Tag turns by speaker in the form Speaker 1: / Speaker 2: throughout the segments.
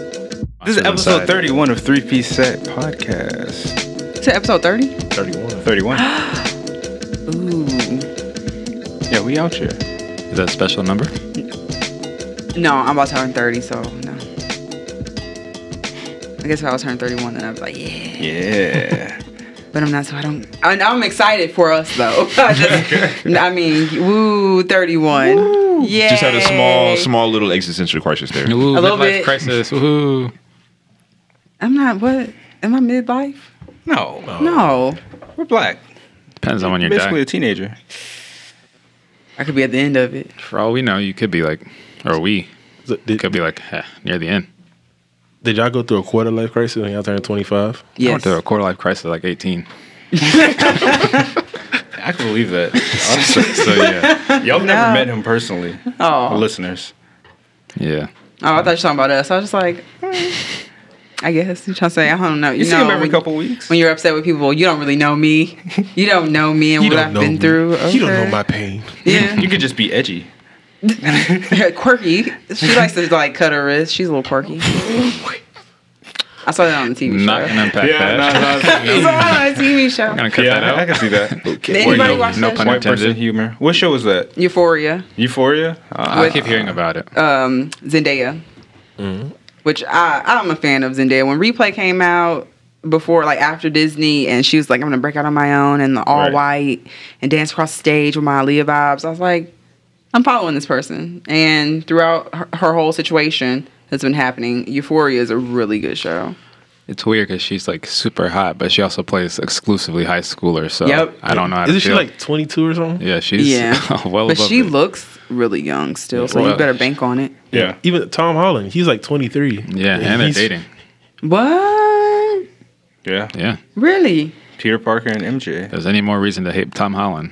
Speaker 1: This
Speaker 2: boxes.
Speaker 1: is episode
Speaker 2: inside.
Speaker 1: 31 of Three Piece Set Podcast.
Speaker 3: To episode 30?
Speaker 2: 31.
Speaker 1: 31.
Speaker 3: Ooh.
Speaker 1: yeah, we out here.
Speaker 2: Is that a special number?
Speaker 3: No, I'm about to turn 30, so no. I guess if I was turning 31, then I'd be like, yeah.
Speaker 1: Yeah.
Speaker 3: But I'm not, so I don't. I, I'm excited for us, though. I, just- I mean, woo, 31. Yeah.
Speaker 4: Just had a small, small little existential crisis there.
Speaker 2: Ooh,
Speaker 3: A little
Speaker 2: midlife
Speaker 3: bit.
Speaker 2: crisis. Woohoo.
Speaker 3: I'm not, what? Am I midlife?
Speaker 1: no,
Speaker 3: No.
Speaker 1: we're black.
Speaker 2: Depends on when you're
Speaker 1: Basically
Speaker 2: dying.
Speaker 1: a teenager.
Speaker 3: I could be at the end of it.
Speaker 2: For all we know, you could be like, or we
Speaker 5: So Did,
Speaker 2: could be like eh, near the end.
Speaker 5: did y'all go through a quarter life crisis when y'all turned 25?
Speaker 2: I
Speaker 3: Yes.
Speaker 2: went through a quarter life crisis at like 18.
Speaker 1: I can believe that. Honestly. so yeah, y'all never
Speaker 3: No.
Speaker 1: met him personally,
Speaker 3: Oh.
Speaker 1: listeners.
Speaker 2: Yeah.
Speaker 3: Oh, I thought you were talking about us. I was just like, mm, I guess you're trying to say I don't know.
Speaker 1: You see
Speaker 3: know,
Speaker 1: him every
Speaker 3: when,
Speaker 1: couple weeks.
Speaker 3: when you're upset with people, you don't really know me. You don't know me and what I've been through.
Speaker 5: You don't know
Speaker 3: Okay.
Speaker 5: my pain.
Speaker 3: yeah,
Speaker 1: You could just be edgy.
Speaker 3: quirky. She likes to like cut her wrist. She's a little quirky. I saw that on the TV
Speaker 2: Not
Speaker 3: show.
Speaker 2: gonna unpack that.
Speaker 3: I saw that on the TV show.
Speaker 2: I'm gonna cut that out.
Speaker 1: I can see that. okay.
Speaker 3: Did anybody
Speaker 2: no-
Speaker 3: watch
Speaker 2: no
Speaker 3: that
Speaker 2: pun
Speaker 3: show?
Speaker 1: White person
Speaker 2: Intended.
Speaker 1: humor. What show was that?
Speaker 3: Euphoria.
Speaker 1: Euphoria. Uh,
Speaker 2: I keep hearing about it.
Speaker 3: um, Zendaya,
Speaker 2: Mm-hmm.
Speaker 3: which I I'm a fan of Zendaya. When Replay came out before, like after Disney, and she was like, "I'm gonna break out on my own and the all
Speaker 1: Right.
Speaker 3: white and dance across the stage with my Aaliyah vibes." I was like, "I'm following this person," and throughout her, her whole situation that's been happening, Euphoria is a really good show.
Speaker 2: It's weird because she's like super hot, but she also plays exclusively high schooler. So
Speaker 3: Yep.
Speaker 2: I don't know. How to
Speaker 5: Isn't she
Speaker 2: feel.
Speaker 5: like 22 or something?
Speaker 2: Yeah, she's
Speaker 3: yeah,
Speaker 2: Oh, well
Speaker 3: but
Speaker 2: above
Speaker 3: she
Speaker 2: it.
Speaker 3: looks really young still, so
Speaker 2: well,
Speaker 3: you better bank on it.
Speaker 1: yeah.
Speaker 5: Even Tom Holland, he's like 23.
Speaker 2: Yeah, and they're
Speaker 5: he's-
Speaker 2: dating.
Speaker 3: What?
Speaker 1: Yeah.
Speaker 2: Yeah.
Speaker 3: Really?
Speaker 1: Peter Parker and MJ.
Speaker 2: There's any more reason to hate Tom Holland?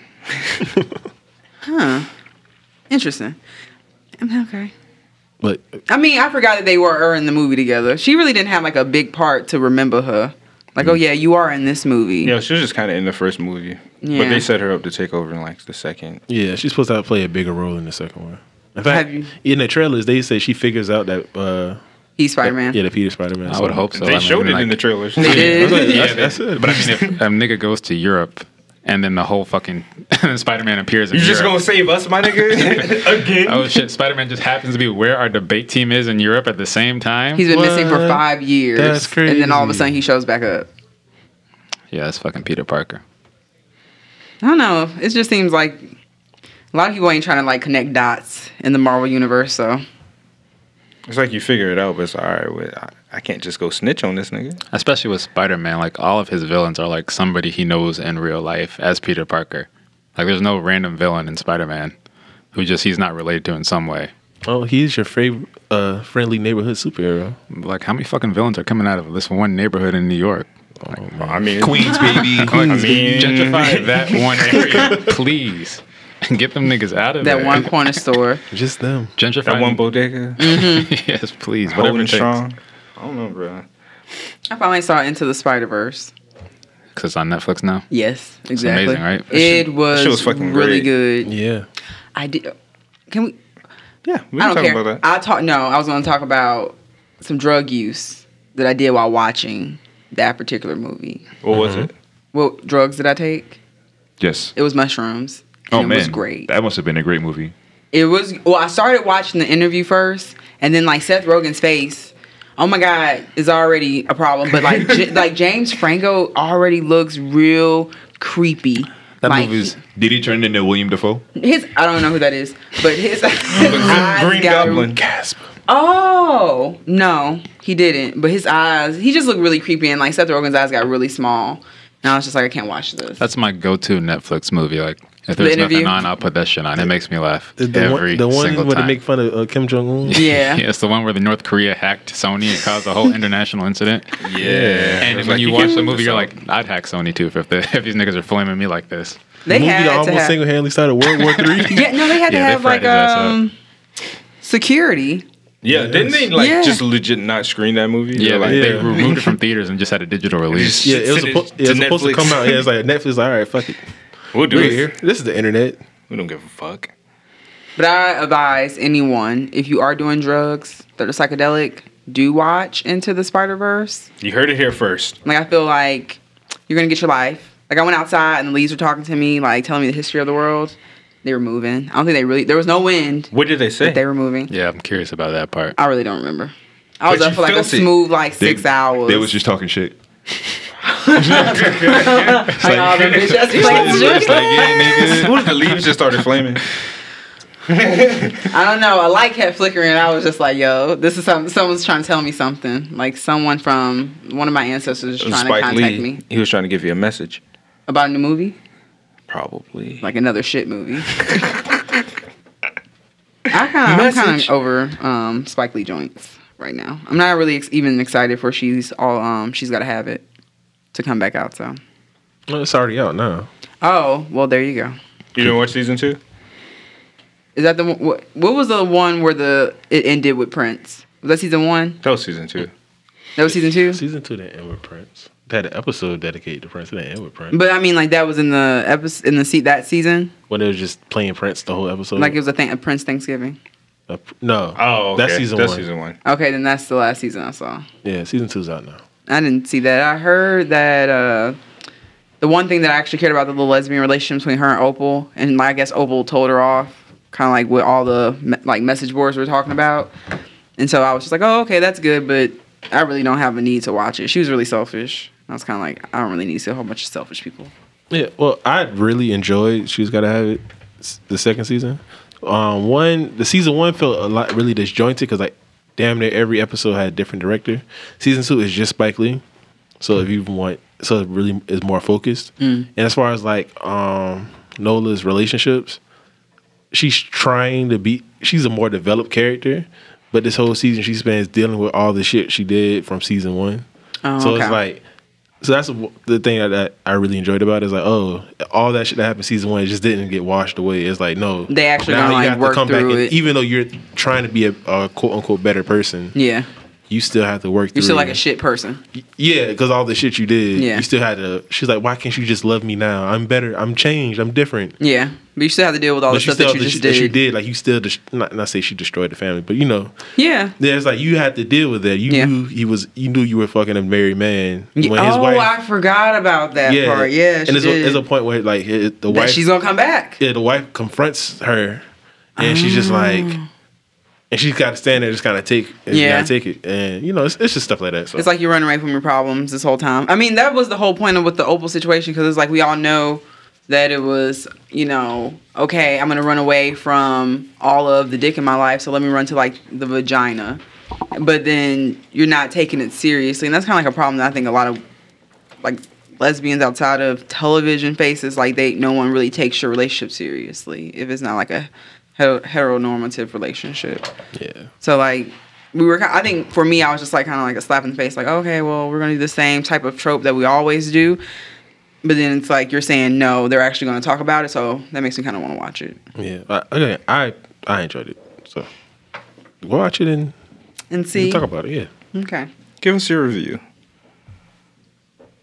Speaker 3: Interesting. Mm, Okay.
Speaker 5: But
Speaker 3: I mean, I forgot that they were her in the movie together. She really didn't have like a big part to remember her. Like, oh yeah, you are in this movie.
Speaker 1: Yeah, she was just kind of in the first movie, but
Speaker 3: Yeah.
Speaker 1: they set her up to take over in like the second.
Speaker 5: yeah, she's supposed to play a bigger role in the second one. In fact,
Speaker 3: Have you-
Speaker 5: in the trailers, they say she figures out that uh,
Speaker 3: He's Spider Man.
Speaker 5: yeah, the Peter Spider Man.
Speaker 2: I would hope so.
Speaker 1: they
Speaker 2: I mean,
Speaker 1: showed it
Speaker 2: like,
Speaker 1: in the trailers.
Speaker 3: They did.
Speaker 5: Yeah, that's it. But I mean,
Speaker 2: if a nigga goes to Europe and then the whole fucking Spider Man appears in
Speaker 1: You just gonna
Speaker 2: Europe.
Speaker 1: save us, my nigga? Again?
Speaker 2: Oh shit, Spider Man just happens to be where our debate team is in Europe at the same time.
Speaker 3: He's been missing for
Speaker 5: What?
Speaker 3: five years.
Speaker 5: That's
Speaker 3: And then all of a
Speaker 5: crazy.
Speaker 3: sudden he shows back up.
Speaker 2: yeah, that's fucking Peter Parker.
Speaker 3: I don't know. It just seems like a lot of people ain't trying to like connect dots in the Marvel universe. So
Speaker 1: It's like you figure it out, but it's all right. Wait, I, I can't just go snitch on this nigga.
Speaker 2: Especially with Spider Man, like all of his villains are like somebody he knows in real life as Peter Parker. Like there's no random villain in Spider Man who just he's not related to in some way.
Speaker 5: oh, he's your favorite uh, friendly neighborhood superhero.
Speaker 2: Like how many fucking villains are coming out of this one neighborhood in New York?
Speaker 1: I mean,
Speaker 4: Queens, baby.
Speaker 1: I mean,
Speaker 2: Gentrify that one area, please. And get them niggas out of
Speaker 3: that
Speaker 2: there.
Speaker 3: one corner store.
Speaker 5: Just them.
Speaker 2: gentrify
Speaker 1: that one bodega,
Speaker 3: Mm-hmm.
Speaker 2: yes, please. Whatever
Speaker 1: holding
Speaker 2: it takes.
Speaker 1: strong. I don't know, bro.
Speaker 3: I finally saw Into the Spider Verse.
Speaker 2: Because it's on Netflix now.
Speaker 3: Yes, exactly.
Speaker 2: amazing, right? That
Speaker 3: It was,
Speaker 1: was fucking
Speaker 3: really
Speaker 1: great.
Speaker 3: good.
Speaker 5: Yeah.
Speaker 3: I did. Can we?
Speaker 1: Yeah, we were
Speaker 3: I don't
Speaker 1: talking
Speaker 3: care.
Speaker 1: about that.
Speaker 3: I talk. No, I was going to talk about some drug use that I did while watching that particular movie.
Speaker 1: What was it?
Speaker 3: What drugs did I take?
Speaker 4: Yes.
Speaker 3: It was mushrooms.
Speaker 4: Oh
Speaker 3: and it
Speaker 4: man,
Speaker 3: was great.
Speaker 4: That must have been a great movie.
Speaker 3: It was. Well, I started watching the interview first, and then like Seth Rogen's face. Oh my God, is already a problem. But like, J- like James Franco already looks real creepy.
Speaker 2: That
Speaker 3: like,
Speaker 2: movie's
Speaker 4: Did he turn into William Defoe?
Speaker 3: his. I don't know who that is, but his, his eyes
Speaker 1: Green
Speaker 3: got
Speaker 1: Goblin.
Speaker 3: Oh no, he didn't. But his eyes—he just looked really creepy, and like Seth Rogen's eyes got really small. And I was just like, I can't watch this.
Speaker 2: that's my go-to Netflix movie. Like if
Speaker 3: The
Speaker 2: there's
Speaker 3: Interview?
Speaker 2: nothing on, I'll put that shit on. It makes me laugh
Speaker 5: The, the
Speaker 2: every
Speaker 5: one, the one
Speaker 2: single
Speaker 5: where
Speaker 2: time.
Speaker 5: they make fun of uh, Kim Jong Un.
Speaker 3: yeah.
Speaker 2: it's the one where the North Korea hacked Sony and caused a whole international incident.
Speaker 1: Yeah.
Speaker 2: And
Speaker 1: It was
Speaker 2: when
Speaker 1: like,
Speaker 2: you watch
Speaker 1: can't
Speaker 2: the
Speaker 1: do
Speaker 2: movie,
Speaker 1: this
Speaker 2: you're
Speaker 1: all.
Speaker 2: like, I'd hack Sony too if the, if these niggas are flaming me like this.
Speaker 3: they
Speaker 5: movie that
Speaker 3: had to
Speaker 5: almost
Speaker 3: have.
Speaker 5: single handedly started World War Three.
Speaker 3: Yeah, no, they had
Speaker 2: Yeah,
Speaker 3: to
Speaker 2: they
Speaker 3: have
Speaker 2: fried
Speaker 3: like
Speaker 2: his ass up.
Speaker 3: um security.
Speaker 1: yeah, didn't they like
Speaker 3: Yeah.
Speaker 1: just legit not screen that movie?
Speaker 2: Yeah,
Speaker 1: They're
Speaker 2: like
Speaker 1: like,
Speaker 2: they
Speaker 5: Yeah.
Speaker 2: removed it from theaters and just had a digital release.
Speaker 5: Yeah, it was,
Speaker 1: Send it
Speaker 5: suppo- yeah, it was
Speaker 1: to
Speaker 5: supposed to
Speaker 1: Netflix.
Speaker 5: come out. Yeah, it's like Netflix. All right, fuck it.
Speaker 1: we'll do
Speaker 5: We're
Speaker 1: it.
Speaker 5: here. This is the internet.
Speaker 1: We don't give a fuck.
Speaker 3: But I advise anyone if you are doing drugs that are psychedelic, do watch Into the Spider Verse,
Speaker 1: You heard it here first.
Speaker 3: like I feel like you're gonna get your life. Like I went outside and the leaves were talking to me, like telling me the history of the world. They were moving. I don't think they really. There was no wind.
Speaker 1: What did they say?
Speaker 3: But they were moving.
Speaker 2: Yeah, I'm curious about that part.
Speaker 3: I really don't remember. I was
Speaker 1: But
Speaker 3: up
Speaker 1: you
Speaker 3: for like a
Speaker 1: felt it.
Speaker 3: smooth like six
Speaker 4: they,
Speaker 3: hours.
Speaker 4: They was just talking shit.
Speaker 3: like, all them bitch ass players.
Speaker 1: It's like, yeah, nigga. the leaves just started flaming.
Speaker 3: I don't know. A light kept flickering. I was just like, yo, this is something. Someone's trying to tell me something. Like someone from one of my ancestors is
Speaker 1: It was
Speaker 3: trying to
Speaker 1: Spike
Speaker 3: contact
Speaker 1: Lee.
Speaker 3: me
Speaker 1: He was trying to give you a message.
Speaker 3: about a new movie,
Speaker 1: Probably.
Speaker 3: like another shit movie. I kind of, I'm kind of
Speaker 1: Message.
Speaker 3: over um, Spike Lee joints right now. I'm not really ex- even excited for she's all. Um, she's got to have it to come back out. So,
Speaker 5: No, it's already out now.
Speaker 3: oh well, there you go.
Speaker 1: you didn't watch season two?
Speaker 3: Is that the one- what? What was the one where the it ended with Prince? Was that season one?
Speaker 1: That was season two.
Speaker 3: That was season two.
Speaker 5: Season two didn't end with Prince. They had an episode dedicated to Prince. It didn't end with Prince.
Speaker 3: But I mean, like that was in the episode in the seat that season.
Speaker 5: when they was just playing Prince the whole episode.
Speaker 3: Like it was a thing, a Prince Thanksgiving.
Speaker 5: Uh, pr- no.
Speaker 1: Oh, okay.
Speaker 5: that's season
Speaker 1: That's
Speaker 5: one.
Speaker 1: season one.
Speaker 3: Okay, then that's the last season I saw.
Speaker 5: Yeah, season two's out now.
Speaker 3: I didn't see that. I heard that uh, the one thing that I actually cared about the little lesbian relationship between her and Opal, and like, I guess Opal told her off, kind of like what all the me- like message boards were talking about. And so I was just like, oh, okay, that's good, but I really don't have a need to watch it. She was really selfish. I was kind of like, I don't really need to see a whole bunch of selfish people.
Speaker 5: Yeah, well, I really enjoyed She's Gotta Have It, s- the second season. Um, one, the season one felt a lot really disjointed because like damn near every episode had a different director. Season two is just Spike Lee, so if you want, so it really is more focused. And as far as like um, Nola's relationships, she's trying to be she's a more developed character but this whole season she spends dealing with all the shit she did from season one
Speaker 3: Oh,
Speaker 5: so
Speaker 3: okay.
Speaker 5: it's like so that's the- the thing that, that i really enjoyed about it is like oh all that shit that happened season one it just didn't get washed away it's like no
Speaker 3: They actually
Speaker 5: now
Speaker 3: gonna, like,
Speaker 5: have
Speaker 3: work through
Speaker 5: and
Speaker 3: it.
Speaker 5: even though you're trying to be a, a quote-unquote better person
Speaker 3: Yeah,
Speaker 5: you still have to work
Speaker 3: you're
Speaker 5: through
Speaker 3: still like
Speaker 5: it.
Speaker 3: a shit person.
Speaker 5: Yeah, because all the shit you did,
Speaker 3: Yeah.
Speaker 5: you still had to. She's like, why can't you just love me now? I'm better. I'm changed. I'm different
Speaker 3: Yeah, but you still have to deal with all the
Speaker 5: but you
Speaker 3: stuff
Speaker 5: still
Speaker 3: that you
Speaker 5: that
Speaker 3: just
Speaker 5: she, that
Speaker 3: did.
Speaker 5: she did like you still dis- not not say she destroyed the family, but you know,
Speaker 3: Yeah.
Speaker 5: there's like you had to deal with that. You
Speaker 3: Yeah.
Speaker 5: knew he was, you knew you were fucking a married man
Speaker 3: Yeah, oh, I forgot about that part. Yeah, she
Speaker 5: and there's a,
Speaker 3: did.
Speaker 5: there's a point where like it, the
Speaker 3: that
Speaker 5: wife,
Speaker 3: she's gonna come back.
Speaker 5: yeah, the wife confronts her, and she's just like, and she's got to stand there, and just kind of take, and
Speaker 3: Ah. Yeah.
Speaker 5: yeah, take it, and you know, it's, it's just stuff like that. So
Speaker 3: It's like you're running away from your problems this whole time. I mean, that was the whole point of with the Opal situation because it's like we all know that it was, you know, okay, I'm gonna run away from all of the dick in my life, so let me run to like the vagina. But then you're not taking it seriously, and that's kind of like a problem that I think a lot of like lesbians outside of television faces like they no one really takes your relationship seriously if it's not like a he- heteronormative relationship.
Speaker 5: yeah,
Speaker 3: So like we were, ki- I think for me, I was just like kind of like a slap in the face, like okay, well we're gonna do the same type of trope that we always do, but then it's like you're saying no, they're actually gonna talk about it, so that makes me kind of want to watch it
Speaker 5: yeah. I, again, I I enjoyed it. So go watch it and,
Speaker 3: and see.
Speaker 5: and talk about it. Yeah.
Speaker 3: Okay,
Speaker 1: Give us your review.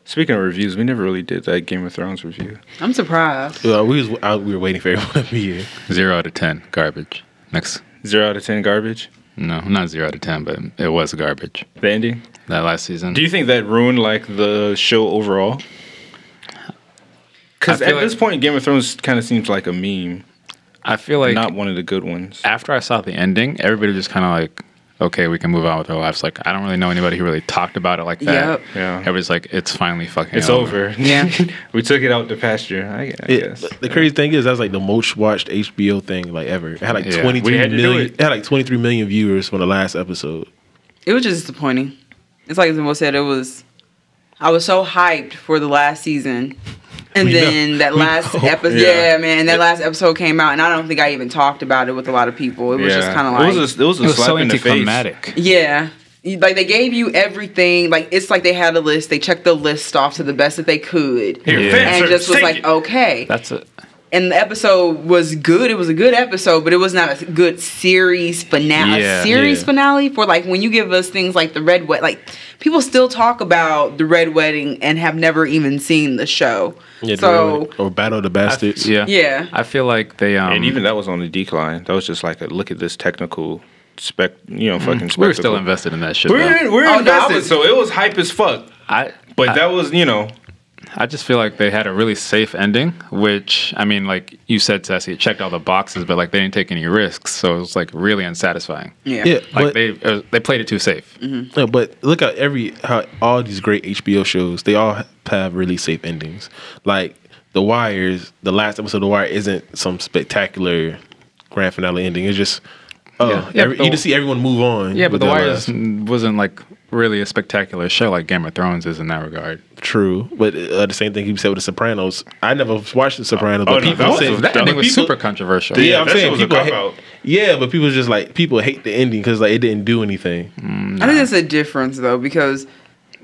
Speaker 1: Speaking of reviews, we never really did that Game of Thrones review.
Speaker 3: I'm surprised.
Speaker 5: Well, we was I, we were waiting for everyone to be here.
Speaker 2: Zero out of ten, garbage. Next,
Speaker 1: Zero out of ten garbage.
Speaker 2: no, not zero out of ten, but it was garbage.
Speaker 1: The ending.
Speaker 2: That last season.
Speaker 1: Do you think that ruined like the show overall? Because
Speaker 2: I
Speaker 1: at
Speaker 2: feel
Speaker 1: this
Speaker 2: like-
Speaker 1: point, Game of Thrones kind of seems like a meme,
Speaker 2: I feel like
Speaker 1: not one of the good ones.
Speaker 2: after I saw the ending, everybody just kind of like, okay, we can move on with our lives. Like, I don't really know anybody who really talked about it like that.
Speaker 3: Yep.
Speaker 1: Yeah.
Speaker 2: Everybody's like, it's finally fucking.
Speaker 1: It's over.
Speaker 3: Yeah.
Speaker 1: we took it out the pasture. I, I
Speaker 5: It-
Speaker 1: guess.
Speaker 5: The crazy thing is that's like the most watched HBO thing like ever. It had like
Speaker 2: Yeah.
Speaker 5: twenty
Speaker 1: We
Speaker 5: three
Speaker 1: had to do
Speaker 5: million.
Speaker 1: it.
Speaker 5: It. had like twenty three million viewers from the last episode.
Speaker 3: It was just disappointing. It's like Zimbo said, it was. I was so hyped for the last season, and
Speaker 5: We know.
Speaker 3: then that
Speaker 5: We
Speaker 3: last
Speaker 5: know.
Speaker 3: episode, yeah.
Speaker 1: Yeah.
Speaker 3: man, and that last episode came out, and I don't think I even talked about it with a lot of people. It was just kind of like
Speaker 1: it was a, it was a
Speaker 2: It was
Speaker 1: slap
Speaker 2: so
Speaker 1: in the face.
Speaker 2: anticlimactic.
Speaker 3: Yeah. You- Like they gave you everything. Like it's like they had a list. They checked the list off to the best that they could.
Speaker 1: Here,
Speaker 2: Yeah.
Speaker 1: fan
Speaker 3: And
Speaker 1: service,
Speaker 3: just was
Speaker 1: take
Speaker 3: like,
Speaker 1: it.
Speaker 3: okay.
Speaker 2: That's it.
Speaker 3: And the episode was good. It was a good episode, but it was not a good series finale.
Speaker 2: Yeah,
Speaker 3: a series
Speaker 5: yeah.
Speaker 3: finale for like when you give us things like the red wedding. Like people still talk about the red wedding and have never even seen the show.
Speaker 5: Yeah,
Speaker 3: so
Speaker 5: or Battle of the Bastards.
Speaker 2: Yeah.
Speaker 3: Yeah.
Speaker 2: I feel like they um
Speaker 3: oh.
Speaker 1: and even that was on the decline. That was just like, a, look at this technical spec, you know, fucking.
Speaker 2: We were
Speaker 1: spectacle.
Speaker 2: still invested in that shit.
Speaker 1: We're,
Speaker 2: though.
Speaker 1: we're
Speaker 3: Oh, no, I
Speaker 1: invested,
Speaker 3: was-
Speaker 1: so it was hype as fuck.
Speaker 2: I,
Speaker 1: But
Speaker 2: I-
Speaker 1: that was, you know,
Speaker 2: I just feel like they had a really safe ending, which I mean, like you said, Sassy, it checked all the boxes, but like they didn't take any risks, so it was like really unsatisfying.
Speaker 3: Yeah.
Speaker 5: Yeah,
Speaker 2: Like
Speaker 5: but,
Speaker 2: they uh, they played it too safe.
Speaker 5: no, but look at every how all these great HBO shows. They all have really safe endings. Like The Wire's the last episode of The Wire isn't some spectacular grand finale ending. It's just oh,
Speaker 2: Yeah. Yeah,
Speaker 5: every-
Speaker 2: but
Speaker 5: you
Speaker 2: the-
Speaker 5: just see everyone move on.
Speaker 2: Yeah, but
Speaker 5: with
Speaker 2: The
Speaker 5: their
Speaker 2: Wire
Speaker 5: lives.
Speaker 2: wasn't like really a spectacular show like Game of Thrones is in that regard.
Speaker 5: True, but uh, the same thing you said with The Sopranos. I never watched The Sopranos, but
Speaker 1: Oh, no,
Speaker 5: people
Speaker 1: that was-
Speaker 5: say
Speaker 1: that
Speaker 2: That ending was
Speaker 5: people-
Speaker 2: super controversial.
Speaker 5: Yeah,
Speaker 1: Yeah,
Speaker 5: I'm
Speaker 1: that shit
Speaker 5: saying
Speaker 1: was a
Speaker 5: people. hate-
Speaker 1: cop-out.
Speaker 5: yeah, but people just like people hate the ending because like it didn't do anything.
Speaker 3: I think that's a difference though, because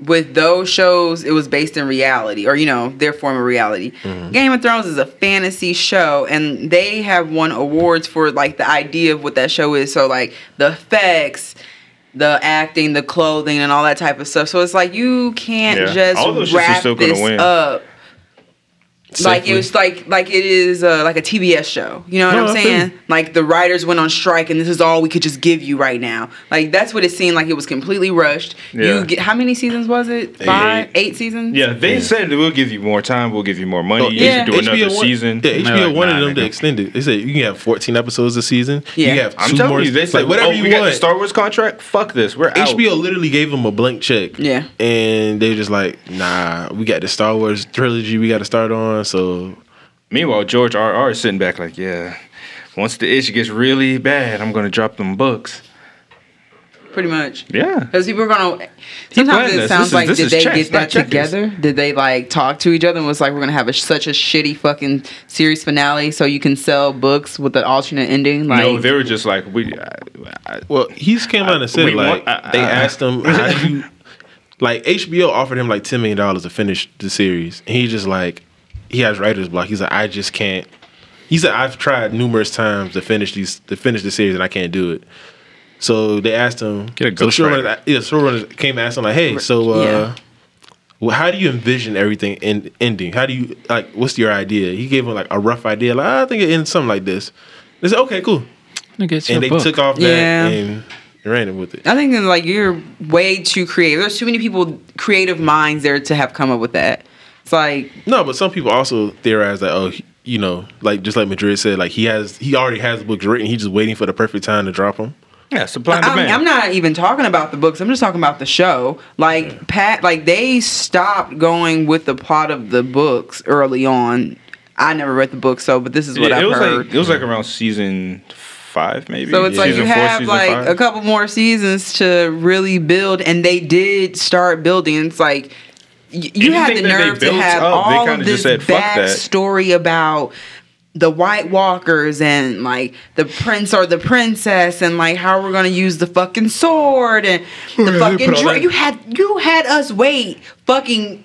Speaker 3: with those shows, it was based in reality, or you know, their form of reality.
Speaker 1: Mm-hmm.
Speaker 3: Game of Thrones is a fantasy show, and they have won awards for like the idea of what that show is. So like the effects, the acting, the clothing, and all that type of stuff. So it's like you can't
Speaker 1: Yeah. All those
Speaker 3: just
Speaker 1: shits are
Speaker 3: wrap
Speaker 1: still gonna
Speaker 3: this
Speaker 1: win.
Speaker 3: up. Like
Speaker 5: Safely.
Speaker 3: it was like like it is uh, like a TBS show. You know what
Speaker 5: No,
Speaker 3: I'm
Speaker 5: I feel
Speaker 3: saying?
Speaker 5: you.
Speaker 3: Like the writers went on strike, and this is all we could just give you right now. Like that's what it seemed like. It was completely rushed.
Speaker 1: Yeah.
Speaker 3: You get how many seasons was it? Five, eight, seasons.
Speaker 1: yeah, they said we'll give you more time, we'll give you more money, you
Speaker 3: Oh, Yeah.
Speaker 1: should do another
Speaker 5: one,
Speaker 1: season.
Speaker 5: Yeah,
Speaker 2: No,
Speaker 5: HBO
Speaker 2: like,
Speaker 5: wanted
Speaker 2: nah,
Speaker 5: them to
Speaker 2: nigga.
Speaker 5: extend it. They said you can have 14 episodes a season.
Speaker 3: Yeah.
Speaker 5: You can have 2
Speaker 1: I'm telling
Speaker 5: more.
Speaker 1: you, they said
Speaker 5: like, whatever
Speaker 1: oh, we
Speaker 5: you
Speaker 1: got
Speaker 5: want.
Speaker 1: the Star Wars contract. Fuck this, we're out.
Speaker 5: HBO literally gave them a blank check.
Speaker 3: Yeah.
Speaker 5: and they were just like, nah, we got the Star Wars trilogy. We got to start on. So
Speaker 1: Meanwhile, George R. R. is sitting back like, yeah. Once the issue gets really bad, I'm gonna drop them books.
Speaker 3: pretty much.
Speaker 1: Yeah.
Speaker 3: Because people are gonna. Sometimes
Speaker 1: playing
Speaker 3: it
Speaker 1: this.
Speaker 3: sounds
Speaker 1: This is-
Speaker 3: like
Speaker 1: this
Speaker 3: did
Speaker 1: is
Speaker 3: they
Speaker 1: chess,
Speaker 3: get
Speaker 1: not
Speaker 3: that
Speaker 1: checkers.
Speaker 3: together? Did they like talk to each other and was like, "We're gonna have a, such a shitty fucking series finale, so you can sell books with an alternate ending." Like,
Speaker 1: no, they were just like, we. uh, I, I,
Speaker 5: Well, he just came out and said
Speaker 1: we
Speaker 5: like
Speaker 1: want- I-
Speaker 5: they
Speaker 1: I-
Speaker 5: asked him how you like HBO offered him like ten million dollars to finish the series, and he just like he has writer's block. He's like I just can't. He said I've tried numerous times to finish these to finish the series and I can't do it. So they asked him.
Speaker 2: Get a
Speaker 5: so
Speaker 2: ghostwriter.
Speaker 5: showrunner, yeah, showrunner came and asked him like, hey, so uh,
Speaker 3: Yeah.
Speaker 5: well, how do you envision everything in, ending? How do you like? What's your idea? He gave him like a rough idea. Like "Ah, I think it ends something like this. They said okay, cool
Speaker 2: Nigga, it's
Speaker 5: and
Speaker 2: your
Speaker 5: they
Speaker 2: book.
Speaker 5: took off that
Speaker 3: Yeah.
Speaker 5: and ran it with it.
Speaker 3: I think that, like you're way too creative. There's too many people, creative minds there to have come up with that. It's like
Speaker 5: No, but some people also theorize that oh, he- you know, like just like Madrid said, like he has he already has the books written. He's just waiting for the perfect time to drop them.
Speaker 1: yeah, supply and
Speaker 3: I mean,
Speaker 1: demand.
Speaker 3: I'm not even talking about the books. I'm just talking about the show. Like Pat, like they stopped going with the plot of the books early on. I never read the book, so but this is what
Speaker 1: Yeah, it
Speaker 3: I've
Speaker 1: was
Speaker 3: heard.
Speaker 1: like it was like around season five, maybe.
Speaker 3: so it's like you
Speaker 1: Season four,
Speaker 3: have
Speaker 1: season
Speaker 3: like
Speaker 1: five.
Speaker 3: a couple more seasons to really build, and they did start building. It's like y-
Speaker 1: Anything
Speaker 3: you had the
Speaker 1: that they
Speaker 3: nerve to
Speaker 1: built
Speaker 3: have
Speaker 1: up, they
Speaker 3: all of
Speaker 1: kinda just
Speaker 3: this
Speaker 1: said, "Fuck that."
Speaker 3: backstory about the White Walkers and like the prince or the princess and like how we're gonna use the fucking sword and the fucking
Speaker 1: all
Speaker 3: dra-
Speaker 1: that-
Speaker 3: you had you had us wait fucking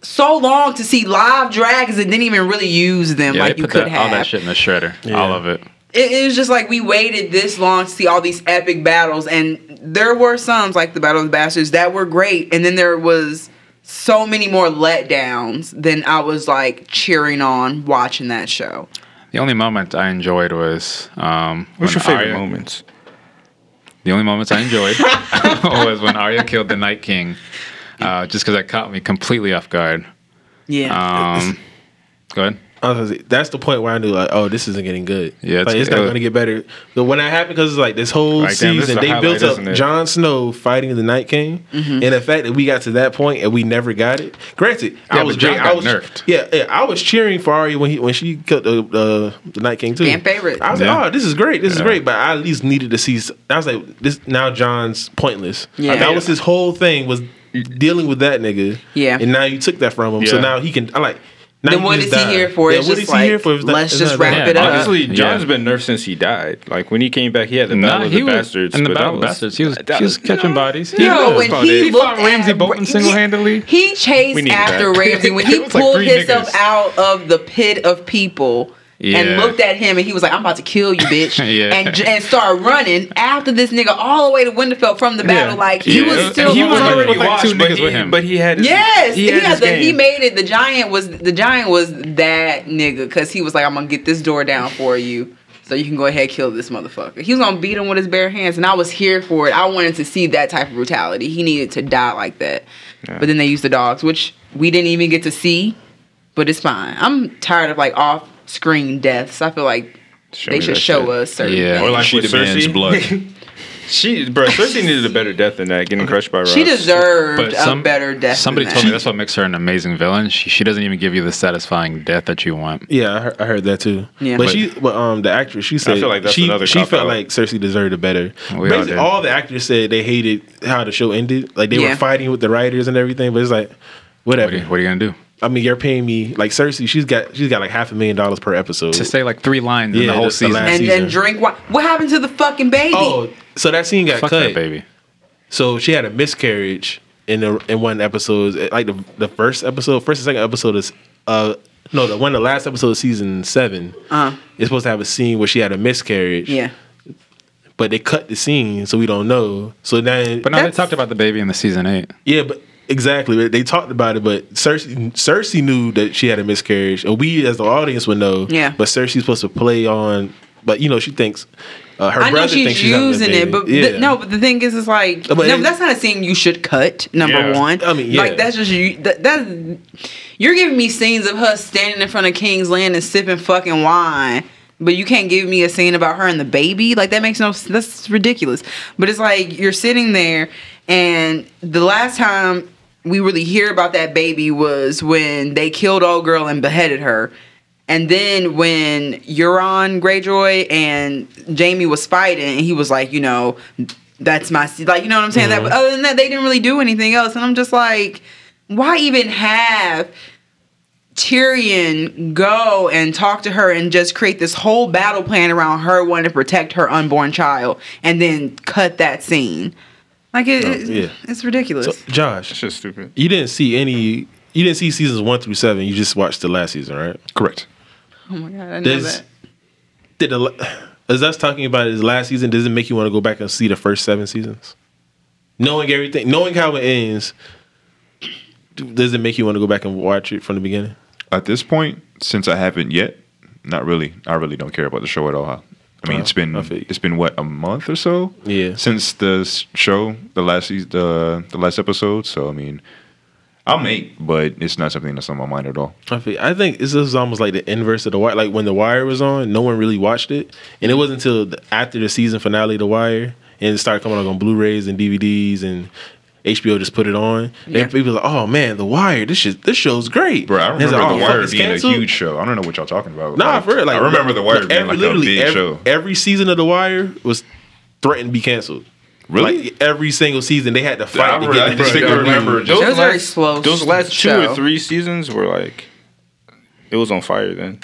Speaker 3: so long to see live dragons and didn't even really use them
Speaker 2: yeah,
Speaker 3: like
Speaker 2: they
Speaker 3: you
Speaker 2: put
Speaker 3: could
Speaker 2: that,
Speaker 3: have
Speaker 2: all that shit in the shredder.
Speaker 5: Yeah.
Speaker 2: All of it.
Speaker 3: it, it was just like we waited this long to see all these epic battles, and there were some like the Battle of the Bastards that were great, and then there was so many more letdowns than I was like cheering on watching that show.
Speaker 2: The only moment I enjoyed was um,
Speaker 1: What's your
Speaker 2: when
Speaker 1: favorite
Speaker 2: Arya-
Speaker 1: moments?
Speaker 2: The only moments I enjoyed was when Arya killed the Night King, uh, just because that caught me completely off guard.
Speaker 3: Yeah,
Speaker 2: Um, go ahead.
Speaker 5: I was gonna say, that's the point where I knew like, oh, this isn't getting good.
Speaker 2: Yeah,
Speaker 5: it's,
Speaker 2: it's-
Speaker 5: like, it's not
Speaker 2: it was-
Speaker 5: going to get better. But when that happened, because like this whole
Speaker 1: Like, damn, this is
Speaker 5: season,
Speaker 1: a
Speaker 5: they
Speaker 1: highlight,
Speaker 5: built
Speaker 1: isn't
Speaker 5: up
Speaker 1: it?
Speaker 5: Jon Snow fighting the Night King,
Speaker 3: Mm-hmm.
Speaker 5: and the fact that we got to that point and we never got it. Granted, I
Speaker 2: Yeah,
Speaker 5: was
Speaker 2: but Jon
Speaker 5: great. I
Speaker 2: got
Speaker 5: was
Speaker 2: nerfed.
Speaker 5: yeah, yeah, I was cheering for Arya when he when she killed the, uh, the Night King too.
Speaker 3: Fan favorite.
Speaker 5: I was
Speaker 2: Yeah.
Speaker 5: like, oh, this is great. This is
Speaker 2: Yeah.
Speaker 5: great. But I at least needed to see. s- I was like, this now John's pointless.
Speaker 3: Yeah.
Speaker 5: that was his whole thing was dealing with that nigga.
Speaker 3: Yeah.
Speaker 5: and now you took that from him. So
Speaker 1: Yeah.
Speaker 5: now he can. I like. Now
Speaker 3: Then
Speaker 5: you
Speaker 3: what
Speaker 5: just
Speaker 3: is he
Speaker 5: die.
Speaker 3: here for? It's just like,
Speaker 5: It's not-
Speaker 3: let's
Speaker 5: it's
Speaker 3: just
Speaker 5: not
Speaker 3: wrap
Speaker 5: that.
Speaker 2: it up.
Speaker 1: Honestly,
Speaker 2: Yeah.
Speaker 1: John's been nerfed since he died. Like when he came back, he had the Battle of the
Speaker 2: was-
Speaker 1: Bastards.
Speaker 2: in the
Speaker 1: but that
Speaker 2: Battle of
Speaker 1: was-
Speaker 2: Bastards, he was,
Speaker 1: that
Speaker 2: he was catching bodies. He
Speaker 3: No,
Speaker 2: was
Speaker 3: when
Speaker 2: about it.
Speaker 3: he, looked
Speaker 2: fought Ramsey
Speaker 3: at-
Speaker 2: Bolton single handedly.
Speaker 3: He chased
Speaker 1: We need
Speaker 3: after
Speaker 1: that.
Speaker 3: Ramsey when he
Speaker 2: It was like
Speaker 3: pulled
Speaker 2: three
Speaker 3: himself
Speaker 2: niggas.
Speaker 3: out of the pit of people and
Speaker 2: Yeah.
Speaker 3: looked at him and he was like, "I'm about to kill you, bitch,"
Speaker 2: Yeah.
Speaker 3: and j- and started running after this nigga all the way to Winterfell from the battle. Like he
Speaker 2: Yeah.
Speaker 3: was
Speaker 2: And
Speaker 3: still
Speaker 1: he was
Speaker 3: going.
Speaker 1: already
Speaker 2: with, like,
Speaker 1: washed,
Speaker 2: two
Speaker 1: but
Speaker 2: niggas
Speaker 1: he,
Speaker 2: with him.
Speaker 1: But he had his,
Speaker 3: Yes, he,
Speaker 1: had
Speaker 3: had
Speaker 1: his
Speaker 3: the, he
Speaker 1: game.
Speaker 3: made it. The giant was the giant was that nigga because he was like, "I'm gonna get this door down for you." So you can go ahead and kill this motherfucker. He was gonna beat him with his bare hands, and I was here for it. I wanted to see that type of brutality. He needed to die like that. But then they used the dogs, which we didn't even get to see. But it's fine. I'm tired of like off screen deaths. I feel like they
Speaker 1: me
Speaker 3: should
Speaker 1: that
Speaker 3: show
Speaker 1: shit.
Speaker 3: us certain
Speaker 2: Yeah.
Speaker 3: yeah.
Speaker 1: Or like
Speaker 4: She
Speaker 1: with
Speaker 4: demands
Speaker 1: Cersei.
Speaker 4: blood.
Speaker 1: She, bro, Cersei needed a better death than that, getting crushed by Rob.
Speaker 3: She deserved
Speaker 2: But some,
Speaker 3: a better death.
Speaker 2: somebody
Speaker 3: than
Speaker 2: told me
Speaker 3: that.
Speaker 2: that's what makes her an amazing villain. She, she doesn't even give you the satisfying death that you want.
Speaker 5: Yeah, I heard, I heard that too.
Speaker 3: Yeah.
Speaker 5: Yeah, but she, but um, the actress, she said,
Speaker 1: feel like that's
Speaker 5: she,
Speaker 1: another
Speaker 5: she
Speaker 1: cop
Speaker 5: felt
Speaker 1: out.
Speaker 5: like Cersei deserved it better.
Speaker 2: We all
Speaker 5: Basically,
Speaker 2: did.
Speaker 5: all the actors said they hated how the show ended. Like they
Speaker 3: Yeah.
Speaker 5: were fighting with the writers and everything. But it's like,
Speaker 2: What are
Speaker 5: whatever.
Speaker 2: you, what are you gonna do?
Speaker 5: I mean, you're paying me like Cersei. She's got she's got like half a million dollars per episode.
Speaker 2: To say like three lines in
Speaker 5: Yeah,
Speaker 2: the whole
Speaker 5: that's the
Speaker 2: season.
Speaker 5: last-
Speaker 3: and then
Speaker 5: season.
Speaker 3: drink wine. What happened to the fucking baby?
Speaker 5: oh, so that scene got
Speaker 2: Fuck
Speaker 5: cut.
Speaker 2: that baby.
Speaker 5: So she had a miscarriage in the in one episode, eh, like the the first episode, first and second episode is uh no the one the last episode of season seven.
Speaker 3: Uh-huh.
Speaker 5: It's supposed to have a scene where she had a miscarriage.
Speaker 3: Yeah.
Speaker 5: but they cut the scene, so we don't know. So then,
Speaker 2: But no, they
Speaker 3: That's-
Speaker 2: talked about the baby in the season eight.
Speaker 5: yeah, but exactly, they talked about it. But Cersei, Cersei knew that she had a miscarriage, and we as the audience would know.
Speaker 3: Yeah.
Speaker 5: but Cersei's supposed to play on, but you know she thinks uh, her
Speaker 3: I know
Speaker 5: brother
Speaker 3: she's
Speaker 5: thinks she's having a
Speaker 3: using it,
Speaker 5: baby.
Speaker 3: but
Speaker 5: yeah.
Speaker 3: th- no. But the thing is, it's like
Speaker 5: But
Speaker 3: no,
Speaker 5: it-
Speaker 3: that's not a scene you should cut. Number
Speaker 1: Yeah.
Speaker 3: one,
Speaker 5: I mean, yeah.
Speaker 3: like that's just you. That, that you're giving me scenes of her standing in front of King's Land and sipping fucking wine, but you can't give me a scene about her and the baby. Like that makes no. s- That's ridiculous. But it's like you're sitting there, and the last time we really hear about that baby was when they killed old girl and beheaded her. And then when Euron Greyjoy and Jamie was fighting, and he was like, you know, that's my se- like, you know what I'm saying. That, but other than that, they didn't really do anything else. And I'm just like, why even have Tyrion go and talk to her and just create this whole battle plan around her wanting to protect her unborn child, and then cut that scene? Like it, it-
Speaker 5: yeah.
Speaker 3: it's ridiculous.
Speaker 5: So, Josh,
Speaker 1: Shit's stupid.
Speaker 5: you didn't see any. You didn't see seasons one through seven. You just watched the last season, right?
Speaker 4: Correct.
Speaker 3: oh my god, I know
Speaker 5: Does
Speaker 3: that.
Speaker 5: did the, la- as us talking about his last season? Does it make you want to go back and see the first seven seasons? Knowing everything, knowing how it ends, d- does it make you want to go back and watch it from the beginning?
Speaker 4: At this point, since I haven't yet, not really. I really don't care about the show at all. I mean,
Speaker 5: Uh,
Speaker 4: it's been
Speaker 5: I feel you.
Speaker 4: it's been what a month or so.
Speaker 5: Yeah.
Speaker 4: Since the s- show, the last seas- the the last episode. So I mean, I'll make, but it's not something that's on my mind at all.
Speaker 5: I feel, I think this is almost like the inverse of the wire. Like when the Wire was on, no one really watched it, and it wasn't until the, after the season finale, of the Wire, and it started coming out on Blu-rays and DVDs, and HBO just put it on.
Speaker 3: Yeah.
Speaker 5: And people were like, "Oh man, the Wire! This shit, this show's great."
Speaker 4: Bro, I
Speaker 5: And it's
Speaker 4: remember
Speaker 5: like,
Speaker 4: The
Speaker 5: "Oh, fuck,
Speaker 4: Wire
Speaker 5: it's
Speaker 4: being
Speaker 5: canceled?"
Speaker 4: a huge show. I don't know what y'all talking about.
Speaker 5: Nah,
Speaker 4: Like,
Speaker 5: for real. Like e-,
Speaker 4: I remember The Wire
Speaker 5: like,
Speaker 4: being
Speaker 5: every-
Speaker 4: like a big
Speaker 5: every,
Speaker 4: show.
Speaker 5: Every season of The Wire was threatened to be canceled.
Speaker 4: Really?
Speaker 5: Like, every single season they had to fight
Speaker 4: I
Speaker 5: to
Speaker 4: really-
Speaker 5: get
Speaker 4: I
Speaker 5: it.
Speaker 4: just think I
Speaker 5: Bro,
Speaker 4: remember
Speaker 1: Those
Speaker 3: It was very
Speaker 1: last-
Speaker 3: slow
Speaker 1: Those last two
Speaker 3: show.
Speaker 1: or three seasons were like, it was on fire then.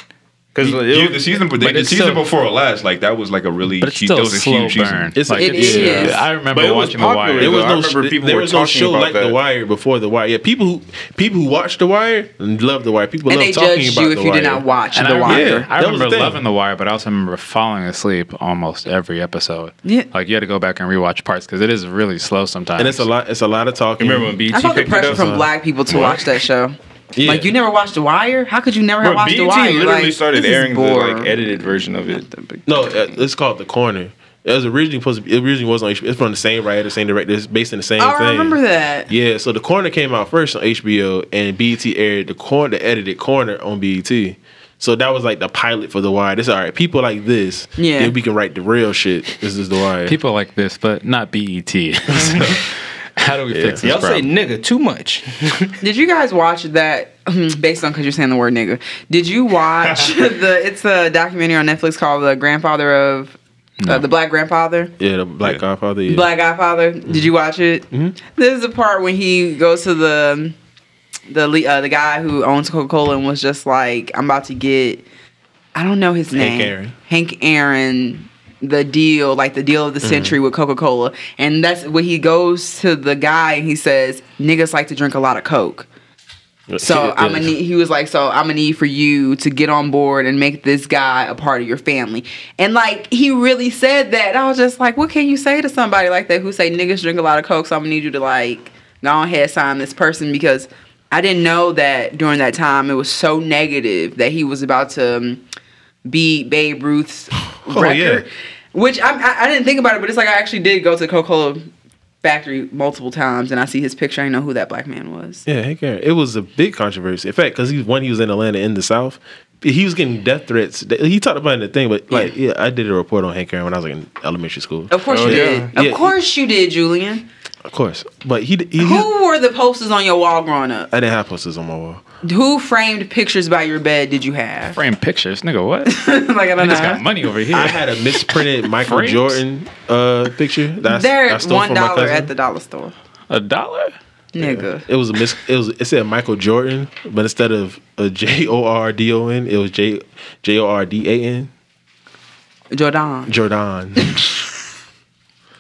Speaker 1: Because
Speaker 4: Yeah, the season, but
Speaker 2: But
Speaker 4: the
Speaker 2: it's
Speaker 4: season
Speaker 2: still-
Speaker 4: before last, like that was like a really,
Speaker 2: But it's
Speaker 4: huge-
Speaker 2: still
Speaker 4: that
Speaker 2: a
Speaker 4: was a
Speaker 2: slow
Speaker 4: huge season.
Speaker 2: burn.
Speaker 5: It's
Speaker 2: like,
Speaker 5: a-
Speaker 3: It is.
Speaker 2: Yeah, I remember
Speaker 1: But it was
Speaker 2: watching The Wire.
Speaker 1: popular,
Speaker 5: There was
Speaker 1: I
Speaker 5: no,
Speaker 1: remember
Speaker 5: sh-
Speaker 1: people
Speaker 5: there
Speaker 1: were
Speaker 5: was no
Speaker 1: talking
Speaker 5: show
Speaker 1: about
Speaker 5: like
Speaker 1: that.
Speaker 5: The Wire before The Wire. Yeah, people who people who watch The Wire love The Wire. People
Speaker 3: And
Speaker 5: love
Speaker 3: they
Speaker 5: talking
Speaker 3: judged
Speaker 5: about
Speaker 3: you if
Speaker 5: The
Speaker 3: you did
Speaker 5: Wire.
Speaker 3: not watch
Speaker 2: And
Speaker 3: The
Speaker 2: I
Speaker 3: Wire.
Speaker 2: remember,
Speaker 5: Yeah,
Speaker 2: I
Speaker 5: that was the
Speaker 2: remember
Speaker 5: thing.
Speaker 2: loving The Wire, but I also remember falling asleep almost every episode.
Speaker 3: Yeah.
Speaker 2: like you had to go back and rewatch parts because it is really slow sometimes.
Speaker 5: And it's a lot. It's a lot of talking.
Speaker 1: remember when BT
Speaker 3: I felt the
Speaker 1: picked it
Speaker 3: pressure
Speaker 1: up?
Speaker 3: from black people to watch that show.
Speaker 5: Yeah.
Speaker 3: Like you never watched The Wire? How could you never have
Speaker 1: Bro,
Speaker 3: watched
Speaker 1: BET
Speaker 3: The Wire?
Speaker 1: literally
Speaker 3: Like,
Speaker 1: started
Speaker 3: this is
Speaker 1: airing the like
Speaker 3: boring.
Speaker 1: edited version of it.
Speaker 5: No, uh, it's called The Corner. It was originally supposed to. Be, it originally was on. HBO. It's from the same writer, same director. It's based in the same
Speaker 3: Oh,
Speaker 5: thing.
Speaker 3: I remember that.
Speaker 5: Yeah, so the corner came out first on HBO, and BET aired the corner, the edited corner on BET. So that was like the pilot for the Wire. It's all right. People like this,
Speaker 3: Yeah.
Speaker 5: then we can write the real shit. This is the Wire.
Speaker 2: people like this, but not E BET. so, how do we fix this
Speaker 1: Y'all say
Speaker 2: problem?
Speaker 1: nigga too much.
Speaker 3: Did you guys watch that? Based on because you're saying the word nigga, did you watch the? It's a documentary on Netflix called "The Grandfather of uh, the Black Grandfather."
Speaker 5: yeah, the Black
Speaker 4: Yeah.
Speaker 5: Godfather. Yeah. Mm-hmm.
Speaker 3: Black Godfather. Did you watch it? This is the part when he goes to the the le- uh, the guy who owns Coca Cola and was just like, "I'm about to get." I don't know his name.
Speaker 5: Aaron.
Speaker 3: Hank Aaron. The deal, like the deal of the
Speaker 5: Mm-hmm.
Speaker 3: century with Coca Cola, and that's when he goes to the guy and he says, "Niggas like to drink a lot of Coke." So I'm gonna need. He was like, so I'm gonna need for you to get on board and make this guy a part of your family. And like he really said that. I was just like, what can you say to somebody like that who say niggas drink a lot of coke? So I'm gonna need you to like go ahead sign this person because I didn't know that during that time it was so negative that he was about to. um, beat Babe Ruth's
Speaker 5: Oh,
Speaker 3: record,
Speaker 5: yeah.
Speaker 3: which I'm, I, I didn't think about it, but it's like I actually did go to the Coca Cola factory multiple times, and I see his picture. I know who that black man was.
Speaker 5: Yeah, Hank Aaron. It was a big controversy. In fact, because he when he was in Atlanta in the South, he was getting death threats. He talked about it in the thing, but like, yeah, I did a report on Hank Aaron when I was like in elementary school.
Speaker 3: Of course
Speaker 1: Oh,
Speaker 3: you
Speaker 1: yeah.
Speaker 3: did. Of
Speaker 5: Yeah.
Speaker 3: course you did, Julian.
Speaker 5: Of course, but he, he,
Speaker 3: Who were the posters on your wall growing up?
Speaker 5: I didn't have posters on my wall.
Speaker 3: Who framed pictures by your bed? Did you have?
Speaker 2: Frame pictures, nigga. What?
Speaker 3: like I don't
Speaker 2: Niggas got
Speaker 3: know.
Speaker 2: money over here.
Speaker 5: I had a misprinted Michael
Speaker 2: Frames?
Speaker 5: Jordan uh, picture. That I,
Speaker 3: They're
Speaker 5: I
Speaker 3: at
Speaker 5: stole
Speaker 3: one
Speaker 5: from my
Speaker 3: dollar
Speaker 5: cousin.
Speaker 3: at the dollar store.
Speaker 2: a dollar?
Speaker 3: Nigga.
Speaker 5: It was a mis. It was. It said Michael Jordan, but instead of a J O R D O N, it was J J O R D A N
Speaker 3: Jordan.
Speaker 5: Jordan.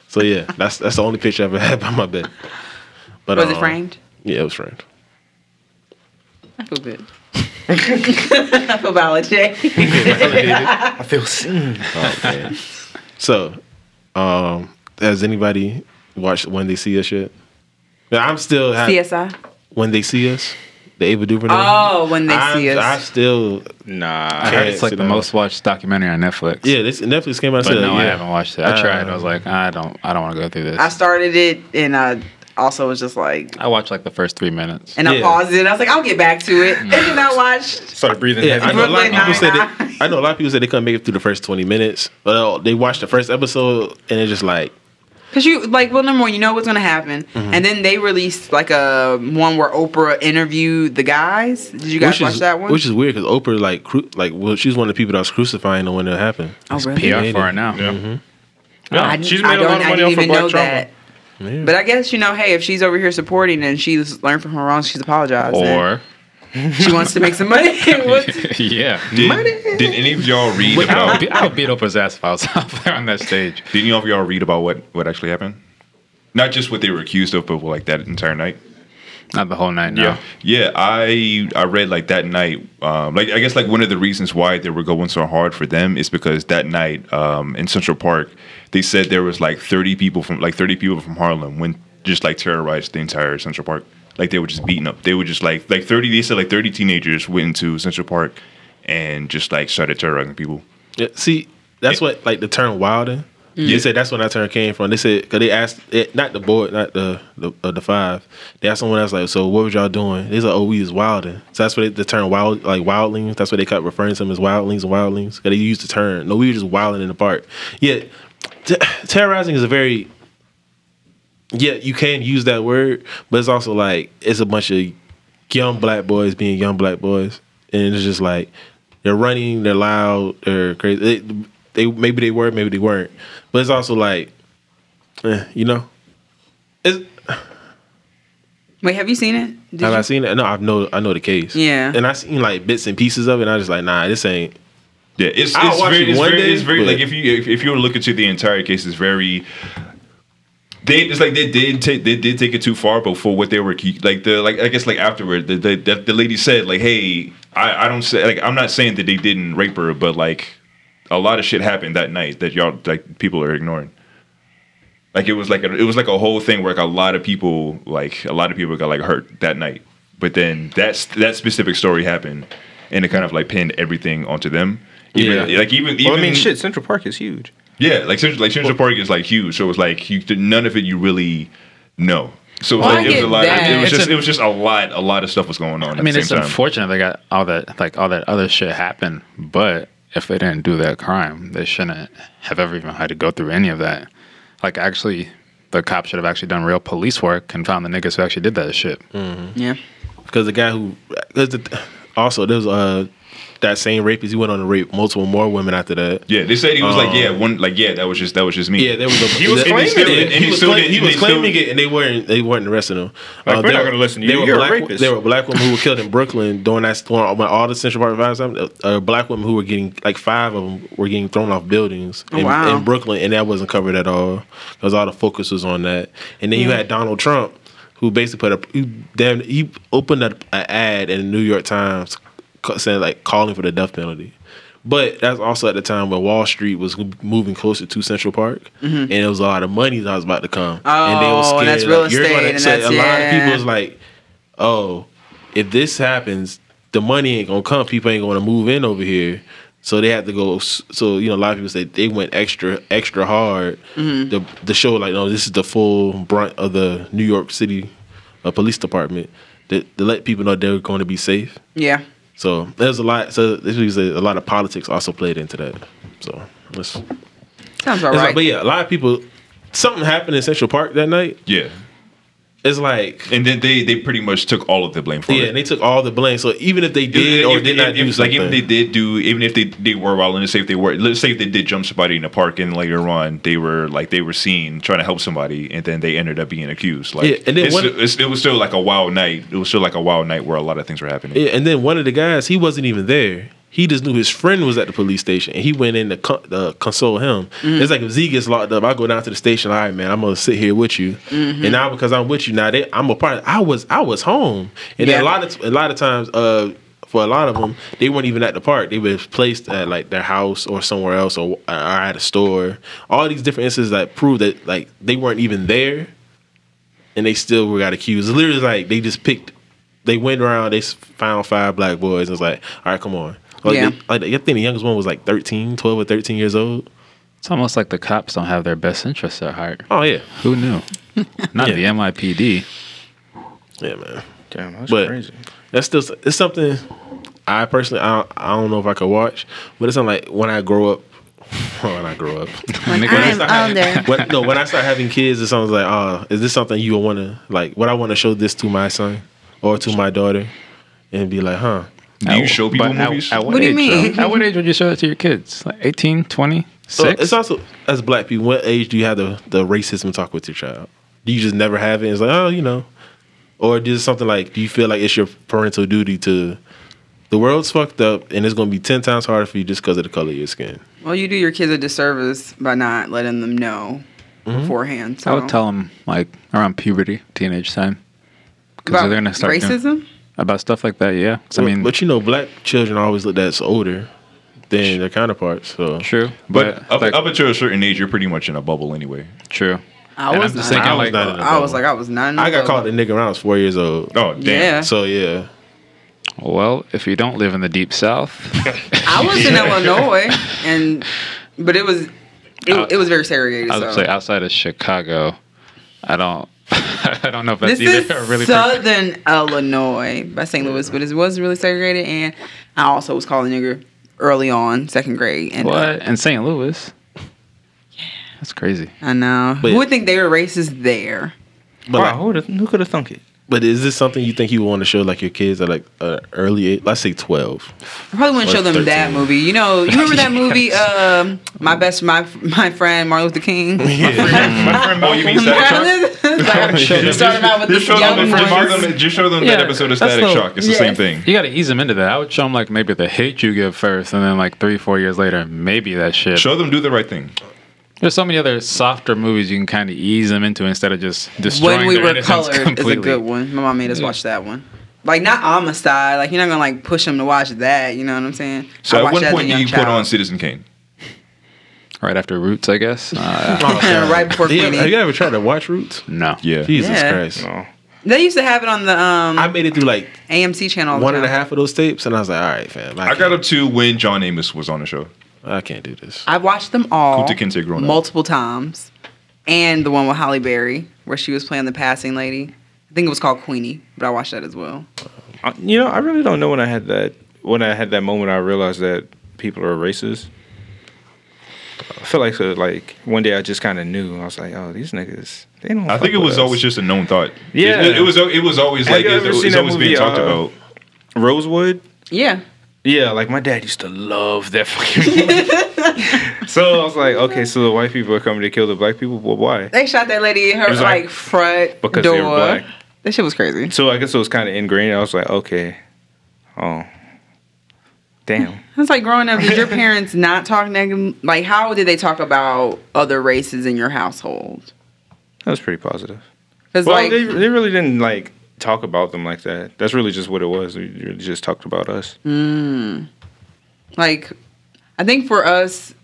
Speaker 5: so yeah, that's that's the only picture I ever had by my bed. But
Speaker 3: Was it
Speaker 5: um,
Speaker 3: framed?
Speaker 5: Yeah, it was framed.
Speaker 3: I feel good. I feel validated.
Speaker 1: I feel seen.
Speaker 5: So, um, has anybody watched When They See Us yet? Now, I'm still ha-
Speaker 3: CSI.
Speaker 5: When They See Us, the Ava DuVernay.
Speaker 3: Oh, when they
Speaker 5: I'm-
Speaker 3: see us.
Speaker 5: I still
Speaker 1: Nah.
Speaker 2: I heard
Speaker 5: Yeah,
Speaker 2: it's like
Speaker 5: sit
Speaker 2: the
Speaker 5: down.
Speaker 2: most watched documentary on Netflix.
Speaker 5: yeah. This Netflix came out.
Speaker 2: But
Speaker 5: said,
Speaker 2: no, I
Speaker 5: yeah.
Speaker 2: haven't watched it. I tried. I was
Speaker 5: Uh,
Speaker 2: like, I don't, I don't want to go through this.
Speaker 3: I started it and I also was just like,
Speaker 2: I watched like the first three minutes.
Speaker 3: and I
Speaker 5: Yeah.
Speaker 3: paused it. I was like, I'll get back to it. And then I watched.
Speaker 1: Started breathing
Speaker 5: Yeah, I
Speaker 1: heavy.
Speaker 5: know a lot of
Speaker 3: Brooklyn
Speaker 5: people say
Speaker 3: Nine-Nine.
Speaker 5: that. I know a lot of people say they couldn't make it through the first twenty minutes. Well, they watched the first episode and they're just like,
Speaker 3: Cause you like well number one you know what's gonna happen and then they released like a one where Oprah interviewed the guys did you guys
Speaker 5: which
Speaker 3: watch
Speaker 5: is
Speaker 3: that one
Speaker 5: which is weird because Oprah like cru- like well she's one of the people that was crucifying the when it happened.
Speaker 3: oh
Speaker 2: It's
Speaker 3: really
Speaker 2: PR
Speaker 5: Made
Speaker 2: for
Speaker 5: it.
Speaker 2: it now.
Speaker 1: Yeah,
Speaker 3: I,
Speaker 1: she's
Speaker 3: she's
Speaker 1: made
Speaker 3: I
Speaker 1: a lot
Speaker 3: don't
Speaker 1: of
Speaker 3: I
Speaker 1: money off
Speaker 3: didn't
Speaker 1: of
Speaker 3: even know
Speaker 1: black
Speaker 3: that
Speaker 1: trauma.
Speaker 5: Yeah.
Speaker 3: but I guess you know hey if she's over here supporting and she's learned from her wrongs she's apologized and
Speaker 2: Or
Speaker 3: she wants to make some money What-
Speaker 2: yeah,
Speaker 4: Did, did any of y'all read
Speaker 2: Wait, I, would
Speaker 4: about?
Speaker 2: be, I would beat Oprah's ass if I was out there on that stage.
Speaker 4: Did any of y'all read about what what actually happened? Not just what they were accused of, but like that entire night.
Speaker 2: Not the whole night. No.
Speaker 1: Yeah.
Speaker 4: Yeah, I I read like that night. Um, like I guess like one of the reasons why they were going so hard for them is because that night um, in Central Park, they said there was like thirty people from like thirty people from Harlem went just like terrorized the entire Central Park. Like they were just beaten up. They were just like like thirty. They said like thirty teenagers went into Central Park and just like started terrorizing people.
Speaker 5: Yeah, see, that's what like the term wilding. They
Speaker 3: Mm.
Speaker 4: Yeah.
Speaker 5: said that's when that term came from. They said because they asked it, not the board, not the the, uh, the five. They asked someone else like, so what was y'all doing? They said, oh, we was wilding. So that's what they, the term wild like wildlings. That's what they kept referring to them as wildlings and wildlings. 'Cause they used the term. No, we were just wilding in the park. Yeah, t- terrorizing is a very yeah, you can use that word, but it's also like it's a bunch of young black boys being young black boys, and it's just like they're running, they're loud, they're crazy. They, they maybe they were, maybe they weren't, but it's also like, eh, you know, it's,
Speaker 3: wait have you seen it Did
Speaker 5: have
Speaker 3: you-
Speaker 5: I seen it? No, I know, I know the case.
Speaker 3: Yeah.
Speaker 5: and I seen like bits and pieces of it. and I just like, nah, this ain't.
Speaker 4: Yeah, it's,
Speaker 5: I'll
Speaker 4: it's
Speaker 5: watch
Speaker 4: very,
Speaker 5: it
Speaker 4: it's
Speaker 5: one
Speaker 4: very,
Speaker 5: day,
Speaker 4: it's very
Speaker 5: but-
Speaker 4: like if you if, if you were to look into the entire case, it's very. They it's like they did take they did take it too far, but for what they were key- like the like I guess like afterward the the, the, the lady said like hey I, I don't say like I'm not saying that they didn't rape her, but like a lot of shit happened that night that y'all like people are ignoring. Like it was like a, it was like a whole thing where like a lot of people like a lot of people got like hurt that night, but then that's that specific story happened, and it kind of like pinned everything onto them. Even,
Speaker 5: Yeah.
Speaker 4: Like even even
Speaker 1: Well, I mean, shit, Central Park is huge.
Speaker 4: yeah, like Central, like Central Park is like huge, so it was like you none of it you really know. So it was
Speaker 3: Well,
Speaker 4: like
Speaker 3: I
Speaker 4: it was
Speaker 3: get
Speaker 4: a lot.
Speaker 3: that.
Speaker 4: It was
Speaker 2: It's
Speaker 4: just
Speaker 2: a-
Speaker 4: it was just a lot a lot of stuff was going on.
Speaker 2: I mean,
Speaker 4: at the
Speaker 2: it's
Speaker 4: same time.
Speaker 2: unfortunate they got all that, like all that other shit happened. But if they didn't do that crime, they shouldn't have ever even had to go through any of that. Like, actually, the cops should have actually done real police work and found the niggas who actually did that shit.
Speaker 3: yeah
Speaker 5: because the guy who cause the, also there was uh that same rapist he went on to rape multiple more women after that.
Speaker 4: Yeah, they said he was like yeah one like yeah that was just that was just me.
Speaker 5: Oh. Yeah, there was a,
Speaker 1: He was
Speaker 5: and they
Speaker 1: claiming
Speaker 5: still-
Speaker 1: it.
Speaker 5: and
Speaker 4: And
Speaker 5: he
Speaker 4: he
Speaker 5: was,
Speaker 4: still
Speaker 5: claim-
Speaker 4: didn't-
Speaker 5: he
Speaker 4: and
Speaker 5: was
Speaker 4: they
Speaker 5: claiming
Speaker 4: still-
Speaker 5: it, and they weren't they weren't arresting him. Uh,
Speaker 1: Like, we're
Speaker 5: they
Speaker 1: not
Speaker 5: were-
Speaker 1: gonna listen to
Speaker 5: they
Speaker 1: you.
Speaker 5: Were
Speaker 1: You're a
Speaker 5: black,
Speaker 1: rapist.
Speaker 5: There were black women who were killed in Brooklyn during that storm. When all the Central Park fires happened, uh, black women who were getting like five of them were getting thrown off buildings
Speaker 3: Oh,
Speaker 5: in,
Speaker 3: wow.
Speaker 5: in Brooklyn, and that wasn't covered at all because all the focus was on that. And then you had Donald Trump, who basically put a he, damn he opened up an ad in the New York Times ca- saying like calling for the death penalty. But that's also at the time when Wall Street was moving closer to Central Park, and it was a lot of money that was about to come,
Speaker 3: Oh, and that's real estate,
Speaker 5: gonna-
Speaker 3: and
Speaker 5: so
Speaker 3: that's-
Speaker 5: a lot of
Speaker 3: yeah.
Speaker 5: people was like, "Oh, if this happens, the money ain't gonna come. People ain't gonna move in over here. So they had to go. s- So you know, a lot of people say they went extra, extra hard.
Speaker 3: Mm-hmm.
Speaker 5: The the show like, no, this is the full brunt of the New York City uh, Police Department to, to let people know they're going to be safe.
Speaker 3: Yeah.
Speaker 5: So there's a lot. So this was a, a lot of politics also played into that. So that's, that's
Speaker 3: Sounds all
Speaker 5: like-
Speaker 3: right.
Speaker 5: but yeah, a lot of people. Something happened in Central Park that night.
Speaker 4: Yeah.
Speaker 5: It's like
Speaker 4: And then they they pretty much took all of the blame for
Speaker 5: yeah,
Speaker 4: it.
Speaker 5: and they took all the blame. So even if they
Speaker 4: If-
Speaker 5: did
Speaker 4: if-
Speaker 5: or
Speaker 4: if-
Speaker 5: did not
Speaker 4: if-
Speaker 5: do
Speaker 4: like
Speaker 5: something,
Speaker 4: even if they did do even if they they were wild and say if they were let's say if they did jump somebody in the park and later on they were like they were seen trying to help somebody and then they ended up being accused like
Speaker 5: Yeah, and then
Speaker 4: it's-
Speaker 5: one-
Speaker 4: it's- it was still like a wild night it was still like a wild night where a lot of things were happening
Speaker 5: Yeah, and then one of the guys, he wasn't even there. He just knew his friend was at the police station, and he went in to con- uh, console him.
Speaker 4: Mm.
Speaker 5: It's like if Z gets locked up, I go down to the station. All right, man, I'm gonna sit here with you,
Speaker 4: Mm-hmm.
Speaker 5: and now because I'm with you now, they, I'm a part. Of, I was I was home, and then a
Speaker 3: Yeah.
Speaker 5: lot of a lot of times, uh, for a lot of them, they weren't even at the park. They were placed at like their house or somewhere else, or, or at a store. All these different instances that prove that like they weren't even there and they still were got accused. It's literally like they just picked, they went around, they s- found five black boys. and It's like, all right, come on. Like,
Speaker 3: Yeah.
Speaker 5: they, like I think the youngest one was like 13, 12 or 13 years old.
Speaker 2: It's almost like the cops don't have their best interests at heart.
Speaker 5: Oh, yeah.
Speaker 2: Who knew? Not
Speaker 5: Yeah.
Speaker 2: the MIPD.
Speaker 5: Yeah, man.
Speaker 1: Damn, that's
Speaker 5: But-
Speaker 1: crazy.
Speaker 5: That's still, it's something I personally, I don't, I don't know if I could watch, but it's something like when I grow up, when I grow up,
Speaker 2: Nigga,
Speaker 5: when, no, when I start having kids, it sounds like, oh, is this something you want to, like, would I want to show this to my son or to my daughter? And be like, huh?
Speaker 4: do you show people
Speaker 2: but at-
Speaker 4: movies
Speaker 2: At, what,
Speaker 3: What do you
Speaker 2: age,
Speaker 3: mean?
Speaker 2: though? At what age would you show it to your kids? Like 18, 20,
Speaker 5: So
Speaker 2: 6?
Speaker 5: it's also as black people, what age do you have the, the racism talk with your child? Do you just never have it? It's like, oh, you know. Or does something like do you feel like it's your parental duty to the world's fucked up and it's gonna be ten times harder for you just because of the color of your skin?
Speaker 3: Well, you do your kids a disservice by not letting them know beforehand. So.
Speaker 2: I would tell them like around puberty, teenage time. Because
Speaker 3: About
Speaker 2: they're gonna start doing-
Speaker 3: racism.
Speaker 2: about stuff like that. Yeah, 'Cause I
Speaker 5: But-
Speaker 2: mean,
Speaker 5: but you know, black children are always looked at as older than their counterparts. So
Speaker 2: true,
Speaker 4: but
Speaker 2: but,
Speaker 4: up,
Speaker 2: like,
Speaker 4: up until a certain age you're pretty much in a bubble anyway
Speaker 2: true.
Speaker 3: I
Speaker 2: And
Speaker 3: was
Speaker 2: I'm
Speaker 3: not.
Speaker 2: just
Speaker 5: I
Speaker 2: thinking,
Speaker 5: was
Speaker 2: like,
Speaker 5: not in the
Speaker 3: I was
Speaker 5: bubble.
Speaker 3: like, I was not. in the
Speaker 5: I
Speaker 3: bubble.
Speaker 5: got called a nigga when I was four years old.
Speaker 4: oh damn
Speaker 3: Yeah.
Speaker 5: So yeah.
Speaker 2: well, if you don't live in the deep south,
Speaker 3: I was in Illinois, and but it was
Speaker 2: I-
Speaker 3: it, it was very segregated.
Speaker 2: I would
Speaker 3: so.
Speaker 2: say outside of Chicago, I don't, I don't know if that's
Speaker 3: this
Speaker 2: either
Speaker 3: is
Speaker 2: really.
Speaker 3: Southern Illinois by St. Louis, but it was really segregated, and I also was called a nigger early on, second grade, and uh,
Speaker 2: what in St. Louis? That's crazy.
Speaker 3: I know
Speaker 5: But-
Speaker 3: who would think they were racist there.
Speaker 5: But
Speaker 1: wow,
Speaker 5: like,
Speaker 1: who, would've- who could have thunk it?
Speaker 5: but is this something you think you want to show like your kids at like uh, early age? Let's say twelve.
Speaker 3: I probably wouldn't
Speaker 5: Or
Speaker 3: show them
Speaker 5: 13.
Speaker 3: that movie. You know, you remember that movie, um, my best, my my friend Martin Luther King.
Speaker 4: my friend oh you mean static shock
Speaker 3: Started out with
Speaker 4: just
Speaker 3: this
Speaker 4: show them,
Speaker 3: young
Speaker 4: the first- show
Speaker 3: voice.
Speaker 4: them, just show them
Speaker 2: Yeah,
Speaker 4: that episode of
Speaker 2: that's
Speaker 4: static
Speaker 2: the-
Speaker 4: shock it's the same
Speaker 3: Yes.
Speaker 4: thing
Speaker 2: You got to ease them into that. I would show them like maybe the hate you give first, and then like three, four years later, maybe that shit.
Speaker 4: show them do the right thing
Speaker 2: There's so many other softer movies you can kind of ease them into instead of just destroying
Speaker 3: When we
Speaker 2: their
Speaker 3: were
Speaker 2: innocence
Speaker 3: colored
Speaker 2: completely.
Speaker 3: is a good one. My mom made us watch that one. Like not Amistad. Like you're not gonna like push them to watch that. You know what I'm saying? I
Speaker 4: so at
Speaker 3: watched
Speaker 4: one
Speaker 3: that as a
Speaker 4: point
Speaker 3: young
Speaker 4: you put
Speaker 3: child.
Speaker 4: on citizen kane
Speaker 2: Right after Roots, I guess. Uh,
Speaker 3: right before
Speaker 5: Yeah,
Speaker 3: Queenie.
Speaker 5: have you ever tried to watch Roots?
Speaker 2: no.
Speaker 4: Oh, yeah
Speaker 5: Jesus
Speaker 3: Yeah.
Speaker 5: Christ!
Speaker 1: No.
Speaker 3: They used to have it on the um,
Speaker 5: I made it through like
Speaker 3: AMC channel. all the
Speaker 5: one and a
Speaker 3: time.
Speaker 5: half of those tapes, and I was like, all right, fam, I,
Speaker 4: I
Speaker 5: can't,
Speaker 4: got up to when John Amos was on the show.
Speaker 5: I can't do this.
Speaker 3: I've watched them all
Speaker 4: Kunta Kinte growing up.
Speaker 3: multiple times, and the one with Holly Berry where she was playing the passing lady. I think it was called Queenie, but I watched that as well.
Speaker 1: I, you know, I really don't know when I had that when I had that moment I realized that people are racist. I feel like so, like one day I just kind of knew. I was like, oh, these niggas, they don't.
Speaker 4: I
Speaker 1: fuck
Speaker 4: think it
Speaker 1: with
Speaker 4: was
Speaker 1: us.
Speaker 4: always just a known thought.
Speaker 1: Yeah.
Speaker 4: it, it was. It was always
Speaker 1: Have
Speaker 4: like
Speaker 1: you
Speaker 4: it,
Speaker 1: ever
Speaker 4: it's
Speaker 1: seen that
Speaker 4: always being
Speaker 1: movie,
Speaker 4: talked
Speaker 1: uh,
Speaker 4: about.
Speaker 1: Rosewood.
Speaker 3: Yeah,
Speaker 1: Yeah, like my dad used to love that fucking movie. so I was like, okay, so the white people are coming to kill the black people. Well, why?
Speaker 3: they shot that lady in her
Speaker 1: was
Speaker 3: like,
Speaker 1: like-
Speaker 3: front
Speaker 1: because
Speaker 3: door.
Speaker 1: they were black.
Speaker 3: That shit was crazy.
Speaker 1: So I guess it was kind of ingrained. I was like, okay, oh, damn.
Speaker 3: It's like growing up. Did your parents not talk negative? Like, how did they talk about other races in your household?
Speaker 1: That was pretty positive.
Speaker 3: Because
Speaker 1: well,
Speaker 3: like,
Speaker 1: they, they really didn't like talk about them like that. That's really just what it was. They really just talked about us.
Speaker 3: like i think for us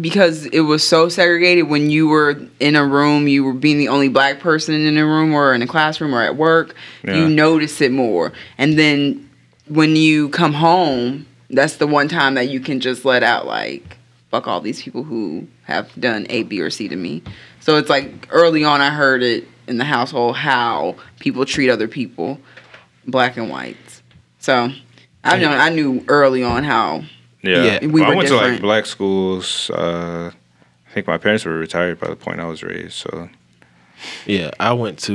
Speaker 3: because it was so segregated when you were in a room you were being the only black person in a room or in a classroom or at work
Speaker 1: Yeah.
Speaker 3: you notice it more and then when you come home That's the one time that you can just let out like fuck all these people who have done A, B, or C to me. So it's like early on, I heard it in the household how people treat other people, black and whites. So I know I knew early on how
Speaker 1: Yeah,
Speaker 5: Yeah.
Speaker 3: We
Speaker 1: Well, I
Speaker 3: were
Speaker 1: went to like
Speaker 3: different.
Speaker 1: black schools. Uh, I think my parents were retired by the point I was raised. So
Speaker 5: Yeah, I went to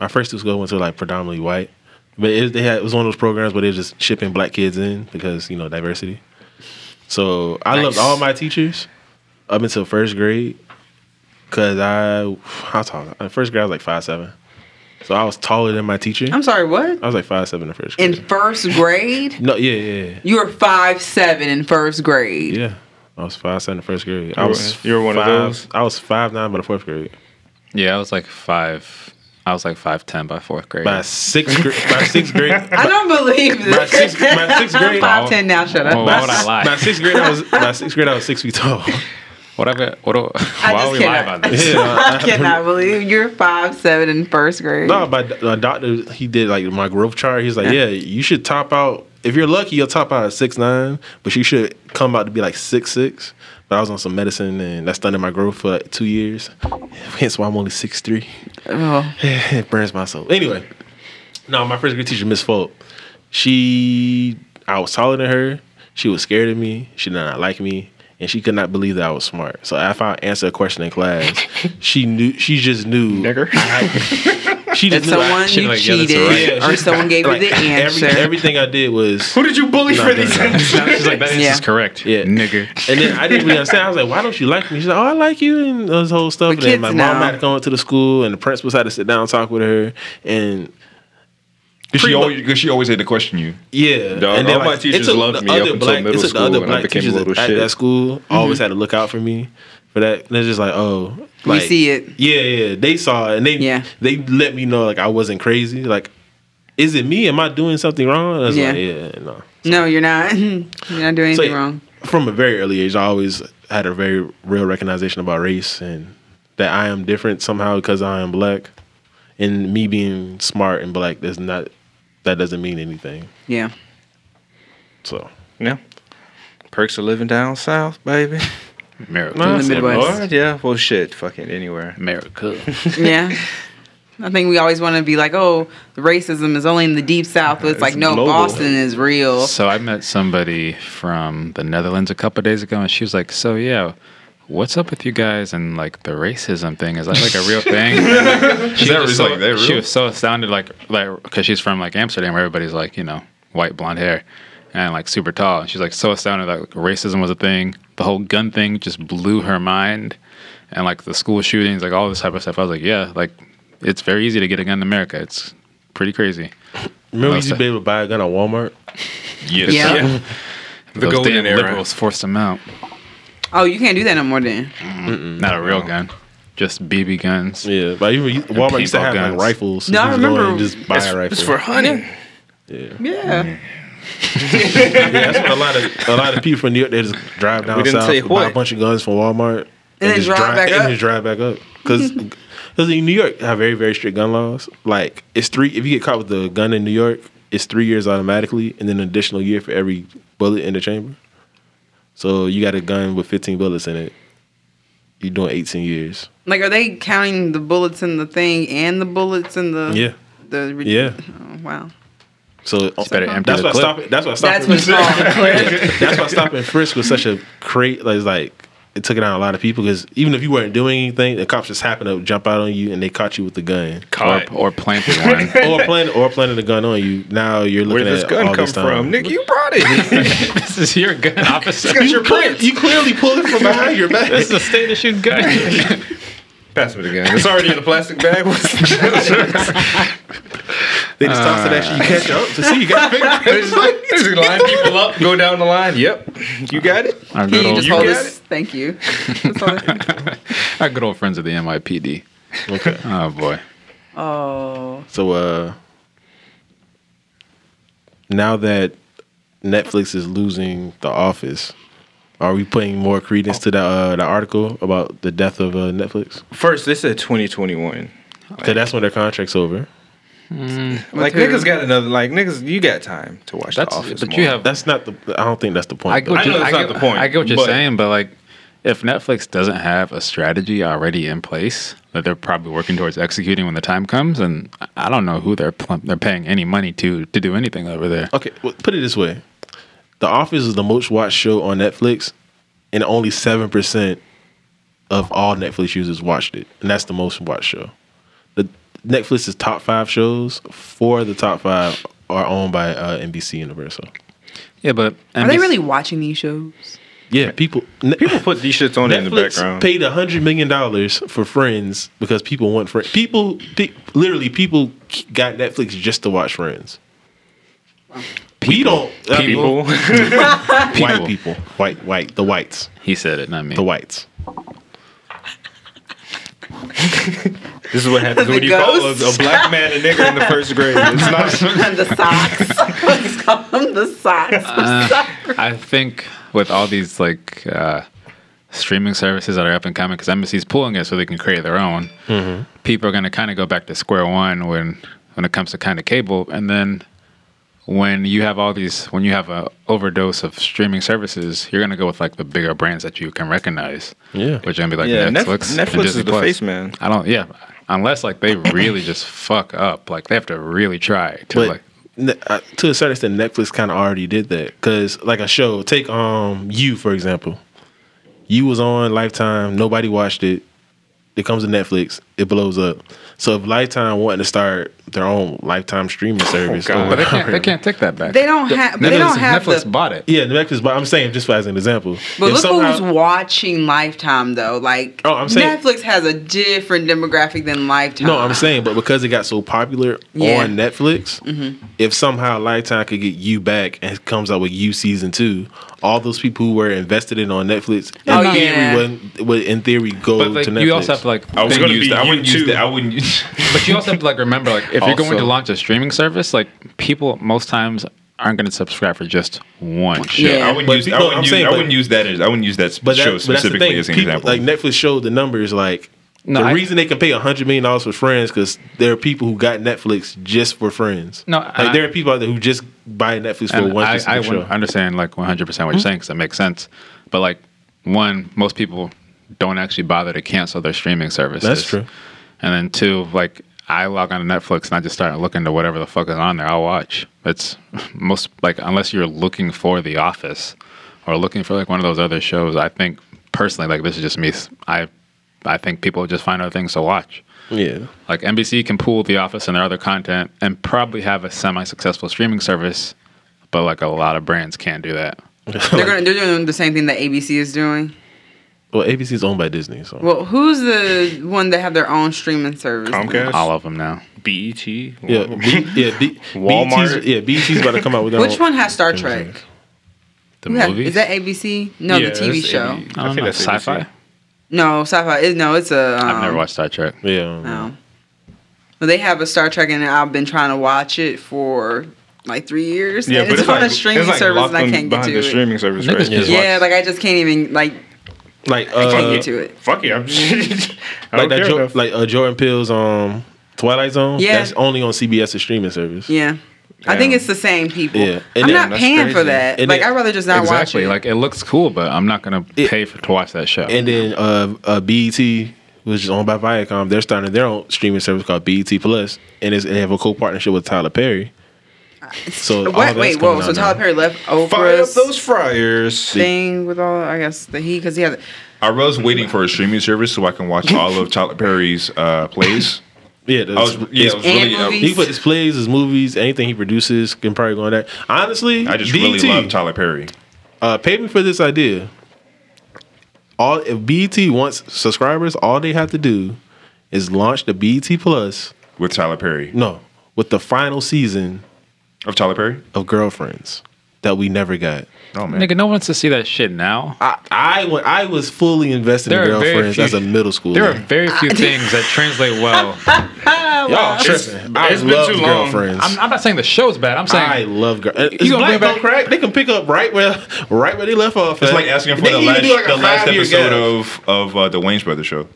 Speaker 5: my first two schools. I went to like predominantly white, but it, they had it was one of those programs where they're just shipping black kids in because you know diversity. So I loved all my teachers up until first grade, cause I how tall? In first grade I was like five seven, so I was taller than my teacher.
Speaker 3: I'm sorry, what?
Speaker 5: I was like five seven in first grade.
Speaker 3: In first grade,
Speaker 5: no, yeah, yeah,
Speaker 3: you were five seven in first grade.
Speaker 5: yeah, yeah. I was five seven in first grade. I
Speaker 1: You were-
Speaker 5: was
Speaker 1: you were one of
Speaker 5: five,
Speaker 1: those?
Speaker 5: I was five nine by the fourth grade.
Speaker 2: Yeah, I was like five. I was like five ten by fourth grade.
Speaker 5: By sixth gr- by sixth grade.
Speaker 3: I don't believe this.
Speaker 5: My sixth- my sixth grade-
Speaker 3: five ten now. Shut up.
Speaker 2: Oh,
Speaker 5: By
Speaker 2: Why would I
Speaker 5: s-
Speaker 2: lie?
Speaker 5: By sixth grade, I was by sixth grade, I was six feet tall.
Speaker 2: Whatever. What do,
Speaker 3: I
Speaker 2: why
Speaker 3: just
Speaker 2: would we lie
Speaker 3: cannot-
Speaker 2: about this?
Speaker 5: Yeah,
Speaker 3: I cannot believe you're five seven in first grade.
Speaker 5: uh, no, my d- uh, doctor he did like my growth chart. He's like, yeah, you should top out. If you're lucky, you'll top out at six nine, but you should come out to be like six six. But I was on some medicine, and that stunted my growth for like, two years. Hence why I'm only six three.
Speaker 3: Oh.
Speaker 5: it burns my soul. Anyway, no, my first grade teacher, Miss Folk, she, I was taller than her. She was scared of me. She did not like me, and she could not believe that I was smart. So if I answered a question in class, she knew. She just knew. She
Speaker 3: That
Speaker 5: just knew. I-
Speaker 3: someone
Speaker 2: she
Speaker 3: you
Speaker 2: like, yeah, that's
Speaker 3: cheated
Speaker 2: right.
Speaker 5: Yeah,
Speaker 3: or
Speaker 5: she-
Speaker 3: someone gave
Speaker 5: like,
Speaker 3: you the answer.
Speaker 5: every- everything I did was.
Speaker 1: who did you bully
Speaker 5: No, no, no, no.
Speaker 2: She's like, that
Speaker 3: Yeah.
Speaker 2: is correct,
Speaker 5: Yeah.
Speaker 2: nigga.
Speaker 5: And then I didn't really understand. I was like, "Why don't you like me?" She's like, "Oh, I like you," and this whole stuff.
Speaker 3: But
Speaker 5: and then
Speaker 3: kids
Speaker 5: my
Speaker 3: now-
Speaker 5: mom had to come up to the school, and the principals had to sit down and talk with her. And
Speaker 4: Because she
Speaker 5: Pretty mu-
Speaker 4: always, cause she always had to question you.
Speaker 5: Yeah,
Speaker 1: Dog, all my
Speaker 5: it
Speaker 1: teachers
Speaker 5: took
Speaker 1: loved
Speaker 5: the
Speaker 1: me up
Speaker 5: other
Speaker 1: until middle
Speaker 5: it took
Speaker 1: school, and I became a
Speaker 5: at,
Speaker 1: little
Speaker 5: at
Speaker 1: shit. Mm-hmm.
Speaker 5: that school always had to look out for me for that. And it's just like, oh,
Speaker 3: We
Speaker 5: like,
Speaker 3: see it.
Speaker 5: Yeah, yeah, they saw it, and they
Speaker 3: Yeah.
Speaker 5: they let me know like I wasn't crazy. Like, is it me? Am I doing something wrong? And I was like, yeah, no.
Speaker 3: no, you're not. you're not doing anything
Speaker 5: yeah,
Speaker 3: wrong.
Speaker 5: From a very early age, I always had a very real recognition about race and that I am different somehow because I am black. And me being smart and black does not that doesn't mean anything.
Speaker 3: Yeah.
Speaker 5: So
Speaker 1: Yeah. Perks of living down south, baby.
Speaker 2: Miracle.
Speaker 3: In the Midwest.
Speaker 1: Lord, yeah. Well, shit, fucking anywhere.
Speaker 2: America.
Speaker 3: Yeah. I think we always want to be like, oh, racism is only in the deep south. But it's, like, no,
Speaker 5: global.
Speaker 3: Boston is real.
Speaker 2: So I met somebody from the Netherlands a couple days ago, and she was like, "So yeah, what's up with you guys and like the racism thing? Is that like a real thing?" she
Speaker 4: that
Speaker 2: was just
Speaker 4: real?
Speaker 2: so,
Speaker 4: Like, that
Speaker 2: she
Speaker 4: real?
Speaker 2: was so astounded, like like because she's from like Amsterdam, where everybody's like you know white blonde hair and like super tall. And she's like so astounded that racism was a thing. The whole gun thing just blew her mind, and like the school shootings, like all this type of stuff. I was like, yeah, like it's very easy to get a gun in America. It's pretty crazy.
Speaker 5: Remember, you
Speaker 2: Most
Speaker 5: used to be able to buy a gun at Walmart.
Speaker 4: Yes.
Speaker 3: Yeah.
Speaker 2: The Those
Speaker 1: golden
Speaker 2: damn
Speaker 1: era.
Speaker 2: liberals forced them out.
Speaker 3: Oh, you can't do that no more then.
Speaker 2: Not a real gun. Just BB guns.
Speaker 5: Yeah, but you, you- Walmart used to
Speaker 2: paintball
Speaker 5: have
Speaker 2: guns.
Speaker 5: like rifles.
Speaker 3: No,
Speaker 5: You
Speaker 3: I
Speaker 5: could go in
Speaker 3: remember-
Speaker 5: and just buy a rifle.
Speaker 1: It's for hunting.
Speaker 3: Yeah.
Speaker 5: yeah, that's what a lot of a lot of people from New York they just drive down
Speaker 1: We didn't
Speaker 5: south,
Speaker 1: say
Speaker 5: buy a
Speaker 1: what.
Speaker 5: bunch of guns from Walmart, and,
Speaker 3: then
Speaker 5: just
Speaker 3: drive back
Speaker 5: and
Speaker 3: up.
Speaker 5: just drive back up because in New York have very very strict gun laws. Like it's three if you get caught with a gun in New York, it's three years automatically, and then an additional year for every bullet in the chamber. So you got a gun with 15 bullets in it. You're doing 18 years.
Speaker 3: Like, are they counting the bullets in the thing and the bullets in the?
Speaker 5: Yeah.
Speaker 3: The re-
Speaker 5: Yeah.
Speaker 3: Oh, wow.
Speaker 5: So
Speaker 2: better empty
Speaker 5: that's
Speaker 2: the
Speaker 5: why
Speaker 2: clip.
Speaker 5: stopping. That's why stopping.
Speaker 3: That's what's wrong.
Speaker 5: that's why stopping frisk was such a great like, it's like it took it out a lot of people because even if you weren't doing anything, the cops just happened to jump out on you and they caught you with the gun
Speaker 2: Or, or planted one.
Speaker 5: or planted or planted a gun on you. Now you're
Speaker 1: Where
Speaker 5: looking
Speaker 1: did this
Speaker 5: at
Speaker 1: gun
Speaker 5: all
Speaker 1: come
Speaker 5: this time.
Speaker 1: from? Nigga, you brought it.
Speaker 2: this is your gun, officer.
Speaker 1: That's your
Speaker 5: Cle-
Speaker 1: prints.
Speaker 5: You clearly pulled it from behind your back.
Speaker 2: this is a state issued gun.
Speaker 1: Pass me the gun. It's already in the plastic bag.
Speaker 5: They just tossed it at you. You catch up to see you got fingerprints.
Speaker 1: It's like, just line people up, go down the line. Yep, you got it.
Speaker 2: Our
Speaker 3: Can
Speaker 2: good,
Speaker 3: you
Speaker 2: old,
Speaker 3: just hold
Speaker 1: got
Speaker 3: this? Thank you. Just hold it.
Speaker 2: our good old friends at the NYPD.
Speaker 5: Okay.
Speaker 2: Oh boy.
Speaker 3: Oh.
Speaker 5: So uh now that Netflix is losing The Office, are we putting more credence to that uh, the article about the death of uh, Netflix?
Speaker 1: First, they said 2021.
Speaker 5: So that's when their contract's over.
Speaker 1: Like
Speaker 3: Material.
Speaker 1: niggas got another. Like niggas, you got time to watch
Speaker 2: That's
Speaker 1: The Office.
Speaker 2: but
Speaker 1: more.
Speaker 2: you have.
Speaker 5: That's not the. I don't think that's the point.
Speaker 2: I get
Speaker 5: though.
Speaker 2: what
Speaker 4: I
Speaker 2: you,
Speaker 4: know that's
Speaker 2: I
Speaker 4: not
Speaker 2: get-
Speaker 4: the point,
Speaker 2: I get what you're
Speaker 4: but-
Speaker 2: saying, but like, if Netflix doesn't have a strategy already in place that they're probably working towards executing when the time comes, and I- I don't know who they're pl- they're paying any money to to do anything over there.
Speaker 5: Okay, well, put it this way: The Office is the most watched show on Netflix, and only seven percent of all Netflix users watched it, and that's the most watched show. The Netflix's top five shows, four of the top five are owned by uh, NBC Universal.
Speaker 2: Yeah, but
Speaker 3: Are they really watching these shows?
Speaker 5: Yeah, people. Ne-
Speaker 1: people put these shits on in the
Speaker 5: Netflix
Speaker 1: background.
Speaker 5: paid a hundred million dollars for Friends because people want Friends. People, pe- literally, people got Netflix just to watch Friends. we don't. I mean,
Speaker 1: people.
Speaker 2: Oh.
Speaker 5: White people. White, white, the whites.
Speaker 2: He said it, not me.
Speaker 5: the whites.
Speaker 1: this is what happens
Speaker 3: The
Speaker 1: when you call a,
Speaker 3: ghosts.
Speaker 1: a black man a nigger in the first grade. It's not.
Speaker 3: the socks. Let's call them the socks.
Speaker 5: Uh,
Speaker 2: I think with all these like uh, streaming services that are up and coming, because Embassy's pulling it so they can create their own,
Speaker 5: Mm-hmm.
Speaker 2: people are going to kind of go back to square one when when it comes to kind of cable, and then when you have all these when you have a overdose of streaming services, you're going to go with like the bigger brands that you can recognize.
Speaker 5: Yeah.
Speaker 2: which are going to be like
Speaker 1: Yeah, Netf-
Speaker 2: Netflix. and
Speaker 1: Netflix is
Speaker 2: Disney
Speaker 1: the
Speaker 2: Plus.
Speaker 1: face, man.
Speaker 2: I don't. Yeah, unless like they really just fuck up, like they have to really try to
Speaker 5: But
Speaker 2: like.
Speaker 5: ne- uh, to a certain extent, Netflix kind of already did that because, like a show, take um you for example, you was on Lifetime, nobody watched it. It comes to Netflix, it blows up. So if Lifetime wanting to start their own Lifetime streaming service,
Speaker 1: God.
Speaker 5: or
Speaker 2: But they
Speaker 5: whatever-
Speaker 2: can't, they can't take that back.
Speaker 3: They don't have. They don't have
Speaker 2: Netflix
Speaker 3: the.
Speaker 2: bought it.
Speaker 5: yeah, Netflix. But I'm saying just as an example,
Speaker 3: But
Speaker 5: if
Speaker 3: look
Speaker 5: somehow-
Speaker 3: who's watching Lifetime though. Like
Speaker 5: Oh, I'm saying-
Speaker 3: Netflix has a different demographic than Lifetime.
Speaker 5: No, I'm saying, but because it got so popular
Speaker 3: Yeah. Mm-hmm.
Speaker 5: on Netflix, if somehow Lifetime could get you back and it comes out with you season two, all those people who were invested in on Netflix, in
Speaker 3: Oh,
Speaker 5: theory,
Speaker 3: yeah.
Speaker 5: would, would in theory go
Speaker 2: But like,
Speaker 5: to Netflix.
Speaker 2: you also have to like.
Speaker 4: I was
Speaker 2: think-
Speaker 4: gonna
Speaker 1: be
Speaker 4: use that. I wouldn't use
Speaker 1: YouTube.
Speaker 4: that. I wouldn't use.
Speaker 2: but you also have to like remember like if you're going
Speaker 1: Also-
Speaker 2: to launch a streaming service, like people most times aren't going to subscribe for just one show.
Speaker 3: Yeah.
Speaker 4: I wouldn't
Speaker 5: But
Speaker 4: use.
Speaker 5: people-
Speaker 4: I wouldn't
Speaker 5: I'm
Speaker 4: use.
Speaker 5: saying,
Speaker 4: I
Speaker 5: but-
Speaker 4: wouldn't use that as. I wouldn't use that,
Speaker 5: but, that,
Speaker 4: show
Speaker 5: but that's the
Speaker 4: specifically
Speaker 5: thing.
Speaker 4: as an
Speaker 5: People-
Speaker 4: example.
Speaker 5: Like Netflix showed the numbers, like
Speaker 2: No,
Speaker 5: the
Speaker 2: I-
Speaker 5: reason they can pay hundred million dollars for Friends because there are people who got Netflix just for Friends.
Speaker 2: No,
Speaker 5: like,
Speaker 2: I-
Speaker 5: there are people out there who just buy Netflix for
Speaker 2: And
Speaker 5: one
Speaker 2: I, I
Speaker 5: specific
Speaker 2: would
Speaker 5: show.
Speaker 2: understand like 100 percent what you're saying because it makes sense. But like one, most people don't actually bother to cancel their streaming services.
Speaker 5: That's true.
Speaker 2: And then two, like I log on to Netflix and I just start looking to whatever the fuck is on there. I'll watch. It's most like unless you're looking for The Office or looking for like one of those other shows. I think personally, like this is just me. I I think people just find other things to watch.
Speaker 5: yeah,
Speaker 2: Like NBC can pool The Office and their other content and probably have a semi-successful streaming service, but like a lot of brands can't do that.
Speaker 3: they're gonna, they're doing the same thing that ABC is doing.
Speaker 5: well, ABC is owned by Disney, so
Speaker 3: Well, who's the one that have their own streaming service?
Speaker 1: Comcast, E
Speaker 2: All of them now.
Speaker 1: BET,
Speaker 5: Yeah, B, yeah, B,
Speaker 1: Walmart.
Speaker 5: BT's, yeah, BT's about to come out with their
Speaker 3: Which
Speaker 5: own-
Speaker 3: one has Star Trek?
Speaker 2: The
Speaker 3: Who ha-
Speaker 2: movies.
Speaker 3: is that ABC? No,
Speaker 1: Yeah,
Speaker 3: the TV
Speaker 1: that's
Speaker 3: show.
Speaker 1: ABC.
Speaker 2: I, don't know.
Speaker 1: ABC.
Speaker 2: Sci-fi.
Speaker 3: No, sci-fi. It, no, it's a. Um,
Speaker 2: I've never watched Star Trek.
Speaker 5: Yeah,
Speaker 3: No. Well, they have a Star Trek, and I've been trying to watch it for like three years.
Speaker 1: Yeah,
Speaker 3: and
Speaker 1: but
Speaker 3: it's,
Speaker 1: it's
Speaker 3: on
Speaker 1: like,
Speaker 3: a streaming
Speaker 1: it's like
Speaker 3: service,
Speaker 1: locked
Speaker 3: and I
Speaker 1: on
Speaker 3: can't get
Speaker 1: behind
Speaker 3: to
Speaker 1: the
Speaker 3: it.
Speaker 1: streaming service,
Speaker 2: Niggas
Speaker 1: right?
Speaker 2: just
Speaker 1: Yeah.
Speaker 3: Yeah, like I just can't even like
Speaker 5: like
Speaker 3: I can't
Speaker 5: uh,
Speaker 3: get to it.
Speaker 1: Fuck it, I'm just. I don't
Speaker 5: like that,
Speaker 1: care
Speaker 5: jo-
Speaker 1: enough.
Speaker 5: like uh, Jordan Peele's um Twilight Zone.
Speaker 3: Yeah.
Speaker 5: that's only on CBS's streaming service.
Speaker 3: Yeah, I think
Speaker 1: Damn.
Speaker 3: it's the same people.
Speaker 5: Yeah. And
Speaker 3: I'm
Speaker 5: then-
Speaker 3: not
Speaker 1: that's
Speaker 3: paying for
Speaker 1: crazy.
Speaker 3: that.
Speaker 5: And
Speaker 3: like
Speaker 5: then-
Speaker 3: I'd rather just not
Speaker 2: exactly.
Speaker 3: watch it.
Speaker 2: Like it looks cool, but I'm not gonna
Speaker 5: It-
Speaker 2: pay for, to watch that show.
Speaker 5: And then uh, uh BET, which is owned by Viacom, they're starting their own streaming service called BET Plus, and it's, they have a co partnership with Tyler Perry. So all
Speaker 3: Uh, what?
Speaker 5: that's
Speaker 3: Wait,
Speaker 5: coming
Speaker 3: whoa.
Speaker 5: out
Speaker 3: So
Speaker 5: now.
Speaker 3: Tyler Perry left
Speaker 1: Fire up
Speaker 3: Oprah's
Speaker 1: those fryers.
Speaker 3: thing with all I guess the he because he had.
Speaker 4: I was waiting for a streaming service so I can watch all of Tyler Perry's uh, plays.
Speaker 5: yeah, that's,
Speaker 4: I was, yeah, I was
Speaker 3: And
Speaker 4: really.
Speaker 3: movies.
Speaker 4: I,
Speaker 5: he can put his plays, his movies, anything he produces can probably go on that. Honestly, E
Speaker 4: I just
Speaker 5: BET,
Speaker 4: really love Tyler Perry.
Speaker 5: uh, pay me for this idea. All if BET wants subscribers, all they have to do is launch the BET Plus.
Speaker 4: with Tyler Perry
Speaker 5: No, with the final season
Speaker 4: of Tyler Perry.
Speaker 5: of Girlfriends that we never got.
Speaker 4: Oh man,
Speaker 2: Nigga, no one wants to see that shit now.
Speaker 5: I I, wa- I was fully invested
Speaker 2: There
Speaker 5: in
Speaker 2: are very
Speaker 5: Girlfriends
Speaker 2: few-
Speaker 5: as a middle schooler.
Speaker 2: There are very few things that translate well
Speaker 3: Bella.
Speaker 5: Y'all tripping. I
Speaker 2: it's been
Speaker 5: love
Speaker 2: too long.
Speaker 5: girlfriends.
Speaker 2: I'm, I'm not saying the show's bad. I'm saying
Speaker 5: I love girl. It's
Speaker 2: gonna
Speaker 5: black
Speaker 2: bring back-
Speaker 5: don't crack. They can pick up right where, right where they left off.
Speaker 4: It's
Speaker 5: at.
Speaker 4: like asking for
Speaker 5: They
Speaker 4: the
Speaker 5: can
Speaker 4: last,
Speaker 5: do E like a
Speaker 4: the last
Speaker 5: five-year
Speaker 4: episode
Speaker 5: gap.
Speaker 4: of of uh, the Wayne's Brothers show.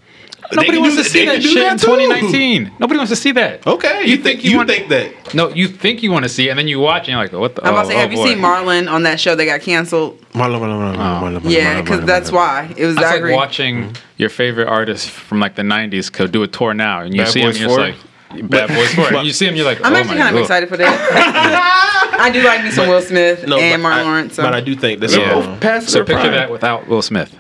Speaker 2: nobody
Speaker 5: can
Speaker 2: wants
Speaker 5: do
Speaker 2: to
Speaker 5: that-
Speaker 2: see
Speaker 5: they
Speaker 2: that
Speaker 5: can do
Speaker 2: shit
Speaker 5: that
Speaker 2: in
Speaker 5: too.
Speaker 2: 2019. Nobody wants to see that.
Speaker 5: Okay, you, think, you
Speaker 2: want-
Speaker 5: think that?
Speaker 2: No, you think you want to see it, and then you watch, and you're like, "What the?"
Speaker 3: I'm about
Speaker 2: oh,
Speaker 3: to say,
Speaker 2: oh,
Speaker 3: have you
Speaker 2: boy.
Speaker 3: seen Marlon on that show that got canceled?
Speaker 5: Marlon, Marlon, Marlon, Marlon, Marlon, Marlon,
Speaker 3: Yeah, because
Speaker 5: Marlon,
Speaker 3: that's
Speaker 5: Marlon.
Speaker 3: why it was.
Speaker 2: That's
Speaker 3: I
Speaker 2: like
Speaker 3: agree.
Speaker 2: watching
Speaker 1: Mm-hmm.
Speaker 2: your favorite artist from like the '90s go do a tour now, and you
Speaker 1: Bad
Speaker 2: see him,
Speaker 1: Boys
Speaker 2: and you're just like, "Bad Boys for
Speaker 5: But-
Speaker 2: You see him, you're like,
Speaker 3: I'm
Speaker 2: "Oh
Speaker 3: actually
Speaker 2: my
Speaker 3: kind of
Speaker 2: God."
Speaker 3: excited for that. I do like me some Will Smith
Speaker 5: No,
Speaker 3: and
Speaker 5: but
Speaker 3: Martin
Speaker 5: I-
Speaker 3: Lawrence. So.
Speaker 5: But I do think that's
Speaker 2: Yeah. Oh,
Speaker 5: wrong.
Speaker 1: Past
Speaker 2: So
Speaker 1: their
Speaker 2: picture
Speaker 1: prime.
Speaker 2: that without Will Smith.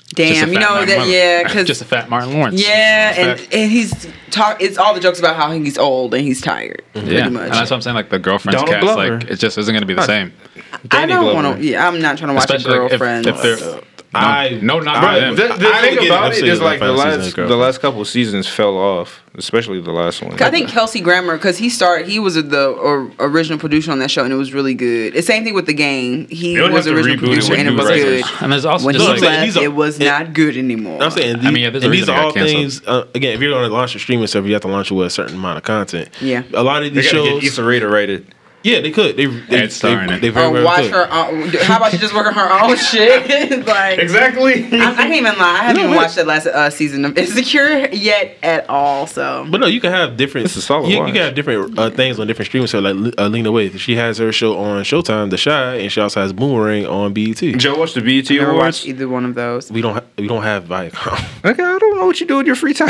Speaker 2: Just a
Speaker 3: Damn, you
Speaker 2: fat
Speaker 3: know
Speaker 2: Martin
Speaker 3: that?
Speaker 2: Lawrence.
Speaker 3: Yeah, because
Speaker 2: just a fat Martin Lawrence.
Speaker 3: Yeah, and,
Speaker 2: Fact.
Speaker 3: and he's talk. It's all the jokes about how he's old and he's tired.
Speaker 2: Mm-hmm. yeah.
Speaker 3: Pretty much.
Speaker 2: And that's what I'm saying. Like the girlfriend's
Speaker 1: Donald
Speaker 2: cast,
Speaker 1: Glover.
Speaker 2: like it just isn't going to be the same.
Speaker 3: I
Speaker 1: Danny
Speaker 3: don't
Speaker 1: Glover.
Speaker 3: want to. Yeah, I'm not trying to watch
Speaker 2: Especially
Speaker 3: a
Speaker 2: like, if,
Speaker 3: girlfriend.
Speaker 2: if they're no,
Speaker 5: I-
Speaker 2: no, not
Speaker 5: I-
Speaker 2: by
Speaker 1: The,
Speaker 2: them.
Speaker 1: the
Speaker 5: I
Speaker 1: thing
Speaker 5: would get
Speaker 1: about it
Speaker 5: upset
Speaker 1: is
Speaker 5: if I
Speaker 1: like the
Speaker 5: found season
Speaker 1: last
Speaker 5: girl.
Speaker 1: the last couple seasons fell off, especially the last one.
Speaker 3: I think Kelsey Grammer because he started. He was the or, original producer on that show, and it was really good. The same thing with the game. He
Speaker 4: They would
Speaker 3: was
Speaker 4: have
Speaker 3: the
Speaker 4: to
Speaker 3: original
Speaker 4: reboot it
Speaker 3: producer,
Speaker 4: with
Speaker 3: and it
Speaker 4: new
Speaker 3: was
Speaker 4: writers.
Speaker 3: good.
Speaker 2: and there's also
Speaker 3: When
Speaker 2: just
Speaker 3: he
Speaker 5: I'm
Speaker 2: like
Speaker 5: saying these
Speaker 3: left,
Speaker 5: are-
Speaker 3: it was
Speaker 5: it-
Speaker 3: not good anymore.
Speaker 5: I'm saying these,
Speaker 2: I mean, yeah, there's a
Speaker 5: and these
Speaker 2: reason
Speaker 5: are
Speaker 2: it got
Speaker 5: all
Speaker 2: canceled.
Speaker 5: things. Uh, again, if you're going to launch a streaming service, you have to launch it with a certain amount of content.
Speaker 3: Yeah.
Speaker 5: a lot of
Speaker 1: they
Speaker 5: these
Speaker 1: gotta
Speaker 5: shows.
Speaker 1: get Issa Rae to write it.
Speaker 5: yeah, they could. They they,
Speaker 2: Ed Starr in
Speaker 5: they,
Speaker 2: it.
Speaker 5: they very
Speaker 3: Or
Speaker 5: well
Speaker 3: Oh, watch
Speaker 5: could.
Speaker 3: her. Own, how about she just working her own shit? like
Speaker 1: Exactly.
Speaker 3: I, I can't even lie. I haven't
Speaker 5: No,
Speaker 3: even
Speaker 5: but-
Speaker 3: watched that last uh, season of Insecure yet at all. So
Speaker 5: But no, you can have different.
Speaker 1: It's a solid
Speaker 5: You, you
Speaker 1: watch.
Speaker 5: can have different uh, things on different streaming. So like Li- uh, Lena Waithe, she has her show on Showtime, The Shy, and she also has Boomerang on BET.
Speaker 1: Joe watched the BET
Speaker 3: never watched
Speaker 1: Awards.
Speaker 3: E- either one of those.
Speaker 5: We don't ha- we don't have Viacom.
Speaker 1: Okay, I don't know what you do in your free time.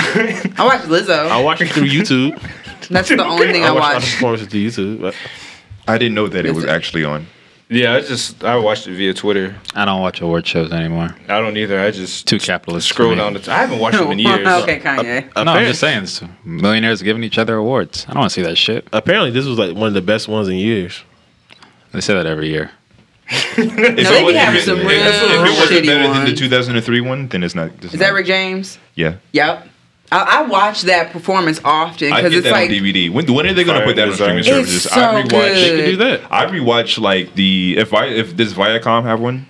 Speaker 3: I watched Lizzo.
Speaker 5: I watch it through YouTube.
Speaker 3: That's the only thing I,
Speaker 5: watch a lot of
Speaker 3: watch.
Speaker 5: performances through YouTube. But
Speaker 4: I didn't know that it
Speaker 3: Is
Speaker 4: was
Speaker 3: it-
Speaker 4: actually on.
Speaker 1: yeah, I just I watched it via Twitter.
Speaker 2: I don't watch award shows anymore.
Speaker 1: I don't either. I just
Speaker 2: Too capitalist.
Speaker 1: scroll
Speaker 2: for me.
Speaker 1: down. The t- I haven't watched them in years.
Speaker 3: okay, Kanye.
Speaker 2: No, I'm just saying, it's millionaires giving each other awards. I don't want to see that shit.
Speaker 5: apparently, this was like one of the best ones in years.
Speaker 2: They say that every year.
Speaker 4: If
Speaker 3: they be
Speaker 4: wasn't-
Speaker 3: having
Speaker 4: if
Speaker 3: some
Speaker 4: it-
Speaker 3: real
Speaker 4: if it wasn't
Speaker 3: shitty
Speaker 4: better than the
Speaker 3: ones.
Speaker 4: 2003 one, then it's not. It's
Speaker 3: Is that
Speaker 4: not-
Speaker 3: Rick James?
Speaker 4: Yeah.
Speaker 3: Yep. I, I watch that performance often
Speaker 4: I
Speaker 3: because
Speaker 4: get
Speaker 3: it's
Speaker 4: that
Speaker 3: like
Speaker 4: on DVD. When, when are they going to
Speaker 1: Fire
Speaker 4: put that on
Speaker 1: Design.
Speaker 4: streaming
Speaker 1: It's
Speaker 4: services?
Speaker 3: so
Speaker 4: I rewatch.
Speaker 3: good.
Speaker 5: They can do that.
Speaker 4: I rewatch like the if I if does Viacom have one?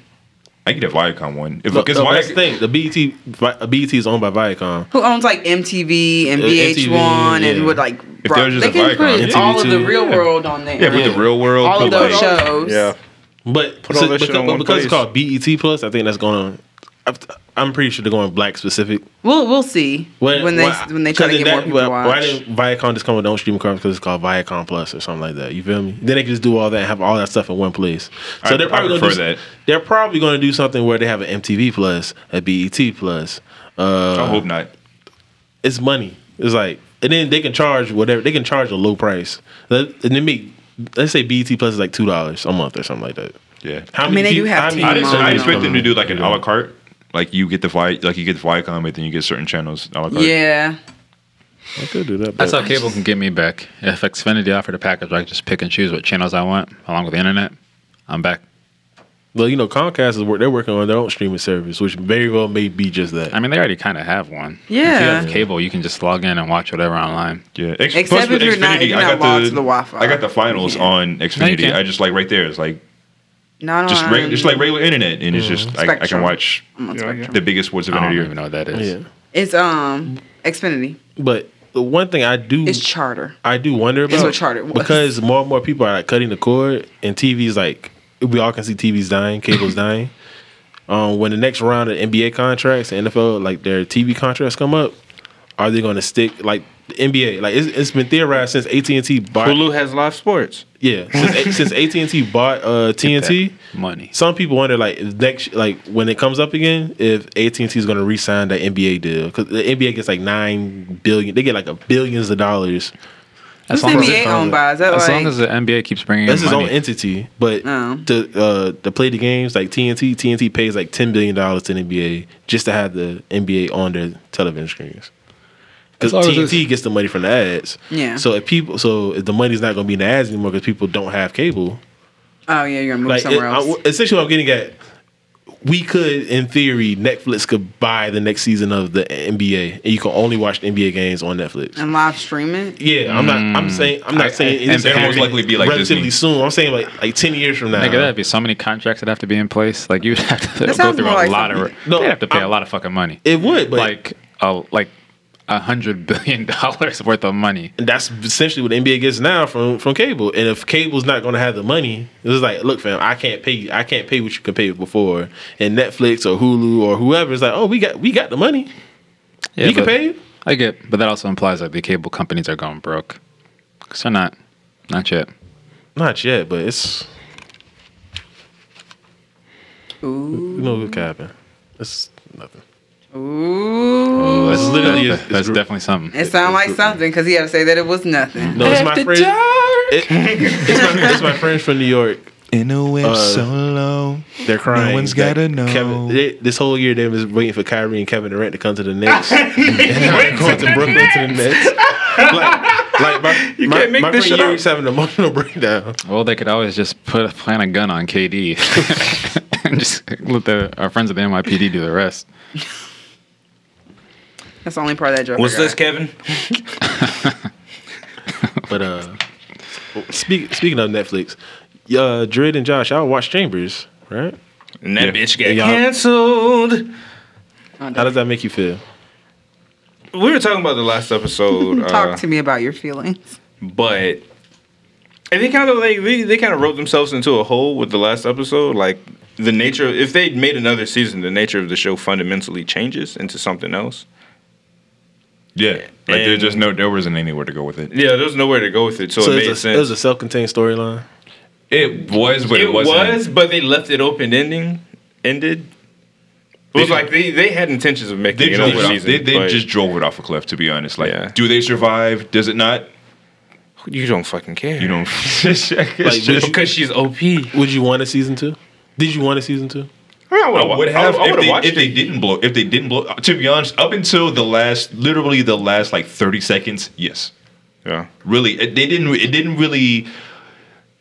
Speaker 4: I get a Viacom one. If
Speaker 5: Look,
Speaker 4: because
Speaker 5: no, that's
Speaker 4: Viacom
Speaker 5: the thing. The BET Vi- uh, BET is owned by Viacom.
Speaker 3: who owns like MTV and
Speaker 5: Uh,
Speaker 3: VH1
Speaker 5: MTV, yeah.
Speaker 3: and would like
Speaker 4: If
Speaker 3: bro-
Speaker 4: there was just
Speaker 3: they can
Speaker 4: a Viacom,
Speaker 3: put
Speaker 5: MTV
Speaker 3: all of the
Speaker 5: too.
Speaker 3: real world on there.
Speaker 4: yeah, with the real world,
Speaker 3: all of
Speaker 4: but,
Speaker 3: those
Speaker 4: like,
Speaker 3: shows.
Speaker 1: Yeah.
Speaker 5: But
Speaker 1: all
Speaker 5: so-
Speaker 1: that shit
Speaker 5: because,
Speaker 1: on one
Speaker 5: because it's
Speaker 1: place.
Speaker 5: called BET Plus, I think that's going on. I'm pretty sure they're going black specific.
Speaker 3: We'll we'll see when, they
Speaker 5: why-
Speaker 3: when they try to get
Speaker 5: because that-
Speaker 3: more people to
Speaker 5: why-
Speaker 3: watch.
Speaker 5: Why didn't Viacom just come with their own streaming card because it's called Viacom Plus or something like that? You feel me? Then they can just do all that and have all that stuff in one place. So
Speaker 4: I-
Speaker 5: they're
Speaker 4: I
Speaker 5: probably gonna
Speaker 4: prefer
Speaker 5: do,
Speaker 4: that.
Speaker 5: They're probably going to do something where they have an MTV Plus, a BET Plus. Uh,
Speaker 4: I hope not.
Speaker 5: it's money. It's like, and then they can charge whatever they can charge a low price. Let- And then make let's say BET Plus is like two dollars a month or something like that.
Speaker 4: Yeah.
Speaker 5: How
Speaker 3: mean, they do
Speaker 5: peop-
Speaker 3: have
Speaker 5: how many
Speaker 3: TV
Speaker 4: I,
Speaker 5: people-
Speaker 4: just,
Speaker 3: on
Speaker 4: I
Speaker 3: there.
Speaker 4: expect them to do like an a la carte. Like you get the Vi, like you get the Viacom, but then you get certain channels a la carte.
Speaker 3: yeah,
Speaker 5: I could do that.
Speaker 2: That's
Speaker 5: but-
Speaker 2: how cable can get me back. If Xfinity offered a package, I could just pick and choose what channels I want along with the internet. I'm back.
Speaker 5: Well, you know, Comcast is work. They're working on their own streaming service, which very well may be just that.
Speaker 2: I mean, they already kind of have one. If you
Speaker 3: Yeah.
Speaker 2: have cable, you can just log in and watch whatever online.
Speaker 4: Yeah. Ex-
Speaker 3: Except
Speaker 4: plus
Speaker 3: if
Speaker 4: with
Speaker 3: you're not-
Speaker 4: Xfinity,
Speaker 3: if you're
Speaker 4: I
Speaker 3: not
Speaker 4: got
Speaker 3: logged
Speaker 4: the
Speaker 3: to the Wi-Fi.
Speaker 4: I got the finals
Speaker 3: Yeah.
Speaker 4: on Xfinity.
Speaker 2: can't.
Speaker 4: I just like right there. It's like
Speaker 3: no, I don't
Speaker 4: just
Speaker 3: know.
Speaker 4: reg- just like regular internet, and it's just I, I can
Speaker 3: Um, Spectrum.
Speaker 4: watch
Speaker 3: I'm on
Speaker 1: Yeah,
Speaker 3: Spectrum.
Speaker 4: the biggest sports
Speaker 2: I
Speaker 4: event of
Speaker 2: don't
Speaker 4: the
Speaker 2: even
Speaker 1: Um,
Speaker 4: year.
Speaker 2: know what that is.
Speaker 5: yeah,
Speaker 3: It's um Xfinity.
Speaker 5: but the one thing I do,
Speaker 3: It's Charter.
Speaker 5: I do wonder about
Speaker 3: what Charter was.
Speaker 5: because more and more people are like cutting the cord, and TV's like we all can see TV's dying, cable's dying. Um, when the next round of NBA contracts, the NFL like their TV contracts come up, are they going to stick like the NBA? Like it's, it's been theorized since AT and T bought
Speaker 1: Hulu has live sports.
Speaker 5: yeah since, since AT and T bought uh,
Speaker 2: Get that
Speaker 5: TNT.
Speaker 2: money.
Speaker 5: Some people wonder, like if next, like when it comes up again, if AT and T is going to re-sign that NBA deal because the NBA gets like nine billion. They get like a billions of dollars.
Speaker 3: Who's
Speaker 2: long as-
Speaker 3: NBA owned by? Is that
Speaker 2: As
Speaker 3: like
Speaker 2: long as the NBA keeps bringing
Speaker 5: That's
Speaker 2: in
Speaker 5: its own
Speaker 2: money.
Speaker 5: entity, but
Speaker 3: Oh.
Speaker 5: to uh, to play the games like TNT, TNT pays like ten billion dollars to the NBA just to have the NBA on their television screens. Because
Speaker 2: As long as
Speaker 5: TNT gets the money from the ads.
Speaker 3: Yeah.
Speaker 5: So if people, so if the money's not going to be in the ads anymore because people don't have cable.
Speaker 3: Oh yeah, you're gonna move
Speaker 5: like it,
Speaker 3: somewhere
Speaker 5: I-
Speaker 3: else.
Speaker 5: essentially what i'm getting at we could in theory netflix could buy the next season of the nba and you can only watch the nba games on netflix
Speaker 3: and live streaming.
Speaker 5: yeah i'm not i'm saying i'm
Speaker 2: Mm.
Speaker 5: not
Speaker 2: I- I-
Speaker 5: saying
Speaker 2: and
Speaker 5: it's
Speaker 2: they'll
Speaker 5: happening
Speaker 4: most likely be like
Speaker 5: relatively
Speaker 4: Disney.
Speaker 5: soon i'm saying like like 10 years from now
Speaker 2: Nigga, that'd be so many contracts that have to be in place. Like you'd have to go
Speaker 3: sounds
Speaker 2: through
Speaker 3: more
Speaker 2: a
Speaker 3: like
Speaker 2: lot
Speaker 3: something-
Speaker 2: of.
Speaker 5: No,
Speaker 2: they'd have to pay
Speaker 5: I'm-
Speaker 2: a lot of fucking money.
Speaker 5: it would but
Speaker 2: like, uh, like a hundred billion dollars worth of money.
Speaker 5: And that's essentially what the NBA gets now from from cable. And if cable's not going to have the money, it's like, look, fam, I can't pay. you- I can't pay what you can pay before. And Netflix or Hulu or whoever is like, oh, we got we got the money.
Speaker 2: Yeah,
Speaker 5: we can
Speaker 2: but-
Speaker 5: pay. you.
Speaker 2: I get, but that also implies that the cable companies are going broke. Cause they're not, not yet.
Speaker 5: Not yet, but it's
Speaker 3: Ooh.
Speaker 5: you know what could happen. It's nothing.
Speaker 3: Ooh.
Speaker 2: That's
Speaker 5: literally-
Speaker 2: that- that's definitely something.
Speaker 3: It sounded like something because he had to say that it was nothing.
Speaker 5: No, it's my friend. It- it's, my, it's my friends from New York.
Speaker 1: In a web
Speaker 5: Uh,
Speaker 1: solo.
Speaker 5: They're crying.
Speaker 1: one's
Speaker 5: Like,
Speaker 1: gotta know.
Speaker 5: Kevin, they, this whole year they've been waiting for Kyrie and Kevin Durant to come to the Knicks. and going to Brooklyn to the Nets. like, like my, you my,
Speaker 1: can't make
Speaker 5: my
Speaker 1: this
Speaker 5: friend
Speaker 1: shit up.
Speaker 5: Yuri's having an emotional breakdown.
Speaker 2: Well, they could always just put plant a gun on KD and just let the our friends at the NYPD do the rest.
Speaker 3: That's the only part of that joke. I
Speaker 1: What's
Speaker 3: got.
Speaker 1: this, Kevin?
Speaker 5: But uh, speak, speaking of Netflix, uh, Dred and Josh, y'all watch Chambers, right?
Speaker 1: And that bitch got
Speaker 5: Yeah.
Speaker 1: canceled.
Speaker 5: How does that make you feel?
Speaker 1: We were talking about the last episode. uh,
Speaker 3: Talk to me about your feelings.
Speaker 1: but and they kind of like they, they kind of wrote themselves into a hole with the last episode like the nature if they made another season the nature of the show fundamentally changes into something else
Speaker 4: Yeah, like there
Speaker 1: And-
Speaker 4: just no, there wasn't anywhere to go with it.
Speaker 1: yeah there's nowhere to go with it so,
Speaker 5: So
Speaker 1: it
Speaker 5: it's
Speaker 1: made
Speaker 5: a,
Speaker 1: sense
Speaker 5: it was a self-contained storyline.
Speaker 4: It was, but it,
Speaker 1: it
Speaker 4: wasn't.
Speaker 1: was but they left it open ending ended it was
Speaker 4: They-
Speaker 1: like they, they had intentions of making
Speaker 4: They,
Speaker 1: it
Speaker 4: drove
Speaker 1: another
Speaker 4: it off,
Speaker 1: season
Speaker 4: they, they
Speaker 1: but
Speaker 4: just drove it off a cliff. To be honest, like,
Speaker 1: Yeah.
Speaker 4: do they survive? Does it not?
Speaker 1: you don't fucking care
Speaker 4: You don't. like,
Speaker 5: Like,
Speaker 4: just,
Speaker 1: because she's op I
Speaker 5: Would you want a season two? Did you want a season two?
Speaker 4: I would
Speaker 1: would
Speaker 4: have if, they,
Speaker 1: watched
Speaker 4: if they
Speaker 1: it
Speaker 4: didn't blow. If they didn't blow, to be honest, up until the last, literally the last like thirty seconds, yes,
Speaker 1: yeah
Speaker 4: really, it, they didn't. It didn't really.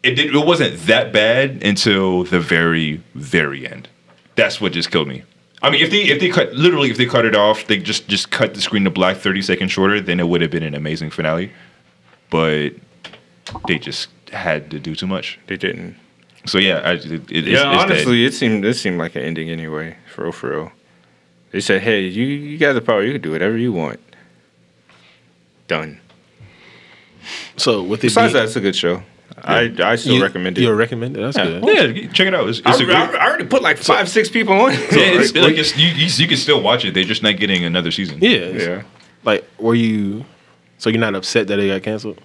Speaker 4: It did, It wasn't that bad until the very, very end. That's what just killed me. I mean, if they if they cut literally if they cut it off, they just just cut the screen to black thirty seconds shorter, then it would have been an amazing finale. But they just had to do too much.
Speaker 1: they didn't
Speaker 4: So yeah, I, it, it, it's,
Speaker 1: yeah,
Speaker 4: it's dead.
Speaker 1: honestly, it seemed it seemed like an ending anyway. For real, for real. They said, "Hey, you you got the power. You can do whatever you want." Done.
Speaker 5: So with it
Speaker 1: Besides
Speaker 5: being-
Speaker 1: that, it's a good show. I I still
Speaker 5: you,
Speaker 1: recommend it.
Speaker 5: You'll recommend it. That's
Speaker 1: Yeah.
Speaker 5: good.
Speaker 4: Yeah, check it out. It's,
Speaker 1: I,
Speaker 4: it's a great,
Speaker 1: I- I already put like five, six people on.
Speaker 4: yeah, it's,
Speaker 1: it.
Speaker 4: like it's, you, you, you can still watch it. They're just not getting another season.
Speaker 5: Yeah. it's-
Speaker 1: yeah.
Speaker 5: Like, were you? So you're not upset that it got canceled?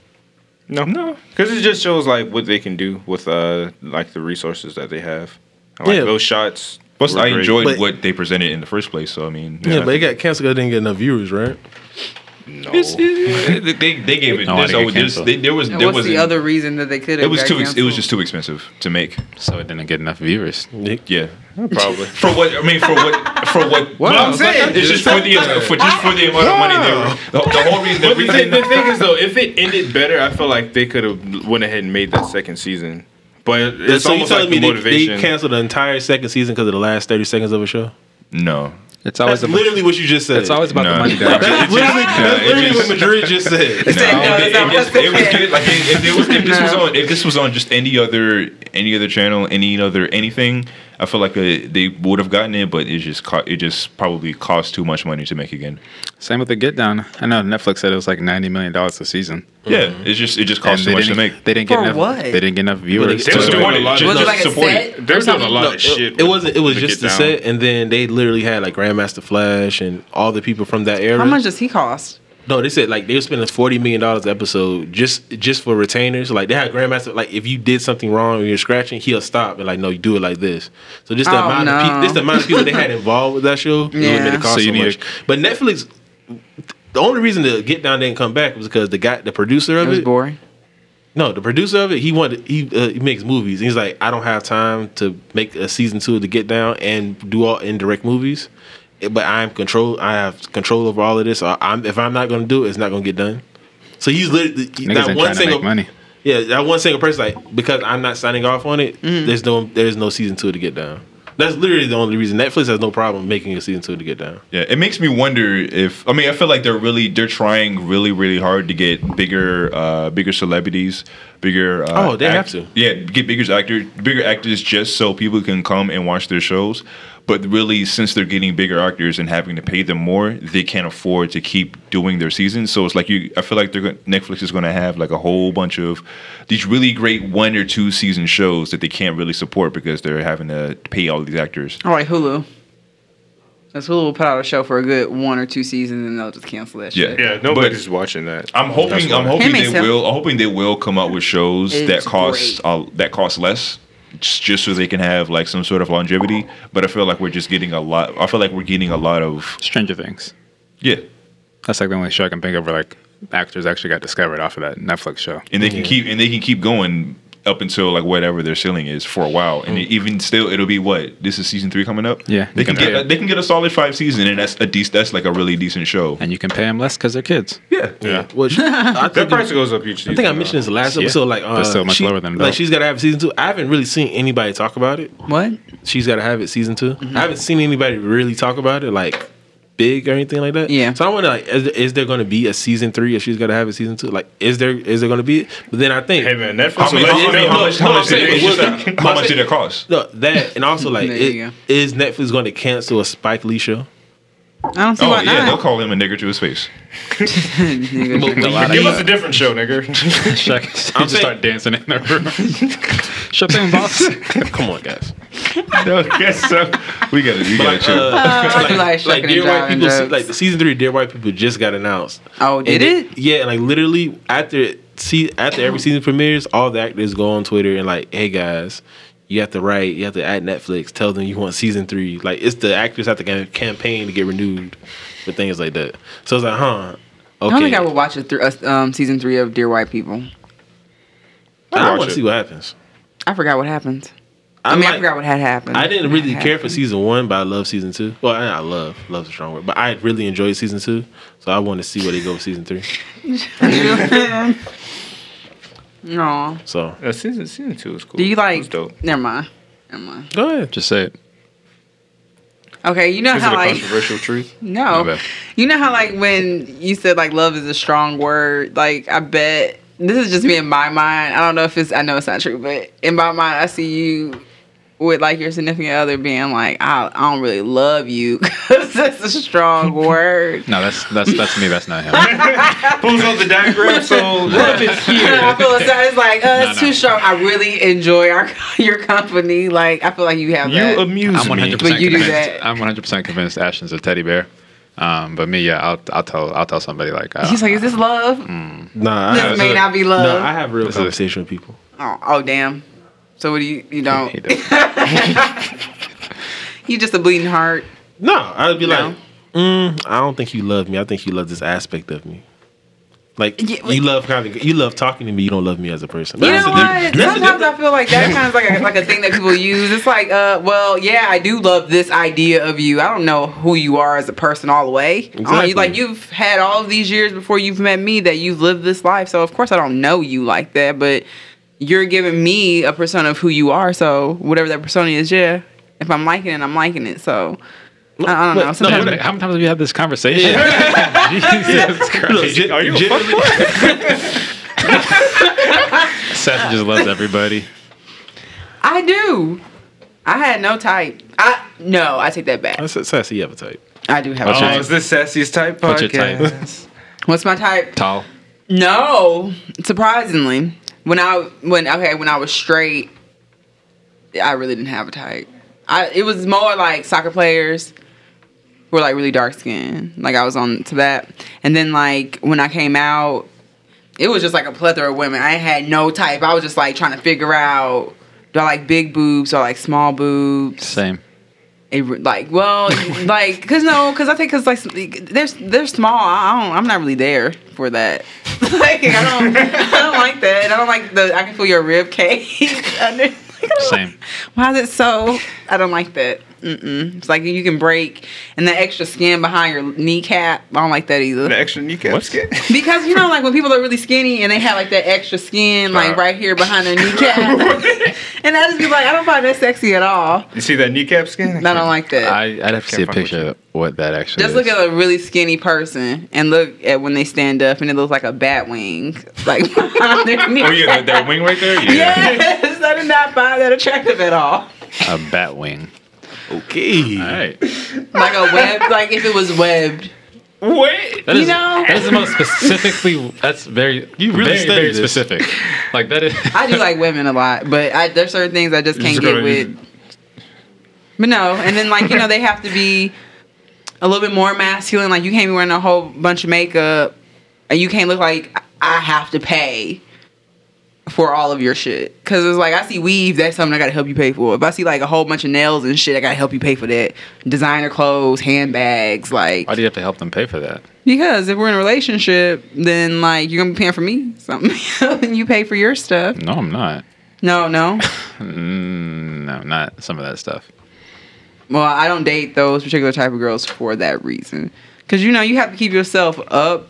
Speaker 1: No, no, because it just shows like what they can do with uh like the resources that they have. And, like
Speaker 5: Yeah.
Speaker 1: those shots.
Speaker 4: Plus,
Speaker 1: were
Speaker 4: I
Speaker 1: great.
Speaker 4: enjoyed
Speaker 5: But-
Speaker 4: what they presented in the first place. So I mean,
Speaker 5: Yeah, but it got canceled. 'cause It didn't get enough viewers, right?
Speaker 1: No.
Speaker 4: they, they they gave it.
Speaker 2: No, I
Speaker 4: there's always,
Speaker 2: think it
Speaker 4: there's,
Speaker 2: canceled.
Speaker 4: they, there was
Speaker 3: And
Speaker 4: there
Speaker 3: what's
Speaker 4: was
Speaker 3: the other reason that they could have?
Speaker 4: It was
Speaker 3: got
Speaker 4: too. Ex- it
Speaker 3: canceled?
Speaker 4: was just too expensive to make.
Speaker 2: So it didn't get enough viewers.
Speaker 4: Yeah.
Speaker 1: Probably.
Speaker 4: For what I mean, for what, for what? what
Speaker 1: I'm saying.
Speaker 4: it's just for the for just for the amount of money. They were, the, the whole reason. The
Speaker 1: But the, thi-
Speaker 4: reason
Speaker 1: the thing is, though, if it ended better, I feel like they could have went ahead and made that second season. But it- it's
Speaker 5: so you
Speaker 1: almost like
Speaker 5: telling
Speaker 1: the
Speaker 5: me they-
Speaker 1: motivation.
Speaker 5: they, canceled the entire second season because of the last thirty seconds of a show?
Speaker 4: no,
Speaker 2: It's
Speaker 5: That's
Speaker 2: always about,
Speaker 5: literally what you just said.
Speaker 2: it's always about
Speaker 4: No.
Speaker 2: the money. That
Speaker 5: that's literally, that's
Speaker 4: it
Speaker 5: literally
Speaker 4: just-
Speaker 5: what Madrid just said.
Speaker 4: No,
Speaker 3: No,
Speaker 4: it,
Speaker 3: it's not
Speaker 4: it just-
Speaker 3: worth
Speaker 4: it was
Speaker 3: it.
Speaker 4: good. Like if, if, it was, if this was
Speaker 3: No.
Speaker 4: on, if this was on just any other, any other channel, any other anything, I feel like uh, they would have gotten it, but it just co- it just probably cost too much money to make again.
Speaker 2: Same with the Get Down. I know Netflix said it was like ninety million dollars a season.
Speaker 4: Yeah, it's just it just cost too
Speaker 2: Mm-hmm. they
Speaker 4: much to
Speaker 2: didn't,
Speaker 4: make.
Speaker 2: they didn't get
Speaker 3: For
Speaker 2: enough.
Speaker 3: what?
Speaker 2: They didn't get enough viewers.
Speaker 1: They
Speaker 5: they
Speaker 2: to-
Speaker 1: was
Speaker 4: So-
Speaker 1: doing a lot.
Speaker 4: Was
Speaker 1: of,
Speaker 4: it
Speaker 3: like a
Speaker 1: supporting-
Speaker 3: set
Speaker 1: They
Speaker 3: or
Speaker 1: were doing a
Speaker 3: something?
Speaker 1: lot
Speaker 5: No,
Speaker 1: of
Speaker 5: it,
Speaker 1: shit.
Speaker 5: it
Speaker 1: with-
Speaker 5: wasn't. It was
Speaker 1: to get
Speaker 5: just the
Speaker 1: down.
Speaker 5: set, and then they literally had like Grandmaster Flash and all the people from that era.
Speaker 3: How much does he cost?
Speaker 5: No, they said like they were spending forty million dollars an episode just just for retainers. Like they had Grandmaster. Like if you did something wrong and you're scratching, he'll stop and like no, you do it like this. So just the
Speaker 3: Oh,
Speaker 5: amount of
Speaker 3: no.
Speaker 5: pe- just the amount of people they had involved with that show. it would've made
Speaker 3: Yeah.
Speaker 5: it cost
Speaker 2: So
Speaker 5: so,
Speaker 2: you need
Speaker 5: much.
Speaker 2: to-
Speaker 5: But Netflix, the only reason to get down didn't come back was because the guy, the producer
Speaker 3: It
Speaker 5: of
Speaker 3: was
Speaker 5: it,
Speaker 3: boring.
Speaker 5: no, the producer of it, he wanted he uh, he makes movies. He's like, I don't have time to make a season two to get down and do all indirect movies, but I'm control. I have control over all of this. I- I'm if I'm not going to do it, it's not going to get done. So he's literally
Speaker 2: Niggas
Speaker 5: that
Speaker 2: ain't
Speaker 5: one
Speaker 2: trying to
Speaker 5: single
Speaker 2: make money.
Speaker 5: Yeah, that one single person like because I'm not signing off on it. There's no there's no season two to get down. That's literally the only reason Netflix has no problem making a season two to get down.
Speaker 4: Yeah, it makes me wonder if I mean I feel like they're really they're trying really really hard to get bigger uh bigger celebrities, bigger uh,
Speaker 5: Oh, they have to.
Speaker 4: Yeah, get bigger actor bigger actors just so people can come and watch their shows. But really, since they're getting bigger actors and having to pay them more, they can't afford to keep doing their seasons. So it's like you, I feel like they're gon- Netflix is going to have like a whole bunch of these really great one or two season shows that they can't really support because they're having to pay all these actors.
Speaker 3: All right, Hulu. Because Hulu will put out a show for a good one or two seasons and they'll just cancel that shit.
Speaker 4: Yeah.
Speaker 1: Yeah, nobody's watching that.
Speaker 4: I'm hoping. I'm
Speaker 3: It
Speaker 4: hoping
Speaker 3: makes
Speaker 4: they
Speaker 3: sense.
Speaker 4: will. I'm hoping they will come up with shows
Speaker 3: It's
Speaker 4: that cost uh, that cost less, just, just so they can have like some sort of longevity. But I feel like we're just getting a lot. I feel like we're getting a lot of
Speaker 2: Stranger Things.
Speaker 4: yeah,
Speaker 2: That's like the only show I can think of where like actors actually got discovered off of that Netflix show.
Speaker 4: and they can keep and they can keep going up until like whatever their ceiling is for a while.
Speaker 5: Mm.
Speaker 4: And even still, it'll be what this is season three coming up.
Speaker 2: Yeah,
Speaker 4: they
Speaker 2: you
Speaker 4: can
Speaker 2: can
Speaker 4: get
Speaker 2: pay.
Speaker 4: they can get a solid five season, and that's a decent. That's like a really decent show.
Speaker 2: And you can pay them less because they're kids.
Speaker 4: Yeah,
Speaker 1: Yeah.
Speaker 5: Which I
Speaker 1: That
Speaker 5: think,
Speaker 1: price goes up each season.
Speaker 5: I think I
Speaker 1: though.
Speaker 5: mentioned this last
Speaker 2: Yeah.
Speaker 5: episode. Like, uh,
Speaker 2: That's so much
Speaker 5: she-
Speaker 2: lower than
Speaker 5: like
Speaker 2: adult.
Speaker 5: she's got to have season two. I haven't really seen anybody talk about it.
Speaker 3: What?
Speaker 5: She's got to have it season 2
Speaker 3: Mm-hmm.
Speaker 5: I haven't seen anybody really talk about it, like big or anything like that.
Speaker 3: Yeah.
Speaker 5: So I wonder, like, is, is there going to be a season three if she's got to have a season two? Like, is there is there going to be? But then I think
Speaker 1: Hey man, Netflix.
Speaker 4: How
Speaker 1: will
Speaker 4: much?
Speaker 1: let you
Speaker 4: I mean,
Speaker 1: know.
Speaker 4: How much? How
Speaker 5: No,
Speaker 4: much
Speaker 5: I'm saying,
Speaker 4: did
Speaker 5: but
Speaker 4: it-
Speaker 5: what-
Speaker 4: how much did it cost?
Speaker 5: No, that and also like,
Speaker 3: There you
Speaker 5: it,
Speaker 3: go.
Speaker 5: is Netflix going to cancel a Spike Lee show?
Speaker 3: I don't see
Speaker 4: Oh
Speaker 3: why
Speaker 4: yeah, they'll
Speaker 3: not.
Speaker 4: call him a nigger to his face.
Speaker 3: Nigga.
Speaker 1: Give us a different show, nigga.
Speaker 2: Shaq, you just
Speaker 5: saying-
Speaker 2: start dancing in the room. Shut them, boss.
Speaker 5: Come on, guys.
Speaker 4: okay, so we gotta we gotta
Speaker 5: Like,
Speaker 4: chill.
Speaker 5: uh,
Speaker 3: I do like
Speaker 5: like
Speaker 3: shucking
Speaker 5: dear white
Speaker 3: and
Speaker 5: people, se-
Speaker 3: jiving
Speaker 5: like
Speaker 3: jokes.
Speaker 5: the season three, dear white people just got announced.
Speaker 3: Oh, did
Speaker 5: And
Speaker 3: it?
Speaker 5: they- Yeah, and like literally after see after every season premieres, all the actors go on Twitter and like, hey guys, you have to write, you have to at Netflix, tell them you want season three. Like it's the actors have to ca- campaign to get renewed for things like that. So it's like, huh?
Speaker 3: I don't think I
Speaker 5: Okay,
Speaker 3: would watch a thr- uh, um, season three of Dear White People.
Speaker 5: I
Speaker 1: watch
Speaker 5: want
Speaker 1: it.
Speaker 5: to see what happens.
Speaker 3: I forgot what happened.
Speaker 5: i
Speaker 3: I mean, I
Speaker 5: like-
Speaker 3: forgot what had happened.
Speaker 5: I didn't really
Speaker 3: Had
Speaker 5: care for
Speaker 3: happened.
Speaker 5: season one, but I love season two. Well, I, I love love's a strong word, but I really enjoyed season two, so I want to see where they go with season three.
Speaker 3: No.
Speaker 5: So
Speaker 1: Uh, season season two is cool.
Speaker 3: Do you
Speaker 1: It was
Speaker 3: like?
Speaker 1: dope.
Speaker 3: Never mind. Never mind.
Speaker 5: go ahead.
Speaker 2: Just say it.
Speaker 3: Okay, you know
Speaker 1: Is it a
Speaker 3: how like
Speaker 1: controversial truth?
Speaker 2: My
Speaker 3: no,
Speaker 2: bad.
Speaker 3: you know how like when you said like love is a strong word. Like I bet this is just me in my mind. I don't know if it's. I know it's not true, but in my mind, I see you with like your significant other being like, I, I don't really love you because that's a strong word.
Speaker 2: No, that's that's that's me. That's not him.
Speaker 1: Who's on the diagram? So love is
Speaker 3: I feel it's, it's like uh, it's
Speaker 2: No, no.
Speaker 3: too strong. I really enjoy our your company. Like I feel like you have that.
Speaker 1: You amuse
Speaker 2: I'm 100
Speaker 1: me.
Speaker 2: percent
Speaker 3: But you do
Speaker 2: convinced.
Speaker 3: that.
Speaker 2: I'm 100 percent convinced Ashton's a teddy bear. Um, but me, yeah, I'll I'll tell I'll tell somebody like uh,
Speaker 3: He's like, is this love?
Speaker 2: Mm.
Speaker 5: Nah, I,
Speaker 3: this may not be love.
Speaker 5: nah, I have real
Speaker 2: This is-
Speaker 5: conversation with people.
Speaker 3: Oh, oh damn. So what do you you don't
Speaker 2: He does.
Speaker 3: you just a bleeding heart.
Speaker 5: No, I'd be
Speaker 3: No?
Speaker 5: like, mm, I don't think you love me. I think you love this aspect of me. Like
Speaker 3: Yeah, like-
Speaker 5: you love kind of you love talking to me. You don't love me as a person. But
Speaker 3: You
Speaker 5: that's
Speaker 3: know
Speaker 5: a different-
Speaker 3: what? Sometimes I feel like that kind of like a, like a thing that people use. It's like, uh, well, yeah, I do love this idea of you. I don't know who you are as a person all the way. I don't know, you- like
Speaker 5: Exactly.
Speaker 3: you've had all of these years before you've met me that you've lived this life. So of course I don't know you like that, but you're giving me a persona of who you are. So whatever that persona is, yeah. If I'm liking it, I'm liking it. So I, I don't
Speaker 5: But-
Speaker 3: know.
Speaker 5: no,
Speaker 2: How
Speaker 3: Sometimes
Speaker 2: many- how many times have you had this conversation? Jesus Christ.
Speaker 1: Are you a
Speaker 5: Gen-
Speaker 1: fuckboy?
Speaker 2: Seth just loves everybody.
Speaker 3: I do. I had no type. I no, I take that back.
Speaker 5: That's a sassy have a type.
Speaker 3: I do have a
Speaker 2: Oh,
Speaker 1: Oh,
Speaker 3: type.
Speaker 1: is this sassiest type
Speaker 2: What's
Speaker 1: podcast?
Speaker 2: your type?
Speaker 3: What's my type?
Speaker 2: Tall.
Speaker 3: No, surprisingly, when I when okay when I was straight, I really didn't have a type. I it was more like soccer players who were like really dark skinned. Like I was on to that, and then like when I came out, it was just like a plethora of women. I had no type. I was just like trying to figure out do I like big boobs or like small boobs.
Speaker 2: Same.
Speaker 3: It, re- like well, like cause no, cause I think cause like s- they're they're small. I don't. I'm not really there for that. like I don't. I don't like that. I don't like the. I can feel your rib cage under.
Speaker 2: Same.
Speaker 3: Why is it so? I don't like that. Mm-mm. It's like you can break, and the extra skin behind your kneecap. I don't like that either.
Speaker 1: The extra kneecap
Speaker 2: What?
Speaker 1: skin.
Speaker 3: Because you know, like when people are really skinny and they have like that extra skin, like
Speaker 1: Stop.
Speaker 3: right here behind their kneecap, and I just be like, I don't find that sexy at all.
Speaker 1: You see that kneecap skin?
Speaker 3: I don't like that.
Speaker 2: I, I'd have to see a
Speaker 1: Can't fuck with
Speaker 2: picture of what that actually
Speaker 3: Just
Speaker 2: is.
Speaker 3: look at a really skinny person and look at when they stand up, and it looks like a bat wing, like behind their knee.
Speaker 4: Oh yeah, that, that wing right there. Yeah.
Speaker 3: Yes, I did not find that attractive at all.
Speaker 2: a bat wing.
Speaker 5: Okay.
Speaker 2: All right.
Speaker 3: like a web, like if it was webbed.
Speaker 4: What?
Speaker 2: That
Speaker 3: You
Speaker 2: is,
Speaker 3: know?
Speaker 2: that is the most specifically. That's very you
Speaker 5: really
Speaker 2: really very,
Speaker 5: studied
Speaker 2: very
Speaker 5: this.
Speaker 2: specific. Like that is.
Speaker 3: I do like women a lot, but I, there's certain things I just can't
Speaker 4: just
Speaker 3: get
Speaker 4: gotta-
Speaker 3: with. But no, and then like you know they have to be a little bit more masculine. Like you can't be wearing a whole bunch of makeup, and you can't look like I have to pay for all of your shit. Because it's like I see weave, that's something I gotta help you pay for. If I see like a whole bunch of nails and shit, I gotta help you pay for that. Designer clothes, handbags, like
Speaker 2: Why do you have to help them pay for that?
Speaker 3: because if we're in a relationship, then like you're gonna be paying for me something, and you pay for your stuff.
Speaker 2: No, I'm not.
Speaker 3: No, no.
Speaker 2: Mm, no, not some of that stuff.
Speaker 3: Well, I don't date those particular type of girls for that reason. Cause you know you have to keep yourself up,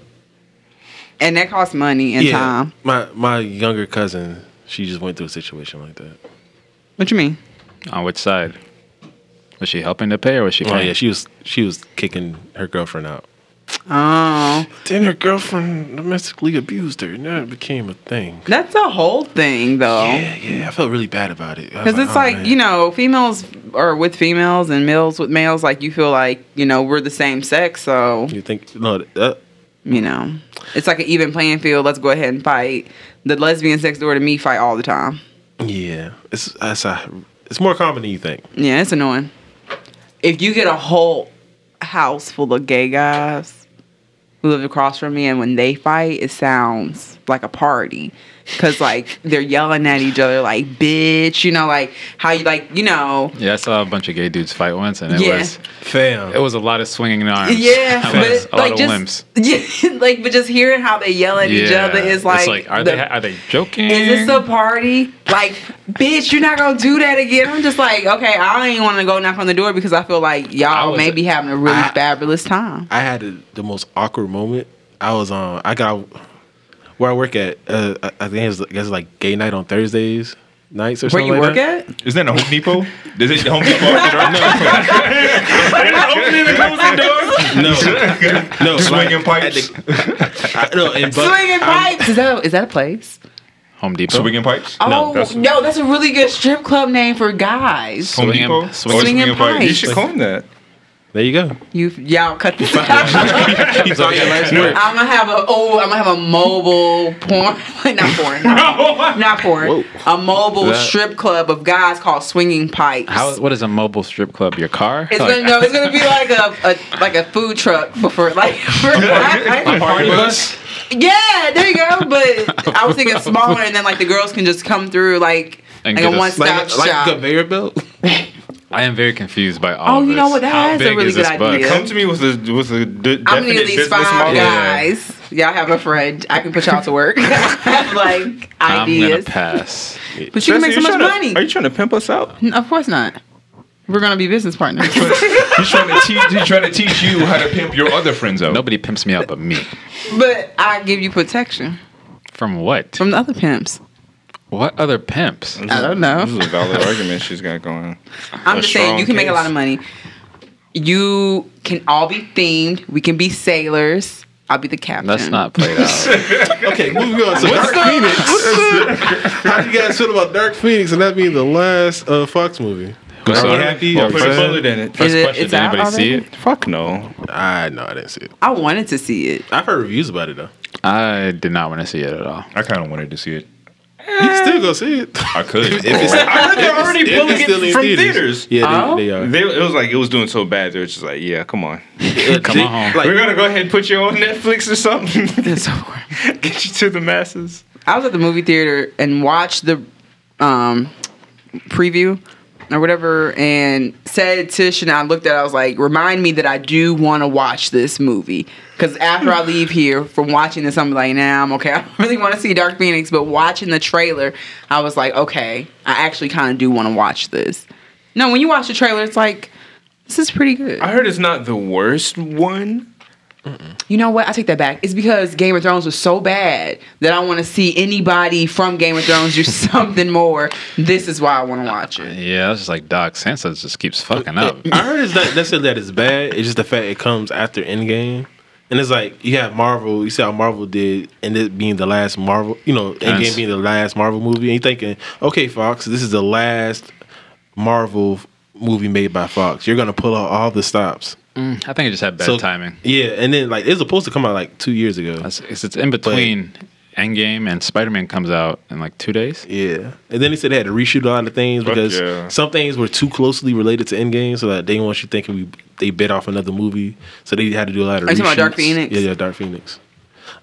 Speaker 3: and that costs money and time.
Speaker 5: My my younger cousin, she just went through a situation like that.
Speaker 3: What you mean?
Speaker 2: On which side? Was she helping to pay or was she?
Speaker 5: Oh
Speaker 2: paying?
Speaker 5: yeah, she was she was kicking her girlfriend out.
Speaker 3: Oh,
Speaker 5: Then her girlfriend domestically abused her, and that became a thing.
Speaker 3: that's a whole thing though.
Speaker 5: Yeah, yeah, I oh, felt really bad about it.
Speaker 3: Oh. Because it's like you know, females are with females and males with males. Like you feel like you know we're the same sex, so
Speaker 5: you think no, uh, that,
Speaker 3: you know it's like an even playing field. Let's go ahead and fight. The lesbians next door to me fight all the time.
Speaker 5: yeah, it's it's, a, it's more common than you think.
Speaker 3: Yeah, it's annoying. If you get a whole house full of gay guys who live across from me, and when they fight, it sounds like a party. Cause like they're yelling at each other, like "bitch," you know, like how you like, you know,
Speaker 2: Yeah, I saw a bunch of gay dudes fight once, and it
Speaker 3: Yeah.
Speaker 2: was
Speaker 5: Fam,
Speaker 2: it was a lot of swinging arms.
Speaker 3: yeah,
Speaker 2: it was
Speaker 3: but
Speaker 2: a lot
Speaker 3: like
Speaker 2: of
Speaker 3: just
Speaker 2: limbs.
Speaker 3: yeah, like but just hearing how they yell at each other is like,
Speaker 2: it's like are
Speaker 3: the-
Speaker 2: they are they joking?
Speaker 3: is this a party? Like, bitch, you're not gonna do that again. I'm just like, okay, I don't even want to go knock on the door because I feel like
Speaker 2: I
Speaker 3: y'all
Speaker 2: was-
Speaker 3: may be having a really
Speaker 5: I-
Speaker 3: fabulous time.
Speaker 5: I had the the most awkward moment. I was on. I got where I work at. Uh, I I think it's, I guess it's like gay night on Thursdays nights or
Speaker 3: Where
Speaker 5: something.
Speaker 3: you
Speaker 5: like
Speaker 3: work
Speaker 5: that.
Speaker 3: at?
Speaker 4: Isn't that a Home Depot? Is it Home Depot? No. Opening and closing door. No.
Speaker 5: No,
Speaker 4: Swinging pipes.
Speaker 5: I, no, and but,
Speaker 3: Swinging pipes. Is that is that a place?
Speaker 2: Home Depot?
Speaker 4: Swinging pipes.
Speaker 3: Oh
Speaker 4: that's-
Speaker 3: no, that's a really good strip club name for guys.
Speaker 4: Home
Speaker 2: Swinging-
Speaker 4: Depot.
Speaker 2: swinging
Speaker 4: Oh,
Speaker 3: pipes.
Speaker 1: You should call him that.
Speaker 5: there you go.
Speaker 3: You y'all cut this. out.
Speaker 5: He's on your last
Speaker 4: No.
Speaker 5: word.
Speaker 3: I'm gonna have a oh, I'm gonna have a mobile porn, not porn, not porn, a mobile
Speaker 2: That-
Speaker 3: strip club of guys called Swinging Pipes.
Speaker 2: How? What is a mobile strip club? Your car?
Speaker 3: it's
Speaker 2: Like,
Speaker 3: gonna no, it's gonna be like a, a like a food truck for, for like for,
Speaker 4: Party bus.
Speaker 3: yeah, there you go. But I was thinking smaller, and then like the girls can just come through like
Speaker 2: And
Speaker 3: like a
Speaker 2: get us-
Speaker 3: one stop
Speaker 5: Like, like
Speaker 3: shop.
Speaker 5: a conveyor belt.
Speaker 2: I am very confused by all.
Speaker 3: Oh,
Speaker 2: of
Speaker 3: you know
Speaker 2: this.
Speaker 3: what? That
Speaker 2: How
Speaker 3: is a
Speaker 2: big
Speaker 3: really
Speaker 2: this
Speaker 3: good
Speaker 2: bug?
Speaker 3: idea.
Speaker 1: Come to me with a with a de-
Speaker 3: I'm gonna
Speaker 1: definite
Speaker 3: need at least
Speaker 1: business model.
Speaker 3: five guys. Y'all have a friend. I can put y'all to work. I have like
Speaker 2: I'm gonna
Speaker 3: ideas.
Speaker 2: pass.
Speaker 3: But you can make
Speaker 1: Jesse, you
Speaker 3: so much
Speaker 1: tryna- Are
Speaker 3: money.
Speaker 1: you trying to pimp us out?
Speaker 3: of course not. We're gonna be business partners.
Speaker 4: He's trying to teach. He's trying to teach you how to pimp your other friends out.
Speaker 2: Nobody pimps me out but me.
Speaker 3: but I give you protection
Speaker 2: From what?
Speaker 3: from the other pimps.
Speaker 2: what other pimps?
Speaker 3: I don't know.
Speaker 1: This is a valid argument she's got going.
Speaker 3: I'm just saying
Speaker 1: strong
Speaker 3: you can make a
Speaker 1: case.
Speaker 3: lot of money. You can all be themed. We can be sailors. I'll be the captain.
Speaker 2: That's not played out.
Speaker 5: okay, moving on. So Dark Phoenix. How do you guys feel about Dark Phoenix and that being the last uh, Fox movie?
Speaker 2: Who
Speaker 5: Are
Speaker 2: saw
Speaker 5: we
Speaker 2: it?
Speaker 5: happy?
Speaker 1: Well,
Speaker 5: Are we
Speaker 1: put a
Speaker 5: sad?
Speaker 1: bullet in it.
Speaker 2: First
Speaker 3: Is it-
Speaker 2: question:
Speaker 3: it's
Speaker 2: Did
Speaker 3: out
Speaker 2: anybody see
Speaker 3: already?
Speaker 2: it?
Speaker 1: Fuck no.
Speaker 5: I no, I didn't see it.
Speaker 3: I wanted to see it.
Speaker 5: I've heard reviews about it though.
Speaker 2: I did not want to see it at all.
Speaker 4: I kind of wanted to see it.
Speaker 5: You can still go see it.
Speaker 4: I could.
Speaker 1: I heard they're already
Speaker 5: If
Speaker 1: pulling
Speaker 5: it's still
Speaker 1: it
Speaker 5: in
Speaker 1: from theaters.
Speaker 5: Yeah,
Speaker 3: Oh.
Speaker 5: they, they are.
Speaker 1: They, it was like it was doing so bad. They were just like, yeah, come on.
Speaker 2: Come on home.
Speaker 1: We're gonna go ahead and put you on Netflix or something.
Speaker 3: It's over.
Speaker 1: Get you to the masses.
Speaker 3: I was at the movie theater and watched the um, preview or whatever, and said Tish and I looked at. it, I was like, "Remind me that I do want to watch this movie." Because after I leave here from watching this, I'm like, "Nah, I'm okay. I don't really want to see Dark Phoenix." But watching the trailer, I was like, "Okay, I actually kind of do want to watch this." No, when you watch the trailer, it's like, "This is pretty good."
Speaker 1: I heard it's not the worst one.
Speaker 3: You know what? I take that back. It's because Game of Thrones was so bad that I want to see anybody from Game of Thrones do something more. This is why I want to watch it.
Speaker 2: Yeah, I was just like, Doc, Sansa just keeps fucking up.
Speaker 5: I heard it's not necessarily that it's bad. It's just the fact it comes after Endgame, and it's like you have Marvel. You see how Marvel did, and it being the last Marvel, you know, Endgame
Speaker 2: Yes.
Speaker 5: being the last Marvel movie, and you're thinking, okay, Fox, this is the last Marvel movie made by Fox. You're gonna pull out all the stops.
Speaker 2: Mm, I think it just had bad timing.
Speaker 5: Yeah, and then like it was supposed to come out like two years ago.
Speaker 2: That's- It's, it's in between Endgame and Spider Man comes out in like two days.
Speaker 5: Yeah, and then they said they had to reshoot a lot of things
Speaker 4: Fuck
Speaker 5: because
Speaker 4: yeah.
Speaker 5: some things were too closely related to Endgame, so that they didn't want you thinking we they bit off another movie, so they had to do a lot of.
Speaker 3: Are you talking about Dark
Speaker 5: reshoots.
Speaker 3: Phoenix?
Speaker 5: Yeah, yeah, Dark Phoenix.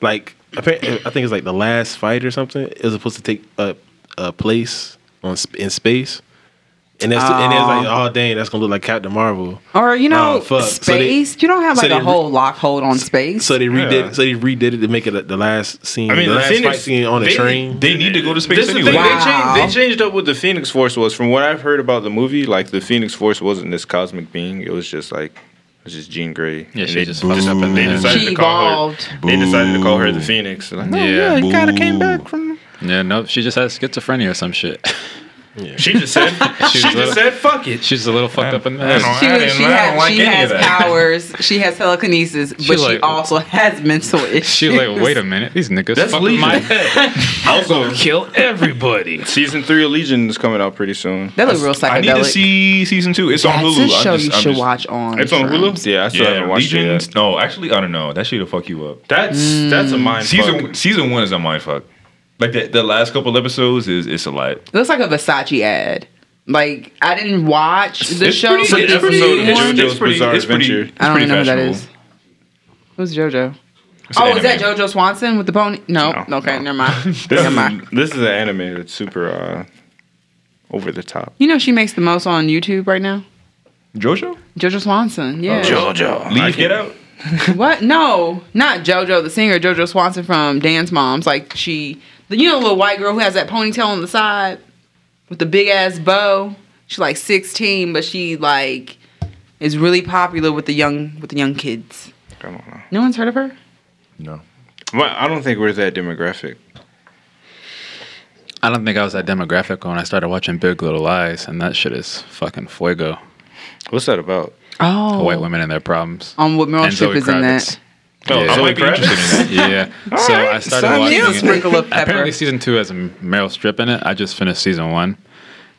Speaker 5: Like appa- I think it's like the last fight or something. It was supposed to take a, a place on sp- in space, and that's and it's like oh dang, that's gonna look like Captain Marvel.
Speaker 3: Or you know,
Speaker 5: Oh, fuck. So they-
Speaker 3: space. you don't have
Speaker 5: so
Speaker 3: like
Speaker 5: they
Speaker 3: a
Speaker 5: re-
Speaker 3: whole lock hold on space.
Speaker 5: So they redid.
Speaker 4: Yeah.
Speaker 5: So they redid it to make it the- the last scene.
Speaker 1: I mean,
Speaker 5: the
Speaker 1: the
Speaker 5: last
Speaker 1: Phoenix-
Speaker 5: fight scene on a
Speaker 1: they-
Speaker 5: train.
Speaker 4: They need to go to
Speaker 1: This
Speaker 4: space
Speaker 1: is the
Speaker 4: anyway.
Speaker 1: thing.
Speaker 3: Wow.
Speaker 1: They, changed, they changed up what the Phoenix Force was. From what I've heard about the movie, like the Phoenix Force wasn't this cosmic being. It was just like it was just Jean Grey.
Speaker 2: Yeah,
Speaker 1: And
Speaker 2: she
Speaker 1: they
Speaker 2: just popped up in
Speaker 1: they
Speaker 2: the-
Speaker 1: decided
Speaker 3: She
Speaker 1: to call
Speaker 3: evolved.
Speaker 1: her. They decided to call her the Phoenix. Like, no,
Speaker 2: Yeah.
Speaker 1: yeah, you kind of came
Speaker 4: Boo.
Speaker 1: back from.
Speaker 2: Yeah, no, she just has schizophrenia or some shit.
Speaker 1: She just said.
Speaker 2: was
Speaker 1: she
Speaker 2: little-
Speaker 1: just said, "Fuck it."
Speaker 2: She's a little fucked up in the
Speaker 4: I
Speaker 2: head.
Speaker 4: don't-
Speaker 3: she,
Speaker 4: I
Speaker 3: was-
Speaker 4: didn't-
Speaker 3: she
Speaker 4: I don't
Speaker 3: has,
Speaker 4: like
Speaker 3: she
Speaker 4: any of
Speaker 3: has
Speaker 4: that.
Speaker 3: powers. She has telekinesis, but she
Speaker 2: like-
Speaker 3: also has mental issues.
Speaker 2: She was like, wait a minute, these niggas
Speaker 1: That's
Speaker 2: fucking
Speaker 1: Legion.
Speaker 2: my head.
Speaker 1: Also,
Speaker 2: Kill everybody.
Speaker 1: season three of Legion is coming out pretty soon.
Speaker 3: That look real psychedelic.
Speaker 4: I need to see season two. It's on
Speaker 3: That's
Speaker 4: Hulu.
Speaker 3: a
Speaker 4: I'm
Speaker 3: show
Speaker 4: just-
Speaker 3: you
Speaker 4: I'm
Speaker 3: should
Speaker 4: just-
Speaker 3: watch on.
Speaker 1: It's on Hulu. Yeah, I still
Speaker 4: Yeah,
Speaker 1: haven't watched
Speaker 4: Legion.
Speaker 1: it yet.
Speaker 4: No, actually, I don't know. That shit'll fuck you up.
Speaker 1: That's that's
Speaker 3: Mm.
Speaker 1: a mind
Speaker 4: Season
Speaker 1: fuck.
Speaker 4: season one is a mind fuck. Like the, the last couple episodes is it's a lot.
Speaker 3: It looks like a Versace ad. Like I didn't watch the
Speaker 4: It's
Speaker 3: show.
Speaker 4: pretty-
Speaker 3: but
Speaker 1: it's
Speaker 3: this
Speaker 1: pretty-
Speaker 3: new
Speaker 1: it's
Speaker 3: one-
Speaker 1: pretty- Adventure.
Speaker 3: I don't
Speaker 4: pretty
Speaker 3: even know who that is.
Speaker 4: fashionable.
Speaker 3: Who's JoJo?
Speaker 4: It's
Speaker 3: Oh,
Speaker 4: an
Speaker 3: is that
Speaker 4: anime.
Speaker 3: JoJo Swanson with the pony? No.
Speaker 1: No,
Speaker 3: okay,
Speaker 1: no.
Speaker 3: never mind.
Speaker 1: This
Speaker 3: never
Speaker 1: is,
Speaker 3: mind.
Speaker 1: this is an anime that's super uh, over the top.
Speaker 3: You know she makes the most on YouTube right now.
Speaker 4: JoJo?
Speaker 3: JoJo Swanson. Yeah.
Speaker 1: JoJo,
Speaker 4: Leave Get Out?
Speaker 3: What? No, not JoJo the singer. JoJo Swanson from Dance Moms. Like she, the- you know, the little white girl who has that ponytail on the side with the big ass bow. She's like sixteen, but she like is really popular with the young with the young kids.
Speaker 1: I don't know.
Speaker 3: No one's heard of her.
Speaker 4: No.
Speaker 1: Well, I don't think we're that demographic.
Speaker 2: I don't think I was that demographic when I started watching Big Little Lies, and that shit is fucking fuego.
Speaker 1: What's that about?
Speaker 3: Oh,
Speaker 2: White women and their problems.
Speaker 3: On what Meryl
Speaker 2: And Zoe
Speaker 3: Streep is in
Speaker 2: Kravitz.
Speaker 3: that.
Speaker 4: Oh,
Speaker 2: Yeah.
Speaker 4: I might be interested in that.
Speaker 2: Yeah. so
Speaker 1: right.
Speaker 2: I started
Speaker 1: Sign me
Speaker 2: watching.
Speaker 1: up.
Speaker 2: it.
Speaker 3: Sprinkle of pepper.
Speaker 2: Apparently, season two has a Meryl Streep in it. I just finished season one,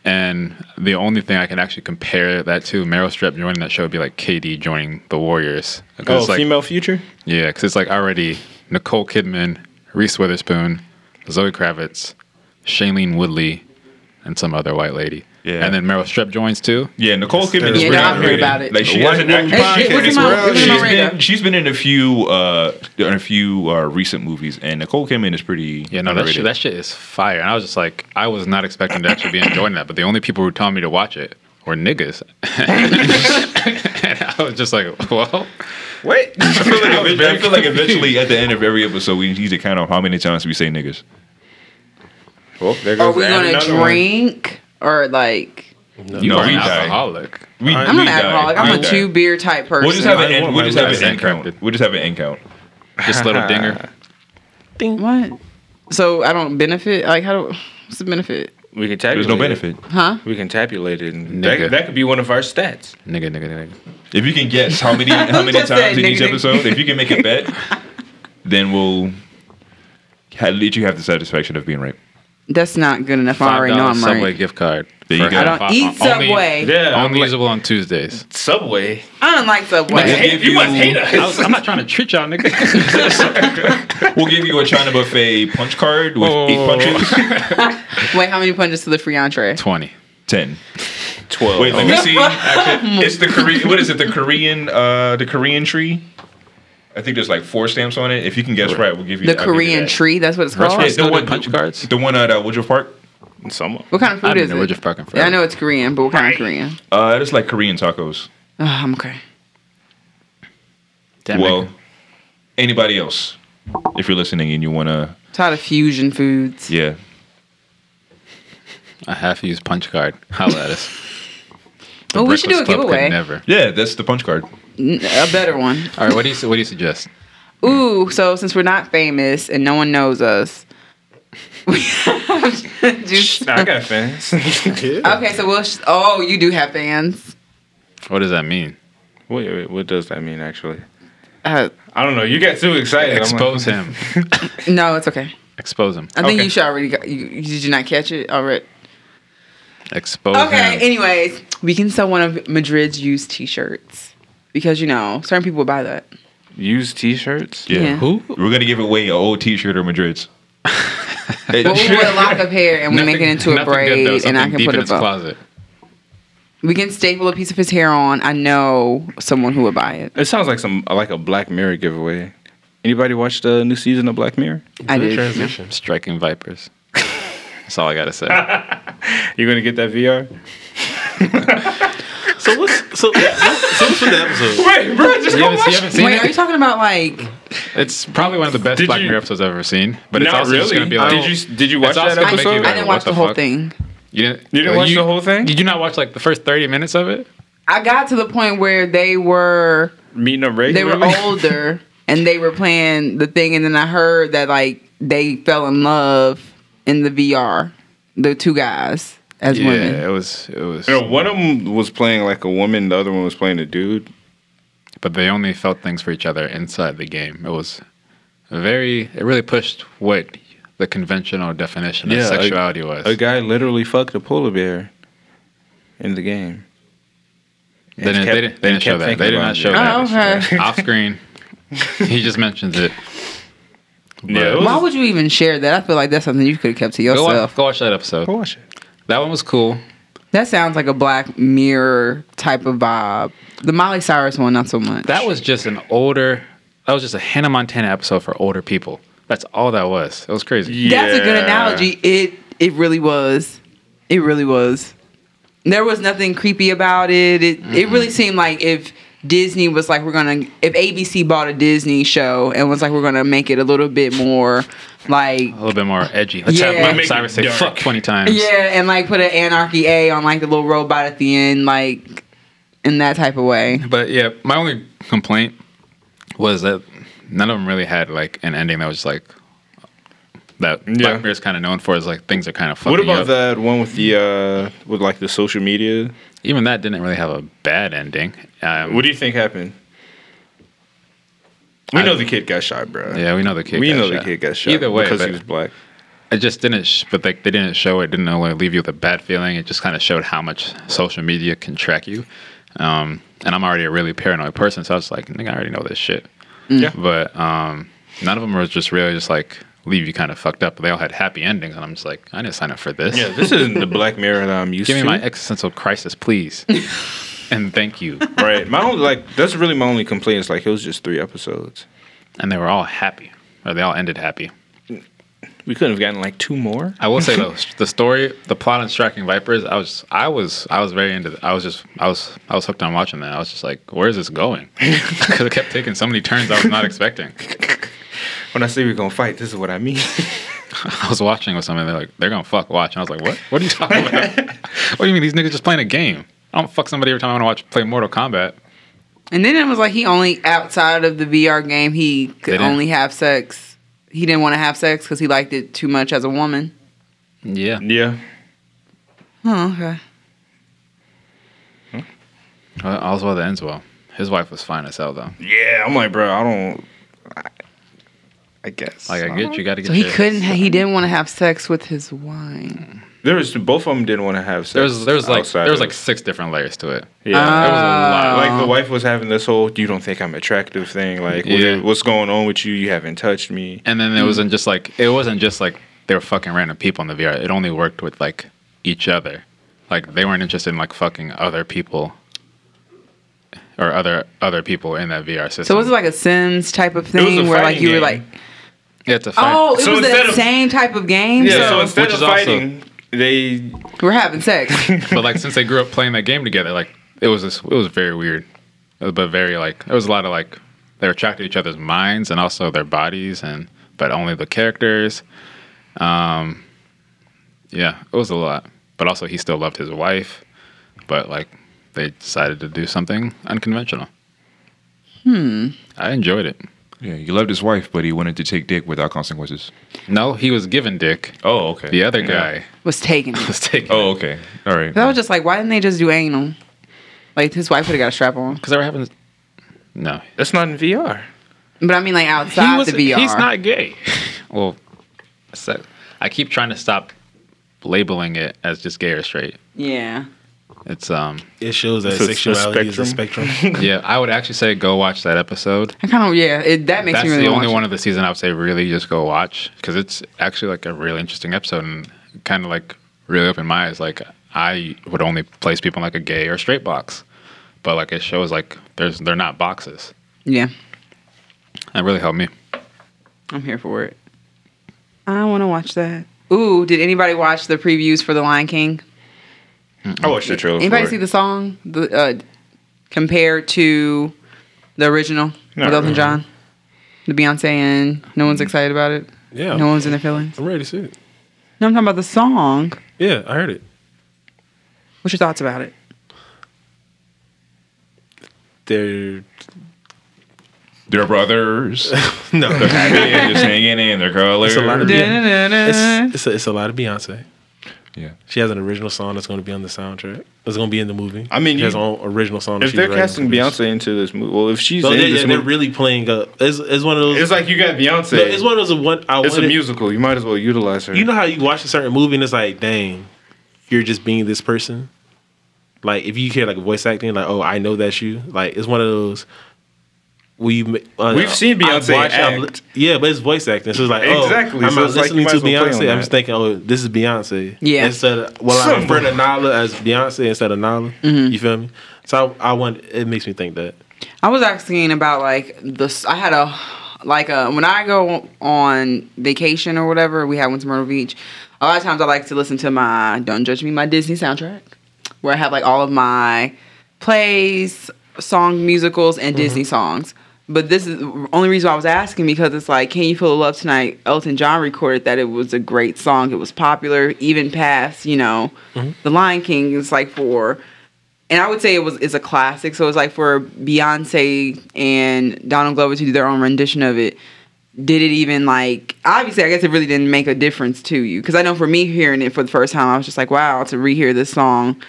Speaker 2: and the only thing I can actually compare that to Meryl Streep joining that show would be like KD joining the Warriors. 'Cause
Speaker 1: Oh,
Speaker 2: it's like,
Speaker 1: female future.
Speaker 2: Yeah, because it's like already Nicole Kidman, Reese Witherspoon, Zoe Kravitz, Shailene Woodley, and some other white lady.
Speaker 4: Yeah.
Speaker 2: And then Meryl Streep joins too.
Speaker 4: Yeah, Nicole Kidman is
Speaker 3: Yeah,
Speaker 4: really
Speaker 3: I've heard
Speaker 4: underrated.
Speaker 3: about it.
Speaker 4: Like she
Speaker 1: What-
Speaker 4: has an
Speaker 1: what
Speaker 4: actress.
Speaker 1: podcast
Speaker 4: She's
Speaker 1: is it on-
Speaker 4: been-
Speaker 1: is it on
Speaker 4: she's
Speaker 3: radar?
Speaker 4: been she's been in a few uh in a few uh recent movies and Nicole Kidman is pretty
Speaker 2: Yeah, no, that shit,
Speaker 4: underrated.
Speaker 2: that shit is fire. And I was just like, I was not expecting to actually be enjoying that, but the only people who told me to watch it were niggas. and I was just like, well,
Speaker 1: Wait,
Speaker 4: I feel like eventually, I feel like eventually at the end of every episode we need to count off how many times we say niggas.
Speaker 1: well, there goes
Speaker 3: Are we
Speaker 1: the-
Speaker 3: gonna
Speaker 1: another one.
Speaker 3: drink or like?
Speaker 2: you
Speaker 4: No,
Speaker 2: are
Speaker 4: we
Speaker 2: an
Speaker 4: die.
Speaker 2: alcoholic.
Speaker 4: We,
Speaker 3: I'm
Speaker 4: we
Speaker 3: not an
Speaker 4: die.
Speaker 3: alcoholic.
Speaker 4: We
Speaker 3: I'm a
Speaker 4: die.
Speaker 3: two beer type person.
Speaker 4: We'll just have
Speaker 5: I
Speaker 4: an
Speaker 5: don't
Speaker 4: end.
Speaker 5: want
Speaker 4: We'll
Speaker 5: my
Speaker 4: just have
Speaker 2: lips
Speaker 4: an end
Speaker 2: encrypted.
Speaker 4: count. We'll just have an end count.
Speaker 2: Just little dinger.
Speaker 3: What? So I don't benefit. Like how do? What's the benefit?
Speaker 1: We can tabulate.
Speaker 4: There's no
Speaker 1: it.
Speaker 4: benefit.
Speaker 3: Huh?
Speaker 1: We can tabulate it. And
Speaker 2: Nigga.
Speaker 1: that, that could be one of our stats.
Speaker 2: Nigga, nigga, nigga.
Speaker 4: If you can guess how many how many
Speaker 3: Just
Speaker 4: times
Speaker 3: said
Speaker 4: in each
Speaker 3: nigga, nigga.
Speaker 4: episode, if you can make a bet, then we'll at least you have the satisfaction of being right.
Speaker 3: That's not good enough. I
Speaker 2: $5
Speaker 3: already know I'm
Speaker 2: Subway
Speaker 3: right.
Speaker 2: gift card.
Speaker 4: There you
Speaker 2: For-
Speaker 4: go. I
Speaker 3: don't eat
Speaker 2: only-
Speaker 3: Subway.
Speaker 1: Yeah, I'm
Speaker 2: only
Speaker 1: like-
Speaker 2: usable on Tuesdays.
Speaker 1: Subway.
Speaker 3: I don't like
Speaker 4: We'll
Speaker 3: Subway.
Speaker 4: give you,
Speaker 2: I was, I'm not trying to treat y'all, nigga.
Speaker 4: we'll give you a China buffet punch card with
Speaker 2: Oh.
Speaker 4: eight punches.
Speaker 3: Wait, how many punches to the free entree?
Speaker 2: Twenty.
Speaker 4: Ten.
Speaker 1: Twelve.
Speaker 4: Wait, let me see. Actually, it's the Korean. What is it? The Korean. Uh, the Korean tree. I think there's like four stamps on it. If you can guess right, we'll give you
Speaker 3: The
Speaker 4: I'll give you
Speaker 3: Korean
Speaker 4: that.
Speaker 3: tree. That's what it's called.
Speaker 2: Restaurants still
Speaker 4: Yeah, the
Speaker 2: do
Speaker 4: one-
Speaker 2: punch cards.
Speaker 4: The one at uh, Woodruff Park.
Speaker 1: Someone.
Speaker 3: What kind of
Speaker 2: I
Speaker 3: food
Speaker 2: don't
Speaker 3: is
Speaker 2: know,
Speaker 3: it?
Speaker 2: we're just fucking
Speaker 3: yeah, I
Speaker 2: friends.
Speaker 3: know it's Korean, but what kind of Korean?
Speaker 4: Uh, it's like Korean tacos.
Speaker 3: Oh, I'm okay.
Speaker 2: Damn,
Speaker 4: well,
Speaker 2: nigga.
Speaker 4: anybody else, if you're listening and you wanna,
Speaker 3: Tired of fusion foods.
Speaker 4: yeah,
Speaker 2: a half-used punch card. Holla at us. The
Speaker 3: Well, we should do a
Speaker 2: Breakfast Club could
Speaker 3: giveaway.
Speaker 2: Never.
Speaker 4: yeah, that's the punch card.
Speaker 3: N- A better one.
Speaker 2: All right, what do you su- what do you suggest?
Speaker 3: Ooh, so since we're not famous and no one knows us, we have just.
Speaker 1: Nah, I got fans.
Speaker 3: Okay, so we'll. Sh- oh, you do have fans.
Speaker 2: What does that mean?
Speaker 1: wait, wait, what does that mean actually?
Speaker 3: Uh,
Speaker 1: I don't know. You got too excited. I'm
Speaker 2: Expose
Speaker 1: like,
Speaker 2: him.
Speaker 3: no, it's okay.
Speaker 2: Expose him.
Speaker 3: I think
Speaker 1: Okay.
Speaker 3: you should already. Got, you, you- did you not catch it already?
Speaker 2: Expose
Speaker 3: Okay.
Speaker 2: him.
Speaker 3: Anyways, we can sell one of Madrid's used T-shirts because you know certain people would buy that.
Speaker 1: Used T-shirts.
Speaker 4: Yeah.
Speaker 3: Yeah.
Speaker 5: Who?
Speaker 4: We're gonna give away an old T-shirt or Madrid's.
Speaker 3: But we would lock up hair and we make it into a
Speaker 2: nothing good,
Speaker 3: braid,
Speaker 2: though.
Speaker 3: and I
Speaker 2: Something
Speaker 3: can
Speaker 2: deep
Speaker 3: put
Speaker 2: in
Speaker 3: a
Speaker 2: his
Speaker 3: bow.
Speaker 2: closet.
Speaker 3: We can staple a piece of his hair on. I know someone who would buy it.
Speaker 1: It sounds like some like a Black Mirror giveaway. Anybody watch the new season of Black Mirror?
Speaker 3: I
Speaker 5: Good
Speaker 3: did.
Speaker 5: transition.
Speaker 2: Striking vipers. That's all I gotta say.
Speaker 1: You're gonna get that VR.
Speaker 5: So what's so so what's from the episode?
Speaker 1: Wait, bro, just
Speaker 2: you, haven't, you haven't seen
Speaker 3: Wait, are you
Speaker 2: it?
Speaker 3: talking about like?
Speaker 2: It's probably one of the best
Speaker 1: Did
Speaker 2: Black
Speaker 1: you-
Speaker 2: Mirror episodes I've ever seen. But it's
Speaker 1: Not
Speaker 2: also just
Speaker 1: really.
Speaker 2: gonna be like,
Speaker 1: Did you did you watch
Speaker 2: It's also
Speaker 1: that
Speaker 2: gonna make
Speaker 1: episode?
Speaker 2: you
Speaker 3: I
Speaker 2: go,
Speaker 3: didn't
Speaker 2: "What
Speaker 3: watch
Speaker 2: the
Speaker 3: the whole
Speaker 2: fuck?"
Speaker 3: thing.
Speaker 2: You didn't,
Speaker 1: You didn't
Speaker 2: uh,
Speaker 1: watch the whole thing?
Speaker 2: Did you not watch like the first 30 minutes of it?
Speaker 3: I got to the point where they were
Speaker 1: Meeting up
Speaker 3: they were
Speaker 1: regularly.
Speaker 3: older and they were playing the thing, and then I heard that like they fell in love in the VR, the two guys as women.
Speaker 2: it was. It was.
Speaker 1: You know, one of them was playing like a woman, the other one was playing a dude.
Speaker 2: But they only felt things for each other inside the game. It was very. It really pushed what the conventional definition
Speaker 1: Yeah,
Speaker 2: of
Speaker 1: I-
Speaker 2: sexuality was.
Speaker 1: A guy literally fucked a polar bear in the game.
Speaker 2: they didn't, they didn't, they didn't show that. They did not show
Speaker 3: Oh,
Speaker 2: that.
Speaker 3: okay.
Speaker 2: Off screen, he just mentions it.
Speaker 1: Yeah, it
Speaker 2: But-
Speaker 1: was-
Speaker 3: Why would you even share that? I feel like that's something you could have kept to
Speaker 2: Go watch,
Speaker 3: yourself.
Speaker 2: go watch that episode.
Speaker 1: watch it.
Speaker 2: That one was cool.
Speaker 3: That sounds like a Black Mirror type of vibe. The Molly Cyrus one, not so much.
Speaker 2: That was just an older. That was just a Hannah Montana episode for older people. That's all that was. It was crazy.
Speaker 3: That's a good analogy. It it really was. It really was. There was nothing creepy about it. It it really seemed like if Disney was like we're gonna if ABC bought a Disney show and was like we're gonna make it a little bit more like
Speaker 2: A little bit more edgy. Let's
Speaker 3: Yeah.
Speaker 2: have Miley
Speaker 3: Make
Speaker 1: it
Speaker 2: Cyrus say
Speaker 1: dark.
Speaker 2: fuck 20 times.
Speaker 3: yeah and like put an anarchy A on like the little robot at the end like in that type of way.
Speaker 2: But yeah, my only complaint was that none of them really had like an ending that was like that
Speaker 1: Yeah.
Speaker 2: Black Mirror's kind of known for is like things are kind of fucking
Speaker 1: What
Speaker 2: you
Speaker 1: about
Speaker 2: up.
Speaker 1: that one with the uh with like the social media?
Speaker 2: Even that didn't really have a bad ending. Um,
Speaker 1: What do you think happened? We
Speaker 2: I-
Speaker 1: know the kid got shot, bro.
Speaker 2: yeah, we know the kid.
Speaker 1: we
Speaker 2: got
Speaker 1: know
Speaker 2: shot.
Speaker 1: the kid got shot.
Speaker 2: Either way,
Speaker 1: because
Speaker 2: but
Speaker 1: he was black.
Speaker 2: it just didn't. Sh- but like they didn't show it. Didn't only leave you with a bad feeling. It just kind of showed how much social media can track you. Um, and I'm already a really paranoid person, so I was like, nigga, I already know this shit.
Speaker 1: Yeah.
Speaker 2: But um, none of them were just really just like leave you kind of fucked up. But they all had happy endings, and I'm just like, I didn't sign up for this.
Speaker 1: Yeah, this isn't the Black Mirror that I'm used
Speaker 2: Give me
Speaker 1: to.
Speaker 2: my existential crisis, please. and thank you.
Speaker 1: right, my only like that's really my only complaint is like it was just three episodes.
Speaker 2: And they were all happy, or they all ended happy.
Speaker 1: We couldn't have gotten like two more.
Speaker 2: I will say though, the story, the plot on Striking Vipers, I was, I was, I was very into. th- I was just, I was, I was hooked on watching that. I was just like, where is this going? Because it kept taking so many turns I was not expecting.
Speaker 1: When I say we're gonna fight, this is what I mean.
Speaker 2: I was watching with somebody. They're like, they're gonna fuck watch, and I was like, what? What are you talking about? what do you mean these niggas just playing a game? I don't fuck somebody every time I want to watch play Mortal Kombat.
Speaker 3: And then it was like he only outside of the VR game he
Speaker 2: They
Speaker 3: could
Speaker 2: didn't-
Speaker 3: only have sex. He didn't want to have sex because he liked it too much as a woman.
Speaker 2: Yeah,
Speaker 1: yeah,
Speaker 3: Oh, okay.
Speaker 2: Well, all's well that ends well. His wife was fine as hell though.
Speaker 1: yeah. I'm like, bro, I don't. I, I guess.
Speaker 2: Like I get you, got to get.
Speaker 3: So he
Speaker 2: your-
Speaker 3: couldn't. ha- He didn't want to have sex with his wine.
Speaker 1: There was both of them didn't want to have sex.
Speaker 2: There was, there was like,
Speaker 1: outside
Speaker 2: there was
Speaker 1: of-
Speaker 2: like uh, six different layers to it.
Speaker 1: yeah.
Speaker 2: There was a lot.
Speaker 1: like the wife was having this whole "you don't think I'm attractive" thing. Like, what-
Speaker 2: Yeah.
Speaker 1: what's going on with you? You haven't touched me.
Speaker 2: And
Speaker 3: Mm.
Speaker 2: then it wasn't just like it wasn't just like they were fucking random people in the VR. It only worked with like each other. Like they weren't interested in like fucking other people or other other people in that VR system.
Speaker 3: So was it like a Sims type of
Speaker 1: was
Speaker 3: thing
Speaker 1: a
Speaker 3: where like
Speaker 1: fighting
Speaker 3: you were
Speaker 1: game.
Speaker 3: like,
Speaker 2: yeah, it's a fight.
Speaker 3: oh, it
Speaker 1: So
Speaker 3: was
Speaker 1: instead
Speaker 3: the
Speaker 1: of-
Speaker 3: same type of game.
Speaker 1: Yeah.
Speaker 2: so
Speaker 1: So
Speaker 2: instead
Speaker 3: So
Speaker 1: instead
Speaker 2: which
Speaker 1: of
Speaker 2: is also-
Speaker 1: fighting, they
Speaker 3: we're having sex.
Speaker 2: but like since they grew up playing that game together, like it was this, it was very weird, but very like it was a lot of like they were attracted to each other's minds and also their bodies and but only the characters. Um, yeah, it was a lot, but also he still loved his wife, but like they decided to do something unconventional. Hmm. I enjoyed it.
Speaker 4: Yeah, he loved his wife, but he wanted to take dick without consequences.
Speaker 2: No, he was given dick.
Speaker 4: Oh, okay.
Speaker 2: The other guy
Speaker 3: was taken. That
Speaker 2: was taken.
Speaker 4: Oh, okay. All right.
Speaker 3: was just like, why didn't they just do anal? Like his wife would have got a strap on.
Speaker 2: because that happens. No,
Speaker 1: that's not in VR.
Speaker 3: But I mean, like outside the VR.
Speaker 2: He's not gay. well, so- I keep trying to stop labeling it as just gay or straight.
Speaker 3: Yeah.
Speaker 2: It's um
Speaker 5: It shows that
Speaker 1: It's a- a
Speaker 5: sexuality is a spectrum.
Speaker 2: yeah. I would actually say go watch that episode.
Speaker 3: I kind of yeah. It, that makes
Speaker 2: That's
Speaker 3: me really
Speaker 2: the only
Speaker 3: watch it.
Speaker 2: one of the season I would say really just go watch because it's actually like a really interesting episode and kind of like really opened my eyes. Like I would only place people in like a gay or straight box, but like it shows like there's they're not boxes.
Speaker 3: Yeah,
Speaker 2: That really helped me.
Speaker 3: I'm here for it. I want to watch that. Ooh, did anybody watch the previews for The Lion King?
Speaker 1: I watched the trailer.
Speaker 3: Anybody
Speaker 1: for
Speaker 3: see
Speaker 1: it.
Speaker 3: the song the, uh, compared to the original
Speaker 1: Not
Speaker 3: with Elton
Speaker 1: really.
Speaker 3: John, the Beyonce, and no one's excited about it.
Speaker 5: Yeah.
Speaker 3: no one's in their feelings.
Speaker 5: I'm ready to see it.
Speaker 3: No, I'm talking about the song.
Speaker 5: Yeah, I heard it.
Speaker 3: What's your thoughts about it?
Speaker 5: They're
Speaker 4: They're brothers.
Speaker 5: no.
Speaker 4: They're happy and just hanging in. They're colors.
Speaker 5: It's a lot of
Speaker 4: yeah.
Speaker 5: Yeah.
Speaker 3: Da-na-na-na.
Speaker 5: It's, it's, a, it's a lot of Beyonce. She has an original song that's going to be on the soundtrack. It's going to be in the movie.
Speaker 1: I mean,
Speaker 5: she has
Speaker 1: you-
Speaker 5: her own original song. that
Speaker 1: If
Speaker 5: she's
Speaker 1: they're
Speaker 5: writing
Speaker 1: casting
Speaker 5: and producing.
Speaker 1: Beyonce into this movie, well, if she's
Speaker 5: so
Speaker 1: in
Speaker 5: they,
Speaker 1: this
Speaker 5: they're
Speaker 1: movie,
Speaker 5: really playing up. It's, it's one of those.
Speaker 1: it's like you got Beyonce.
Speaker 5: no, it's one of those. One, I
Speaker 1: It's a
Speaker 5: wanted-
Speaker 1: musical. You might as well utilize her.
Speaker 5: You know how you watch a certain movie and it's like, dang, you're just being this person. Like if you hear like voice acting, like oh, I know that's you. Like it's one of those. We uh,
Speaker 1: We've seen
Speaker 5: I've
Speaker 1: Beyonce
Speaker 5: I've-
Speaker 1: act.
Speaker 5: yeah, but it's voice acting. So it's like oh,
Speaker 1: Exactly.
Speaker 5: I'm
Speaker 1: So
Speaker 5: not
Speaker 1: it's like you
Speaker 5: listening
Speaker 1: might
Speaker 5: to
Speaker 1: as well play on
Speaker 5: Beyonce. I'm
Speaker 1: that.
Speaker 5: just thinking, oh, this is Beyonce.
Speaker 3: Yeah.
Speaker 5: Instead, of, well, I
Speaker 1: Something.
Speaker 5: refer to Nala as Beyonce instead of Nala. You feel me? So I, I want. It makes me think that.
Speaker 3: I was asking about like this. I had a like a when I go on vacation or whatever. We have one to Myrtle Beach. A lot of times I like to listen to my "Don't Judge Me" my Disney soundtrack, where I have like all of my plays, song musicals, and Disney songs. But this is the only reason why I was asking because it's like, can you feel the love tonight? Elton John recorded that it was a great song. It was popular, even past you know, The Lion King. It's like for and I would say it was it's a classic. So it's like for Beyonce and Donald Glover to do their own rendition of it. Did it even like? Obviously, I guess it really didn't make a difference to you because I know for me hearing it for the first time, I was just like, wow, to rehear this song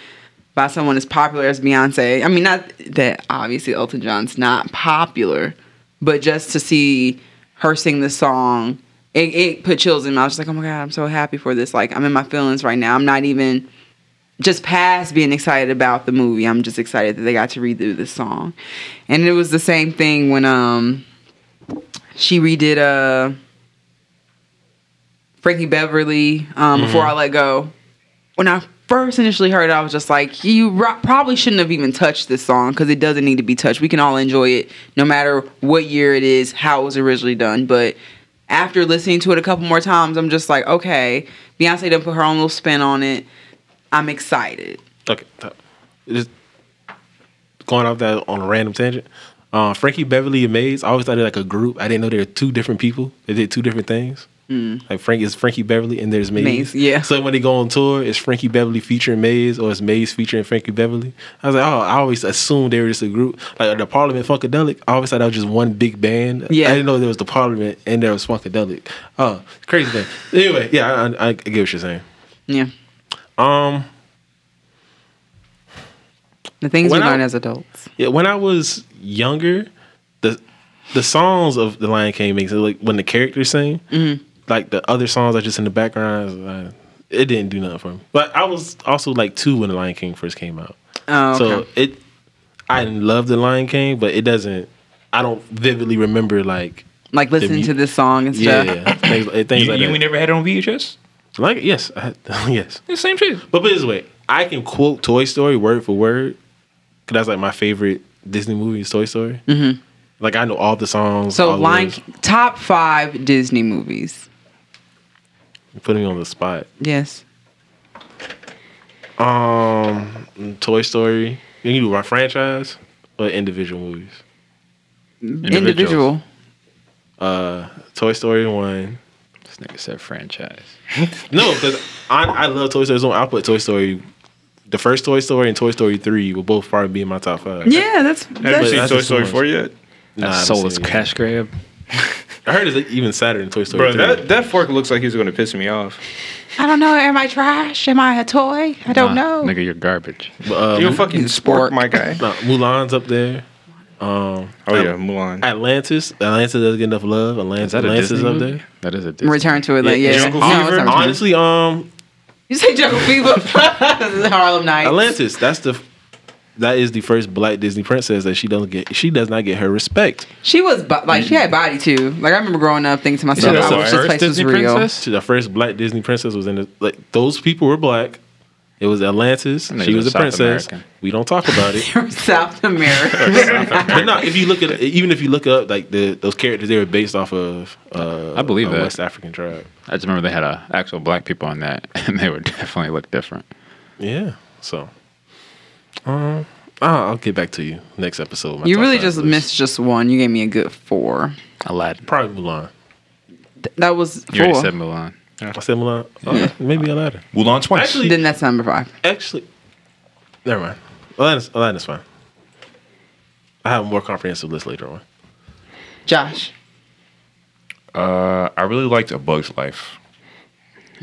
Speaker 3: by someone as popular as Beyonce. I mean, not that obviously Elton John's not popular, but just to see her sing the song, it, it put chills in me. I was just like, oh my god, I'm so happy for this. Like I'm in my feelings right now. I'm not even just past being excited about the movie, I'm just excited that they got to redo this song. And it was the same thing when um she redid uh Frankie Beverly um, before I let go. When I first initially heard it, I was just like, you ro- probably shouldn't have even touched this song because it doesn't need to be touched. We can all enjoy it no matter what year it is, how it was originally done. But after listening to it a couple more times, I'm just like, okay, Beyonce done put her own little spin on it. I'm excited.
Speaker 5: Okay, top. just going off that on a random tangent. Uh, Frankie Beverly and Maze. I always thought they were like a group. I didn't know they were two different people. They did two different things. Like Frank is Frankie Beverly and there's Maze.
Speaker 3: Mm. Maze, yeah.
Speaker 5: So when they go on tour, it's Frankie Beverly featuring Maze or it's Maze featuring Frankie Beverly. I was like, oh, I always assumed they were just a group. Like the Parliament Funkadelic, I always thought that was just one big band.
Speaker 3: Yeah.
Speaker 5: I didn't know there was the Parliament and there was Funkadelic. Oh, crazy thing. anyway, yeah, I, I, I get what you're saying.
Speaker 3: Yeah.
Speaker 5: Um,
Speaker 3: The things
Speaker 5: When
Speaker 3: we
Speaker 5: I-
Speaker 3: learn as adults.
Speaker 5: Yeah, when I was younger, the the songs of The Lion King makes it like when the characters sing,
Speaker 3: Mm-hmm.
Speaker 5: like the other songs are just in the background. I was like, it didn't do nothing for me. But I was also like two when The Lion King first came out,
Speaker 3: Oh, okay.
Speaker 5: so it I love The Lion King, but it doesn't. I don't vividly remember like
Speaker 3: like listening
Speaker 5: mu-
Speaker 3: to this song and
Speaker 5: yeah,
Speaker 3: stuff.
Speaker 5: things, things
Speaker 4: You,
Speaker 5: like
Speaker 4: you
Speaker 5: that.
Speaker 4: ain't never had it on VHS?
Speaker 5: like yes, I, yes.
Speaker 4: It's the same shit.
Speaker 5: But put it this way, I can quote Toy Story word for word because that's like my favorite Disney movie is Toy Story. Mm-hmm. Like I know all the songs.
Speaker 3: So
Speaker 5: all the
Speaker 3: Lion
Speaker 5: words.
Speaker 3: King- top five Disney movies.
Speaker 5: You're putting me on the spot.
Speaker 3: Yes.
Speaker 5: Um, Toy Story. You can do my franchise or individual movies.
Speaker 2: Individuals.
Speaker 3: Individual.
Speaker 5: Uh, Toy Story one.
Speaker 2: This nigga said franchise.
Speaker 5: No, because I, I love Toy Story. So I put Toy Story, the first Toy Story and Toy Story three will both probably be in my top five.
Speaker 3: Yeah, that's
Speaker 1: have you
Speaker 3: that's
Speaker 1: seen
Speaker 5: that's
Speaker 1: Toy
Speaker 5: just
Speaker 1: Story
Speaker 5: so
Speaker 1: Four yet?
Speaker 5: Nah,
Speaker 2: That
Speaker 5: I haven't
Speaker 2: soulless
Speaker 5: seen it.
Speaker 2: cash grab.
Speaker 5: I heard it's even sadder than Toy Story.
Speaker 1: Bro,
Speaker 5: three.
Speaker 1: that, that fork looks like he's going to piss me off.
Speaker 3: I don't know, am I trash? Am I a toy? I don't
Speaker 2: Nah,
Speaker 3: know.
Speaker 2: Nigga, you're garbage.
Speaker 5: But, uh,
Speaker 1: You're fucking spork,
Speaker 3: spork.
Speaker 1: my guy.
Speaker 5: Nah, Mulan's up there. Um,
Speaker 1: Oh yeah, Mulan.
Speaker 5: Atlantis. Atlantis doesn't get enough love. Atlantis,
Speaker 2: Is that a
Speaker 5: Atlantis
Speaker 2: Disney
Speaker 5: is up
Speaker 2: movie?
Speaker 5: there.
Speaker 2: That is a Disney.
Speaker 3: Return to it. Like,
Speaker 5: Yeah,
Speaker 3: yeah.
Speaker 1: Jungle
Speaker 3: No,
Speaker 1: Fever?
Speaker 3: it's not Return.
Speaker 5: Honestly, um,
Speaker 3: You say Jungle Fever? Harlem Nights.
Speaker 5: Atlantis. That's the. That is the first black Disney princess that she doesn't get. She does not get her respect.
Speaker 3: She was bo- like she had body too. Like I remember growing up thinking to myself,
Speaker 2: that's
Speaker 3: I
Speaker 2: the
Speaker 3: wish this
Speaker 2: first
Speaker 3: place was
Speaker 2: Disney
Speaker 3: real.
Speaker 2: princess?
Speaker 5: She, the first black Disney princess was in the like those people were black. It was Atlantis.
Speaker 2: And they
Speaker 5: She
Speaker 2: were
Speaker 5: was a
Speaker 2: South
Speaker 5: princess.
Speaker 2: American.
Speaker 5: We don't talk about it.
Speaker 3: South America.
Speaker 5: but no, if you look at even if you look up like the those characters, they were based off of. Uh,
Speaker 2: I believe
Speaker 5: a
Speaker 2: that.
Speaker 5: West African tribe.
Speaker 2: I just remember they had uh, actual black people on that, and they would definitely look different.
Speaker 5: Yeah. So. Um. I'll I'll get back to you next episode. with my
Speaker 3: you
Speaker 5: top
Speaker 3: really
Speaker 5: five
Speaker 3: just
Speaker 5: list.
Speaker 3: missed just one. You gave me a good four.
Speaker 2: Aladdin.
Speaker 5: probably Mulan.
Speaker 3: Th- That was
Speaker 2: You already
Speaker 3: four.
Speaker 2: said Mulan.
Speaker 5: I said Mulan. Oh, Maybe Aladdin.
Speaker 4: Mulan twice.
Speaker 5: Actually-
Speaker 3: Then that's number five.
Speaker 5: Actually, never mind. Aladdin's, Aladdin's fine. I have a more comprehensive list later on.
Speaker 3: Josh.
Speaker 4: uh, I really liked A Bug's Life.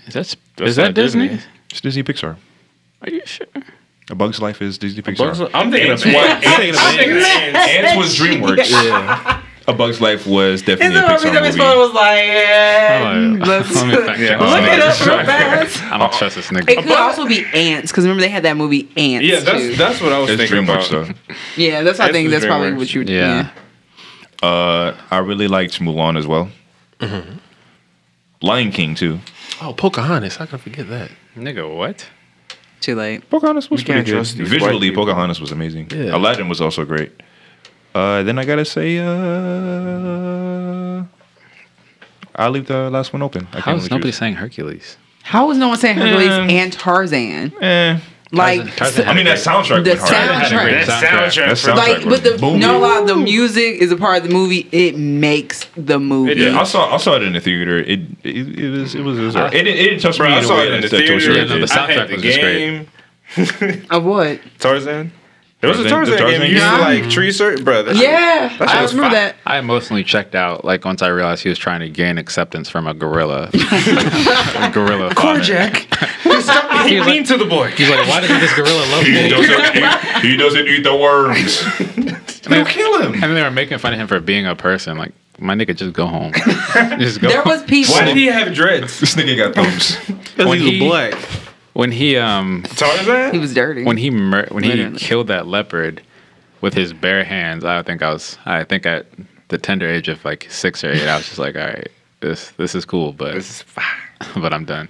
Speaker 2: Is that, is
Speaker 1: That's
Speaker 2: that
Speaker 1: not
Speaker 2: Disney? Oh,
Speaker 1: Disney.
Speaker 4: It's Disney Pixar.
Speaker 2: Are you sure?
Speaker 4: A Bug's Life is Disney
Speaker 1: Bugs-
Speaker 4: Pixar.
Speaker 1: I'm thinking of
Speaker 4: Ants-
Speaker 1: what?
Speaker 4: Ants- Ants- Ants was DreamWorks.
Speaker 5: Yeah.
Speaker 4: A Bug's Life was definitely a Pixar movie.
Speaker 3: was like,
Speaker 2: Oh, yeah.
Speaker 3: let's
Speaker 2: Let me
Speaker 3: Mm. look
Speaker 2: fact check this
Speaker 3: it
Speaker 2: nigga.
Speaker 3: up real fast.
Speaker 2: I don't trust this
Speaker 3: It
Speaker 2: nigga.
Speaker 3: could also be ants because remember they had that movie Ants.
Speaker 1: Yeah,
Speaker 3: too.
Speaker 1: that's that's what I was
Speaker 4: It's
Speaker 1: thinking about.
Speaker 4: DreamWorks though.
Speaker 3: yeah. That's I
Speaker 1: Ants
Speaker 3: think
Speaker 1: was
Speaker 3: that's probably
Speaker 1: DreamWorks.
Speaker 3: what you.
Speaker 2: Yeah.
Speaker 4: Uh, I really liked Mulan as well.
Speaker 1: Mm-hmm.
Speaker 4: Lion King too.
Speaker 5: Oh, Pocahontas. How can I forget that?
Speaker 2: Nigga, what?
Speaker 3: Too late.
Speaker 4: Pocahontas was
Speaker 1: We can't
Speaker 4: pretty good.
Speaker 1: trust these white
Speaker 4: Visually,
Speaker 1: people.
Speaker 4: Pocahontas was amazing.
Speaker 5: Yeah.
Speaker 4: Aladdin was also great. Uh, then I gotta say, uh, I leave the last one open. I
Speaker 2: How is
Speaker 4: really
Speaker 2: nobody
Speaker 4: choose.
Speaker 2: saying Hercules?
Speaker 3: How was no one saying Hercules
Speaker 4: Mm.
Speaker 3: and Tarzan?
Speaker 4: Eh.
Speaker 3: Like,
Speaker 2: Tarzan
Speaker 4: I mean, that soundtrack.
Speaker 3: The
Speaker 4: went hard. That had a great
Speaker 2: soundtrack.
Speaker 4: That soundtrack
Speaker 3: like,
Speaker 4: was
Speaker 3: but the
Speaker 4: booming.
Speaker 3: no lie, the music is a part of the movie. It makes the movie.
Speaker 1: It
Speaker 4: Yeah, I saw I saw it in the theater. It it, it was it was, it, was alright. it, didn't- it didn't touch
Speaker 1: Uh, Bro,
Speaker 4: me
Speaker 1: I
Speaker 4: in a
Speaker 1: saw it
Speaker 4: way
Speaker 1: in the
Speaker 4: that, that Toy
Speaker 1: theater.
Speaker 4: Story
Speaker 2: Yeah,
Speaker 4: did.
Speaker 2: no, the
Speaker 1: I had
Speaker 2: soundtrack
Speaker 1: the
Speaker 2: was just great.
Speaker 1: game.
Speaker 3: Of what?
Speaker 1: Tarzan. There was a
Speaker 4: Tarzan- the
Speaker 1: Tarzan, game.
Speaker 4: Tarzan
Speaker 1: You used to
Speaker 4: game?
Speaker 1: like tree search, bro. that shit-
Speaker 3: Yeah,
Speaker 1: that shit
Speaker 3: I
Speaker 1: was
Speaker 3: remember
Speaker 1: fire.
Speaker 3: that.
Speaker 2: I emotionally checked out like once I realized he was trying to gain acceptance from a gorilla. a gorilla. father.
Speaker 1: He stopped being
Speaker 2: was
Speaker 1: mean to the boy.
Speaker 2: He's like, why doesn't this gorilla love
Speaker 4: He
Speaker 2: me?
Speaker 4: doesn't eat, he doesn't eat the worms. They'll kill him.
Speaker 2: And then they were making fun of him for being a person. Like, my nigga, just go home. just go.
Speaker 3: There was
Speaker 2: home.
Speaker 3: people.
Speaker 1: Why did he have dreads?
Speaker 4: This nigga got thumbs.
Speaker 5: Because
Speaker 2: When
Speaker 5: he's
Speaker 2: he-
Speaker 5: black.
Speaker 2: when he um
Speaker 1: Tarzan?
Speaker 3: He was dirty.
Speaker 2: when he mur- when
Speaker 3: Literally.
Speaker 2: he killed that leopard with his bare hands, I think I was I think at the tender age of like six or eight, I was just like, all right, this this is cool, but
Speaker 1: This is fire.
Speaker 2: but I'm done.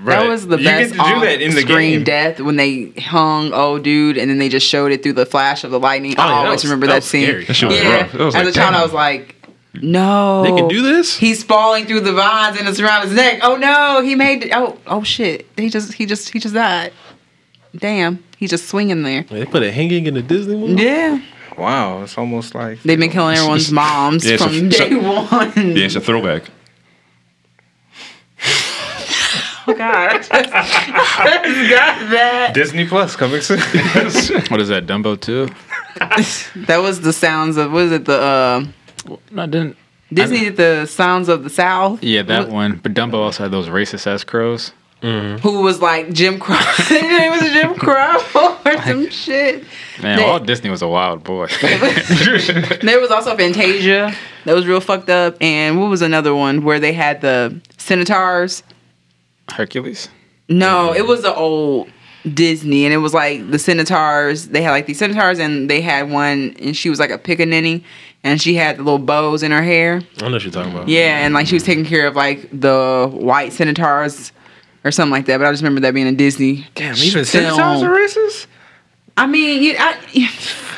Speaker 3: that was the
Speaker 1: you
Speaker 3: best
Speaker 1: get to do that in the
Speaker 3: screen
Speaker 1: game.
Speaker 3: death when they hung old dude and then they just showed it through the flash of the lightning.
Speaker 1: Oh,
Speaker 5: yeah,
Speaker 3: I
Speaker 5: that
Speaker 3: always
Speaker 5: was-
Speaker 3: remember
Speaker 5: that
Speaker 3: Oh, that,
Speaker 5: was
Speaker 3: scene.
Speaker 5: scary. That
Speaker 4: shit was
Speaker 3: yeah.
Speaker 4: rough. That was
Speaker 3: As
Speaker 4: like,
Speaker 3: a child,
Speaker 4: damn.
Speaker 3: I was like, no,
Speaker 5: They can do this?
Speaker 3: He's falling through the vines and it's around his neck. Oh no, he made. Oh oh shit, he just he just he just died. Damn, he just swinging there.
Speaker 5: Man, they put a hanging in the Disney movie?
Speaker 3: Yeah,
Speaker 1: Wow, it's almost like
Speaker 3: they've been killing everyone's moms
Speaker 4: Yeah, so-
Speaker 3: from
Speaker 4: so-
Speaker 3: day one.
Speaker 4: Yeah, it's a throwback.
Speaker 3: Oh God, I just, got that.
Speaker 1: Disney Plus coming soon.
Speaker 2: What is that, Dumbo two?
Speaker 3: That was the sounds of what is it the uh,
Speaker 2: No, I didn't.
Speaker 3: Disney did the sounds of the South.
Speaker 2: Yeah, that one. But Dumbo also had those racist ass crows.
Speaker 3: Who was like Jim Crow? His name was Jim Crow or some shit.
Speaker 2: Man,
Speaker 3: They-
Speaker 2: Walt Disney was a wild boy.
Speaker 3: There was also Fantasia that was real fucked up, and what was another one where they had the Centaurs?
Speaker 2: Hercules.
Speaker 3: No,
Speaker 1: Mm-hmm.
Speaker 3: it was the old Disney, and it was like the Centaurs. They had like these Centaurs, and they had one, and she was like a pickaninny, and she had the little bows in her hair.
Speaker 5: I don't know what you're talking about.
Speaker 3: Yeah, and like she was taking care of like the white centaurs or something like that. But I just remember that being a Disney.
Speaker 1: Damn, even
Speaker 3: Film.
Speaker 1: Centaurs are racist?
Speaker 3: I mean, you, I,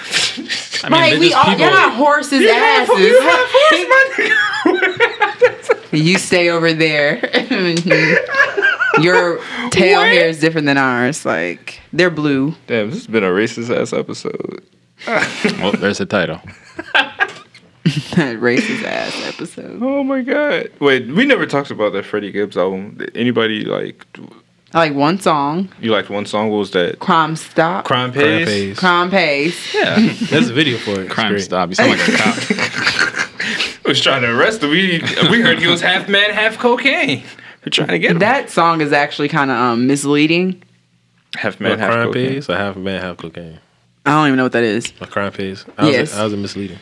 Speaker 2: I mean,
Speaker 3: like
Speaker 2: they're
Speaker 3: we
Speaker 2: just
Speaker 3: all y'all got horses asses.
Speaker 1: You have horse, my nigga.
Speaker 3: You stay over there. Your tail hair is different than ours. Like they're blue.
Speaker 1: Damn, this has been a racist ass episode.
Speaker 2: Well, there's the title.
Speaker 3: Racist ass episode.
Speaker 1: Oh my god. Wait, we never talked about that Freddie Gibbs album. Did Anybody like
Speaker 3: I like one song.
Speaker 1: you liked one song? What was that?
Speaker 3: Crime stop. Crime,
Speaker 1: Crime Pays?
Speaker 5: Crime
Speaker 3: pays.
Speaker 5: Pays. There's a video for it. It's
Speaker 2: Crime
Speaker 5: great.
Speaker 2: stop. You sound like a cop.
Speaker 1: I was trying to arrest him. We we heard he was half man, half cocaine. We're trying to get him.
Speaker 3: That song is actually kind of um, misleading.
Speaker 1: half
Speaker 5: Or
Speaker 1: man, half
Speaker 5: crime
Speaker 1: cocaine.
Speaker 5: pays. I half man, half cocaine.
Speaker 3: I don't even know what that is.
Speaker 5: A crime pays. I was,
Speaker 3: Yes.
Speaker 5: I was misleading.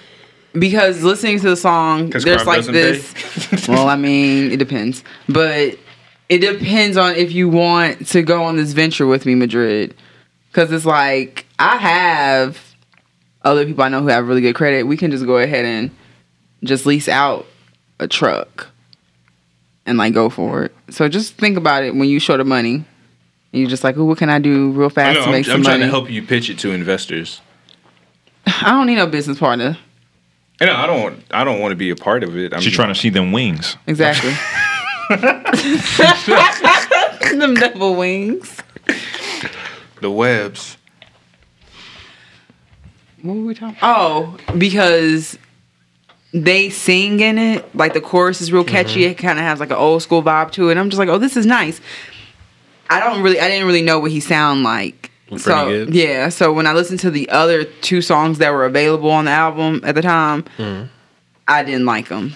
Speaker 3: because listening to the song,
Speaker 1: 'Cause
Speaker 3: there's
Speaker 1: crime
Speaker 3: like
Speaker 1: doesn't
Speaker 3: this. well, I mean, it depends, but it It depends on if you want to go on this venture with me, Madrid. Because it's like, I have other people I know who have really good credit. We can just go ahead and just lease out a truck and like go for it. So just think about it when you show the money. And you're just like, oh, what can I do real
Speaker 1: I
Speaker 3: fast
Speaker 1: know,
Speaker 3: to
Speaker 1: I'm,
Speaker 3: make some
Speaker 1: I'm trying to
Speaker 3: money?
Speaker 1: help you pitch it to investors.
Speaker 3: I don't need no business partner.
Speaker 1: And I don't. I don't want to be a part of it. I'm
Speaker 4: She's trying to see them wings.
Speaker 3: Exactly. Them double wings.
Speaker 1: the webs.
Speaker 3: What were we talking? Oh, because they sing in it. Like the chorus is real catchy. It kind of has like an old school vibe to it. I'm just like, oh, this is nice. I don't really, I didn't really know what he sound like.
Speaker 5: With
Speaker 3: So
Speaker 5: Freddie Gibbs?
Speaker 3: yeah, so when I listened to the other two songs that were available on the album at the time, I didn't like them.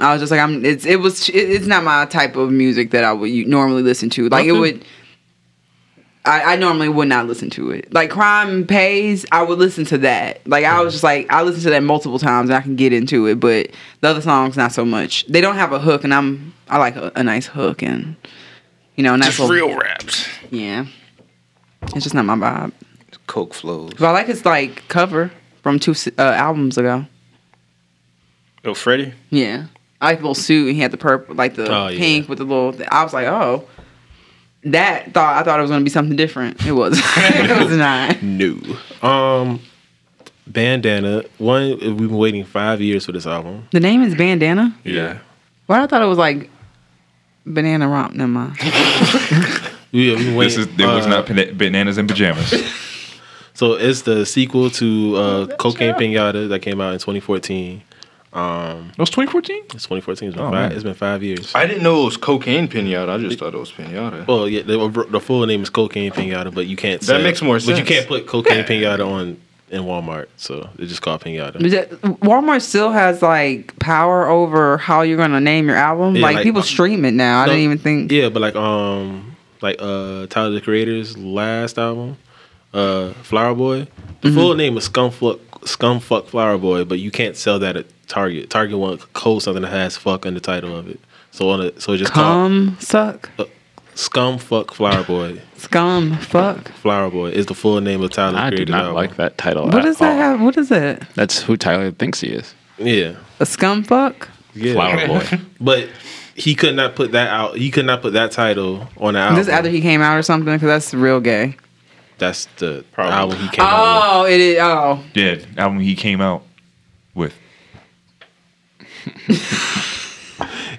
Speaker 3: I was just like, I'm. It's it was it, it's not my type of music that I would u- normally listen to. Like it
Speaker 5: Okay.
Speaker 3: would. I, I normally would not listen to it. Like Crime Pays, I would listen to that. Like I was just like I listened to that multiple times and I can get into it, but the other songs not so much. They don't have a hook, and I'm I like a, a nice hook and you know, a nice
Speaker 1: Just
Speaker 3: little-
Speaker 1: real raps.
Speaker 3: Yeah, it's just not my vibe.
Speaker 1: Coke flows.
Speaker 3: But I like his like cover from two s- uh, albums ago.
Speaker 1: Oh, Freddie.
Speaker 3: Yeah. I like the little suit and he had the purple like the
Speaker 5: Oh, yeah.
Speaker 3: pink with the little th- I was like, oh. That thought I thought it was gonna be something different. It was. it was not.
Speaker 5: New. Um, Bandana. One, we've been waiting five years for this album.
Speaker 3: The name is Bandana.
Speaker 1: Yeah.
Speaker 3: Why I thought it was like banana romp, never mind.
Speaker 5: Yeah, we've been
Speaker 4: This
Speaker 5: waiting.
Speaker 4: is there was
Speaker 5: uh,
Speaker 4: not pana- bananas and pajamas.
Speaker 5: So it's the sequel to uh, Cocaine Pinata that came out in 2014. Um,
Speaker 4: That was 2014.
Speaker 5: it's 2014. It's been,
Speaker 4: Oh,
Speaker 5: five,
Speaker 4: man.
Speaker 5: it's been five years.
Speaker 1: I didn't know it was cocaine pinata. I just thought it was pinata.
Speaker 5: Well, yeah, the, the full name is Cocaine Pinata, but you can't.
Speaker 1: That makes more
Speaker 5: But you
Speaker 1: sense.
Speaker 5: can't put Cocaine Pinata on in Walmart, so they just call it Pinata.
Speaker 3: Is that- Walmart still has like power over how you're gonna name your album.
Speaker 5: Yeah,
Speaker 3: like,
Speaker 5: like-
Speaker 3: people stream it now. I
Speaker 5: No,
Speaker 3: didn't even think
Speaker 5: Yeah, but like um like uh Tyler the Creator's last album, uh Flower Boy. The
Speaker 3: Mm-hmm.
Speaker 5: full name is Scumfuck Scumfuck Flower Boy, but you can't sell that at Target. Target won't code something that has fuck in the title of it. So on a, so it's just
Speaker 3: Cum suck.
Speaker 5: called uh, Scumfuck Flower Boy.
Speaker 3: Scum fuck.
Speaker 5: Flower Boy is the full name of Tyler the
Speaker 2: I do
Speaker 5: Creator's
Speaker 2: not
Speaker 5: album.
Speaker 2: like that title.
Speaker 3: What
Speaker 2: at
Speaker 3: does
Speaker 5: uh,
Speaker 3: that
Speaker 2: all.
Speaker 3: have what is it?
Speaker 2: That's who Tyler thinks he is.
Speaker 5: Yeah.
Speaker 3: A scum fuck?
Speaker 5: Yeah.
Speaker 2: Flower boy.
Speaker 5: But he could not put that out. He could not put that title on the album.
Speaker 3: This after he came out or something, because that's real gay.
Speaker 5: That's the
Speaker 1: Probably.
Speaker 5: album he came out with.
Speaker 3: Oh, it is. Oh,
Speaker 4: Yeah, album he came out with.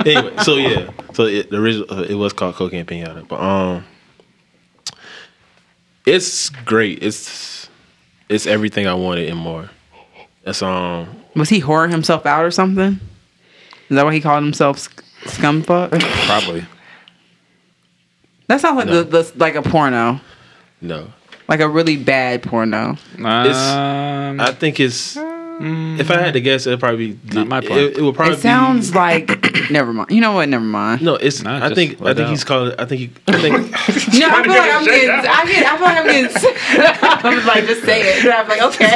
Speaker 5: anyway, so yeah, so it, the original uh, it was called Cocaine Pinata, but um, it's great. It's it's everything I wanted and more. It's um
Speaker 3: was he whoring himself out or something? Is that why he called himself sc- scumfuck?
Speaker 2: Probably.
Speaker 3: That sounds like the, the like a porno,
Speaker 5: no,
Speaker 3: like a really bad porno.
Speaker 2: Um,
Speaker 5: I think it's if I had to guess, it'd probably be,
Speaker 2: Not my
Speaker 5: it-
Speaker 2: part.
Speaker 5: It, would probably
Speaker 3: It sounds
Speaker 5: be,
Speaker 3: like never mind. You know what? Never mind.
Speaker 5: no. It's
Speaker 2: Nah,
Speaker 5: I
Speaker 2: just
Speaker 5: think I
Speaker 2: let
Speaker 5: think
Speaker 2: out.
Speaker 5: he's calling. I think he, I think
Speaker 3: No, I feel like I'm
Speaker 1: Shut
Speaker 3: getting. I get. I feel like I'm getting. s- I was like, just say it. And I'm like, okay.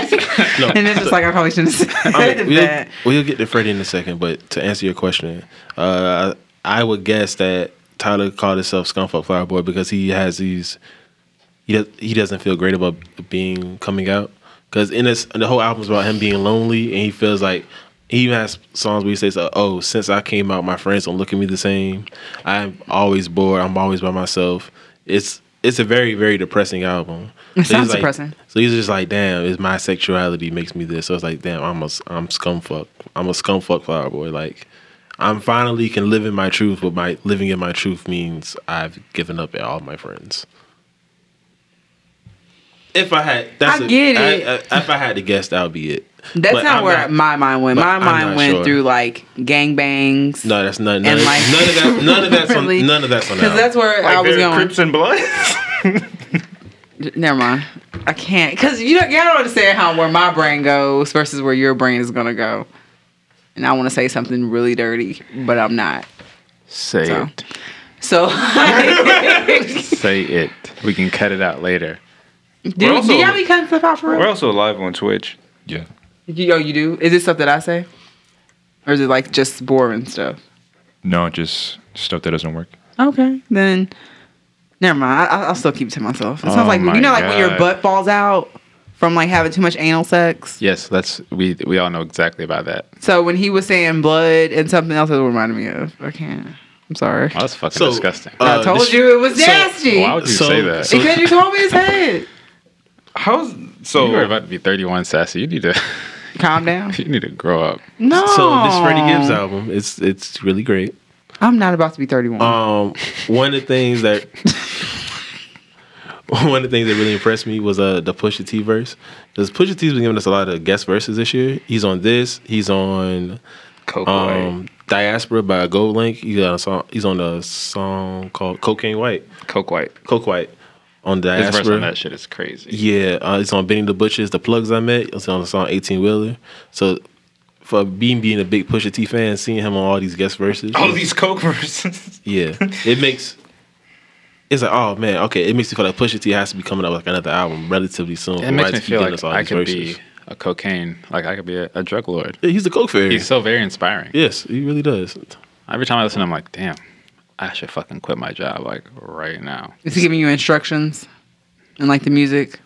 Speaker 5: no.
Speaker 3: And it's just like I probably shouldn't say
Speaker 5: I mean, we'll,
Speaker 3: that.
Speaker 5: we'll get to Freddie in a second, but to answer your question, uh, I would guess that Tyler called himself Scumfuck Flower Boy because he has these. He does, he doesn't feel great about being coming out because in this the whole album's about him being lonely and he feels like he even has songs where he says, uh, "Oh, since I came out, my friends don't look at me the same. I'm always bored. I'm always by myself." It's it's a very very depressing album. It
Speaker 3: sounds depressing.
Speaker 5: so he's just like, damn, it's my sexuality makes me this. So it's like, damn, I'm a I'm scumfuck. I'm a scumfuck flower boy. Like, I'm finally can live in my truth, but my living in my truth means I've given up all my friends. If I had, that's
Speaker 3: I get
Speaker 5: I-
Speaker 3: it.
Speaker 5: I- if I had to guess, that would be it.
Speaker 3: That's
Speaker 5: But
Speaker 3: not
Speaker 5: I'm
Speaker 3: where
Speaker 5: not-
Speaker 3: my mind went.
Speaker 5: but
Speaker 3: My
Speaker 5: I'm
Speaker 3: mind
Speaker 5: not
Speaker 3: went
Speaker 5: sure.
Speaker 3: through like gangbangs.
Speaker 5: No, that's not none,
Speaker 3: And
Speaker 5: of-
Speaker 3: like-
Speaker 5: none of that. None of that's
Speaker 3: Really?
Speaker 5: on. None of that's on.
Speaker 3: Because
Speaker 5: That
Speaker 3: that's where I was going.
Speaker 1: Crips and Bloods.
Speaker 3: Never mind. I can't because you don't, y'all don't understand how where my brain goes versus where your brain is gonna go. And I want to say something really dirty, but I'm not.
Speaker 2: say
Speaker 3: So.
Speaker 2: it.
Speaker 3: So, do,
Speaker 2: Say it. We can cut it out later.
Speaker 3: do
Speaker 1: also-
Speaker 3: y'all be cutting stuff out for
Speaker 1: We're
Speaker 3: real?
Speaker 1: also live on Twitch.
Speaker 4: Yeah.
Speaker 3: You, yo, you do. Is it stuff that I say, or is it like just boring stuff?
Speaker 4: No, just stuff that doesn't work.
Speaker 3: Okay, then never mind. I, I'll still keep it to myself. It sounds
Speaker 2: Oh
Speaker 3: like you
Speaker 2: my
Speaker 3: know, like when your
Speaker 2: God.
Speaker 3: butt falls out from like having too much anal sex.
Speaker 2: Yes, that's we we all know exactly about that.
Speaker 3: So when he was saying blood and something else, it reminded me of. I can't. I'm sorry.
Speaker 2: Oh, that's fucking
Speaker 5: So-
Speaker 2: disgusting.
Speaker 5: Uh,
Speaker 3: I told
Speaker 5: this-
Speaker 3: you it was
Speaker 5: so-
Speaker 3: nasty.
Speaker 2: Why would you
Speaker 5: so-
Speaker 2: say that?
Speaker 5: so-
Speaker 3: because you told me his head.
Speaker 1: How's so?
Speaker 2: you were about to be 31, sassy. You need to
Speaker 3: Calm down.
Speaker 2: you need to grow up.
Speaker 3: No.
Speaker 5: So this Freddie Gibbs uh, album, it's it's really great.
Speaker 3: I'm not about to be 31.
Speaker 5: Um, one of the things that one of the things that really impressed me was uh the Pusha T verse because Pusha T's been giving us a lot of guest verses this year. He's on this. He's on
Speaker 2: Oh,
Speaker 1: Coke White.
Speaker 5: um Diaspora by Gold Link. He's on a song. He's on a song called Cocaine White.
Speaker 1: Coke White.
Speaker 5: Coke White on
Speaker 2: His verse on
Speaker 5: Diaspora.
Speaker 2: that shit is crazy.
Speaker 5: Yeah, uh, it's on Benny the Butchers, The Plugs I Met. It's on the song 18 Wheeler. So for being being a big Pusha T fan, seeing him on all these guest verses.
Speaker 2: Oh,
Speaker 1: All these Coke verses.
Speaker 5: Yeah, it makes. It's like, oh man, okay. It makes me feel like Pusha T has to be coming out with like another album relatively soon.
Speaker 2: It
Speaker 5: Why
Speaker 2: makes
Speaker 5: is
Speaker 2: me
Speaker 5: he
Speaker 2: feel
Speaker 5: giving
Speaker 2: like
Speaker 5: us all
Speaker 2: I
Speaker 5: these
Speaker 2: could
Speaker 5: verses?
Speaker 2: be a cocaine, like I could be a, a drug lord.
Speaker 5: Yeah, he's the coke fairy.
Speaker 2: He's so very inspiring.
Speaker 5: yes, he really does.
Speaker 2: Every time I listen, I'm like, damn, I should fucking quit my job like right now.
Speaker 3: Is he giving you instructions and like the music?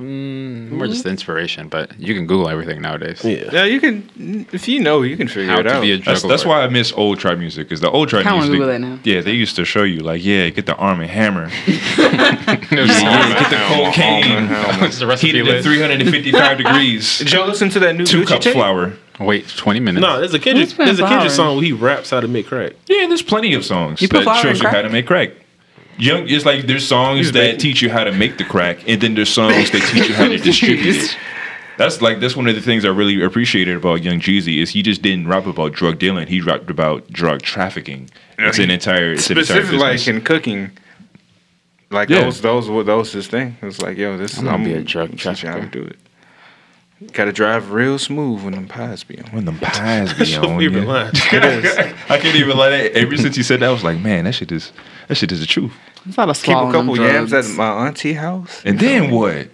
Speaker 2: Mm, more just the inspiration, but you can Google everything nowadays.
Speaker 5: Mm-hmm. Yeah,
Speaker 1: Yeah, you can. If you know, you can figure
Speaker 2: How
Speaker 1: it
Speaker 2: to
Speaker 1: out.
Speaker 2: be a drug
Speaker 4: That's, that's
Speaker 2: lord.
Speaker 4: why I miss old tribe music because the old tribe
Speaker 3: Kinda wanna
Speaker 4: music.
Speaker 3: Google that now.
Speaker 4: Yeah, they used to show you like, yeah, get the arm and hammer.
Speaker 2: It was
Speaker 4: get the cocaine.
Speaker 2: It was the recipe
Speaker 4: Heated at
Speaker 2: list.
Speaker 4: 355 degrees.
Speaker 1: Did y'all listen to that new
Speaker 4: Two
Speaker 1: Gucci
Speaker 4: cup
Speaker 1: tape?
Speaker 4: flour.
Speaker 2: Wait, 20 minutes.
Speaker 5: no, there's a Kendrick.
Speaker 3: He's been
Speaker 5: There's a Kendrick
Speaker 3: flowering.
Speaker 5: song where he raps how to make crack.
Speaker 4: Yeah, there's plenty of songs
Speaker 3: You put
Speaker 4: that
Speaker 3: flour in
Speaker 4: shows you how
Speaker 3: crack?
Speaker 4: to make crack. Young, it's like there's songs that teach you how to make the crack, and then there's songs that teach you how to distribute it. That's like that's one of the things I really appreciated about Young Jeezy is he just didn't rap about drug dealing. He rapped about drug trafficking. It's an entire it's an entire
Speaker 1: Specifically, like
Speaker 4: business.
Speaker 1: in cooking. Like
Speaker 4: Yeah.
Speaker 1: those, those were those his thing. It's like, yo, this
Speaker 2: I'm
Speaker 1: is
Speaker 2: gonna
Speaker 1: I'm
Speaker 2: be a drug
Speaker 1: this is how
Speaker 2: trafficker.
Speaker 1: I'm do it. Got to drive real smooth when them pies be on.
Speaker 4: when them pies be
Speaker 5: Your
Speaker 4: on.
Speaker 5: favorite
Speaker 4: yeah.
Speaker 5: line.
Speaker 4: I can't even lie. That. Ever since you said that, I was like, man, that shit is that shit is the truth.
Speaker 3: It's not a
Speaker 1: Keep
Speaker 3: swallow.
Speaker 1: a couple
Speaker 3: them
Speaker 1: yams at
Speaker 3: drugs.
Speaker 1: my auntie house.
Speaker 4: And then what?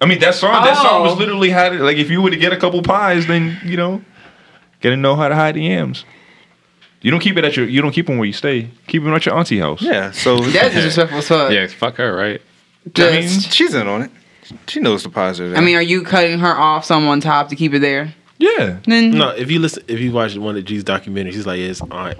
Speaker 4: I mean, that song. That song was
Speaker 3: Oh.
Speaker 4: literally how to like if you were to get a couple pies, then you know, gotta know how to hide the yams. You don't keep it at your. You don't keep them where you stay. Keep them at your auntie house.
Speaker 1: Yeah, so
Speaker 3: That's disrespectful as fuck.
Speaker 2: Yeah, fuck her, right?
Speaker 1: I mean,
Speaker 3: Just,
Speaker 1: she's in on it. She knows the pies are there.
Speaker 3: I mean, are you cutting her off someone top to keep it there?
Speaker 4: Yeah.
Speaker 3: Then
Speaker 5: No, if you listen, if you watch one of G's documentaries, he's like, yeah, his aunt.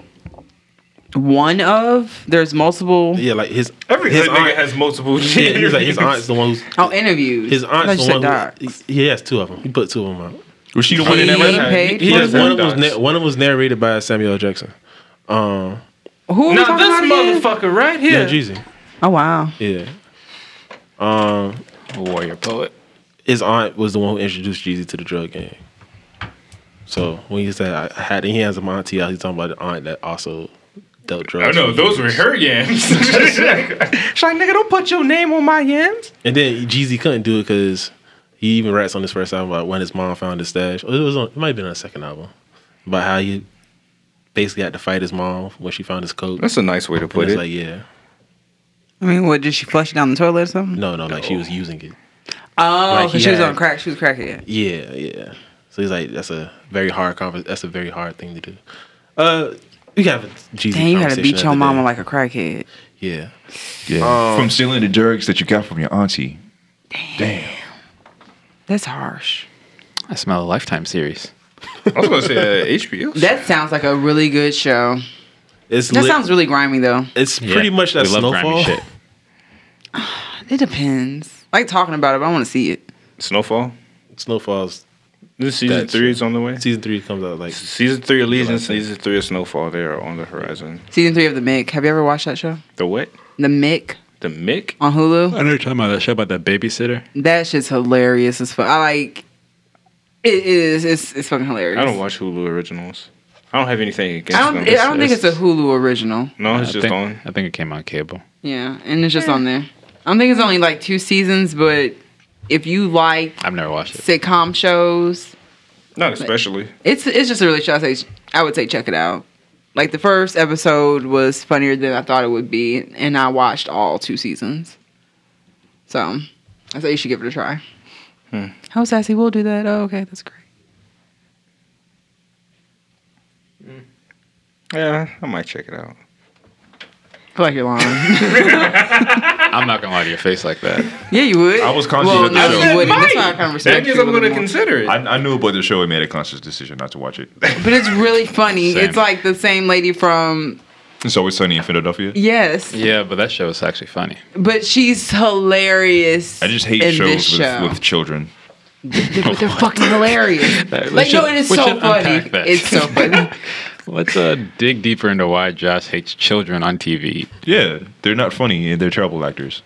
Speaker 3: one of there's multiple.
Speaker 5: Yeah, like his
Speaker 1: every
Speaker 5: his
Speaker 1: good nigga
Speaker 5: aunt.
Speaker 1: has multiple.
Speaker 5: yeah, he's like his aunt's the one who's
Speaker 3: Oh, interviews.
Speaker 5: his
Speaker 3: I
Speaker 5: aunt's
Speaker 3: thought you
Speaker 5: the one.
Speaker 3: said
Speaker 5: Who,
Speaker 3: docs.
Speaker 5: he has two of them. He put two of them out.
Speaker 4: Was she the one in
Speaker 3: He
Speaker 4: Atlanta?
Speaker 3: paid
Speaker 5: He
Speaker 3: for
Speaker 5: has
Speaker 3: it?
Speaker 5: one of them was
Speaker 1: Docs.
Speaker 5: na- one of them was narrated by Samuel L. Jackson. Um,
Speaker 3: Who are we
Speaker 1: Now
Speaker 3: talking about again?
Speaker 1: this motherfucker right here.
Speaker 5: yeah, Jeezy.
Speaker 3: Oh wow.
Speaker 5: Yeah. Um,
Speaker 2: Warrior poet.
Speaker 5: his aunt was the one who introduced Jeezy to the drug game. So when you said I I had he has a auntie out, he's talking about the aunt that also dealt
Speaker 1: Oh
Speaker 5: drugs.
Speaker 1: no,
Speaker 5: with
Speaker 1: those
Speaker 5: Jeezy.
Speaker 1: were her yams. She's like, nigga, don't put your name on my yams.
Speaker 5: And then Jeezy couldn't do it because he even raps on his first album about when his mom found his stash. It was on, it might have been on the second album about how he basically had to fight his mom when she found his coat.
Speaker 1: That's a nice way to
Speaker 5: And
Speaker 1: put
Speaker 5: it's
Speaker 1: it.
Speaker 5: like yeah,
Speaker 3: I mean, what did she flush it down the toilet or something?
Speaker 5: no, no, like she was using it.
Speaker 3: Oh,
Speaker 5: Like,
Speaker 3: 'cause
Speaker 5: he
Speaker 3: she was
Speaker 5: had-
Speaker 3: on crack. She was cracking.
Speaker 5: Yeah, yeah. So he's like, that's a very hard conver- That's a very hard thing to do. Uh, we have a Jeezy
Speaker 3: Dang, you gotta
Speaker 5: conversation
Speaker 3: beat
Speaker 5: the
Speaker 3: your
Speaker 5: other
Speaker 3: mama
Speaker 5: day.
Speaker 3: like a crackhead.
Speaker 5: yeah.
Speaker 3: Um,
Speaker 4: Yeah. from stealing the drugs that you got from your auntie. Damn.
Speaker 3: That's harsh.
Speaker 2: I smell a lifetime series.
Speaker 1: I was gonna say uh, HBO.
Speaker 3: That sounds like a really good show.
Speaker 5: It's
Speaker 3: That
Speaker 5: lit-
Speaker 3: sounds really grimy though.
Speaker 5: It's pretty
Speaker 2: Yeah.
Speaker 5: much that
Speaker 2: We love grimy
Speaker 5: snowfall.
Speaker 2: shit.
Speaker 3: It depends. I like talking about it, but I want to see it.
Speaker 1: Snowfall.
Speaker 5: Snowfall's
Speaker 1: This season
Speaker 5: That's
Speaker 1: three is on the way.
Speaker 5: season three comes out like
Speaker 1: Season three of Legion, season three of Snowfall. They are on the horizon.
Speaker 3: Season three of The Mick. Have you ever watched that show?
Speaker 1: The what?
Speaker 3: The Mick
Speaker 1: The Mick?
Speaker 3: on Hulu.
Speaker 2: know you're talking about that show about that babysitter.
Speaker 3: That shit's hilarious as fuck. I like. It is. It's it's fucking hilarious.
Speaker 1: I don't watch Hulu originals. I don't have anything against
Speaker 3: I don't.
Speaker 1: them.
Speaker 3: I don't think it's a Hulu original.
Speaker 1: No, it's
Speaker 2: I
Speaker 1: just
Speaker 2: think,
Speaker 1: on.
Speaker 2: I think it came on cable.
Speaker 3: Yeah, and it's just on there. I don't think it's only like two seasons, but if you like
Speaker 2: I've never watched it.
Speaker 3: sitcom shows,
Speaker 1: Not especially.
Speaker 3: it's it's just a really show. I say I would say check it out. Like the first episode was funnier than I thought it would be, and I watched all two seasons. So I say you should give it a try.
Speaker 4: Hmm.
Speaker 3: How sassy will do that? Oh, okay, that's great.
Speaker 1: Yeah, I might check it out.
Speaker 3: feel like you're lying.
Speaker 2: I'm not gonna lie to your face like that.
Speaker 3: yeah, you would.
Speaker 4: I was conscious
Speaker 3: well,
Speaker 4: of the
Speaker 3: no,
Speaker 4: show.
Speaker 3: you wouldn't. That's why I
Speaker 1: Might.
Speaker 3: kind of
Speaker 1: That
Speaker 3: respect
Speaker 1: means
Speaker 3: you a
Speaker 1: I'm
Speaker 3: little
Speaker 1: going to
Speaker 3: more.
Speaker 1: consider it.
Speaker 4: I, I knew about the show and made a conscious decision not to watch it.
Speaker 3: But it's really funny.
Speaker 2: Same.
Speaker 3: It's like the same lady from
Speaker 4: It's always sunny in Philadelphia.
Speaker 3: Yes,
Speaker 2: Yeah, but that show is actually funny.
Speaker 3: but she's hilarious.
Speaker 4: I just hate
Speaker 3: in
Speaker 4: shows
Speaker 3: this show.
Speaker 4: with, with children.
Speaker 3: but they're fucking hilarious.
Speaker 2: That- we
Speaker 3: like no,
Speaker 2: should-
Speaker 3: it is
Speaker 2: we
Speaker 3: so
Speaker 2: should
Speaker 3: funny.
Speaker 2: unpack that.
Speaker 3: It's so funny.
Speaker 2: Let's uh, dig deeper into why Josh hates children on TV.
Speaker 4: Yeah, they're not funny and they're terrible actors.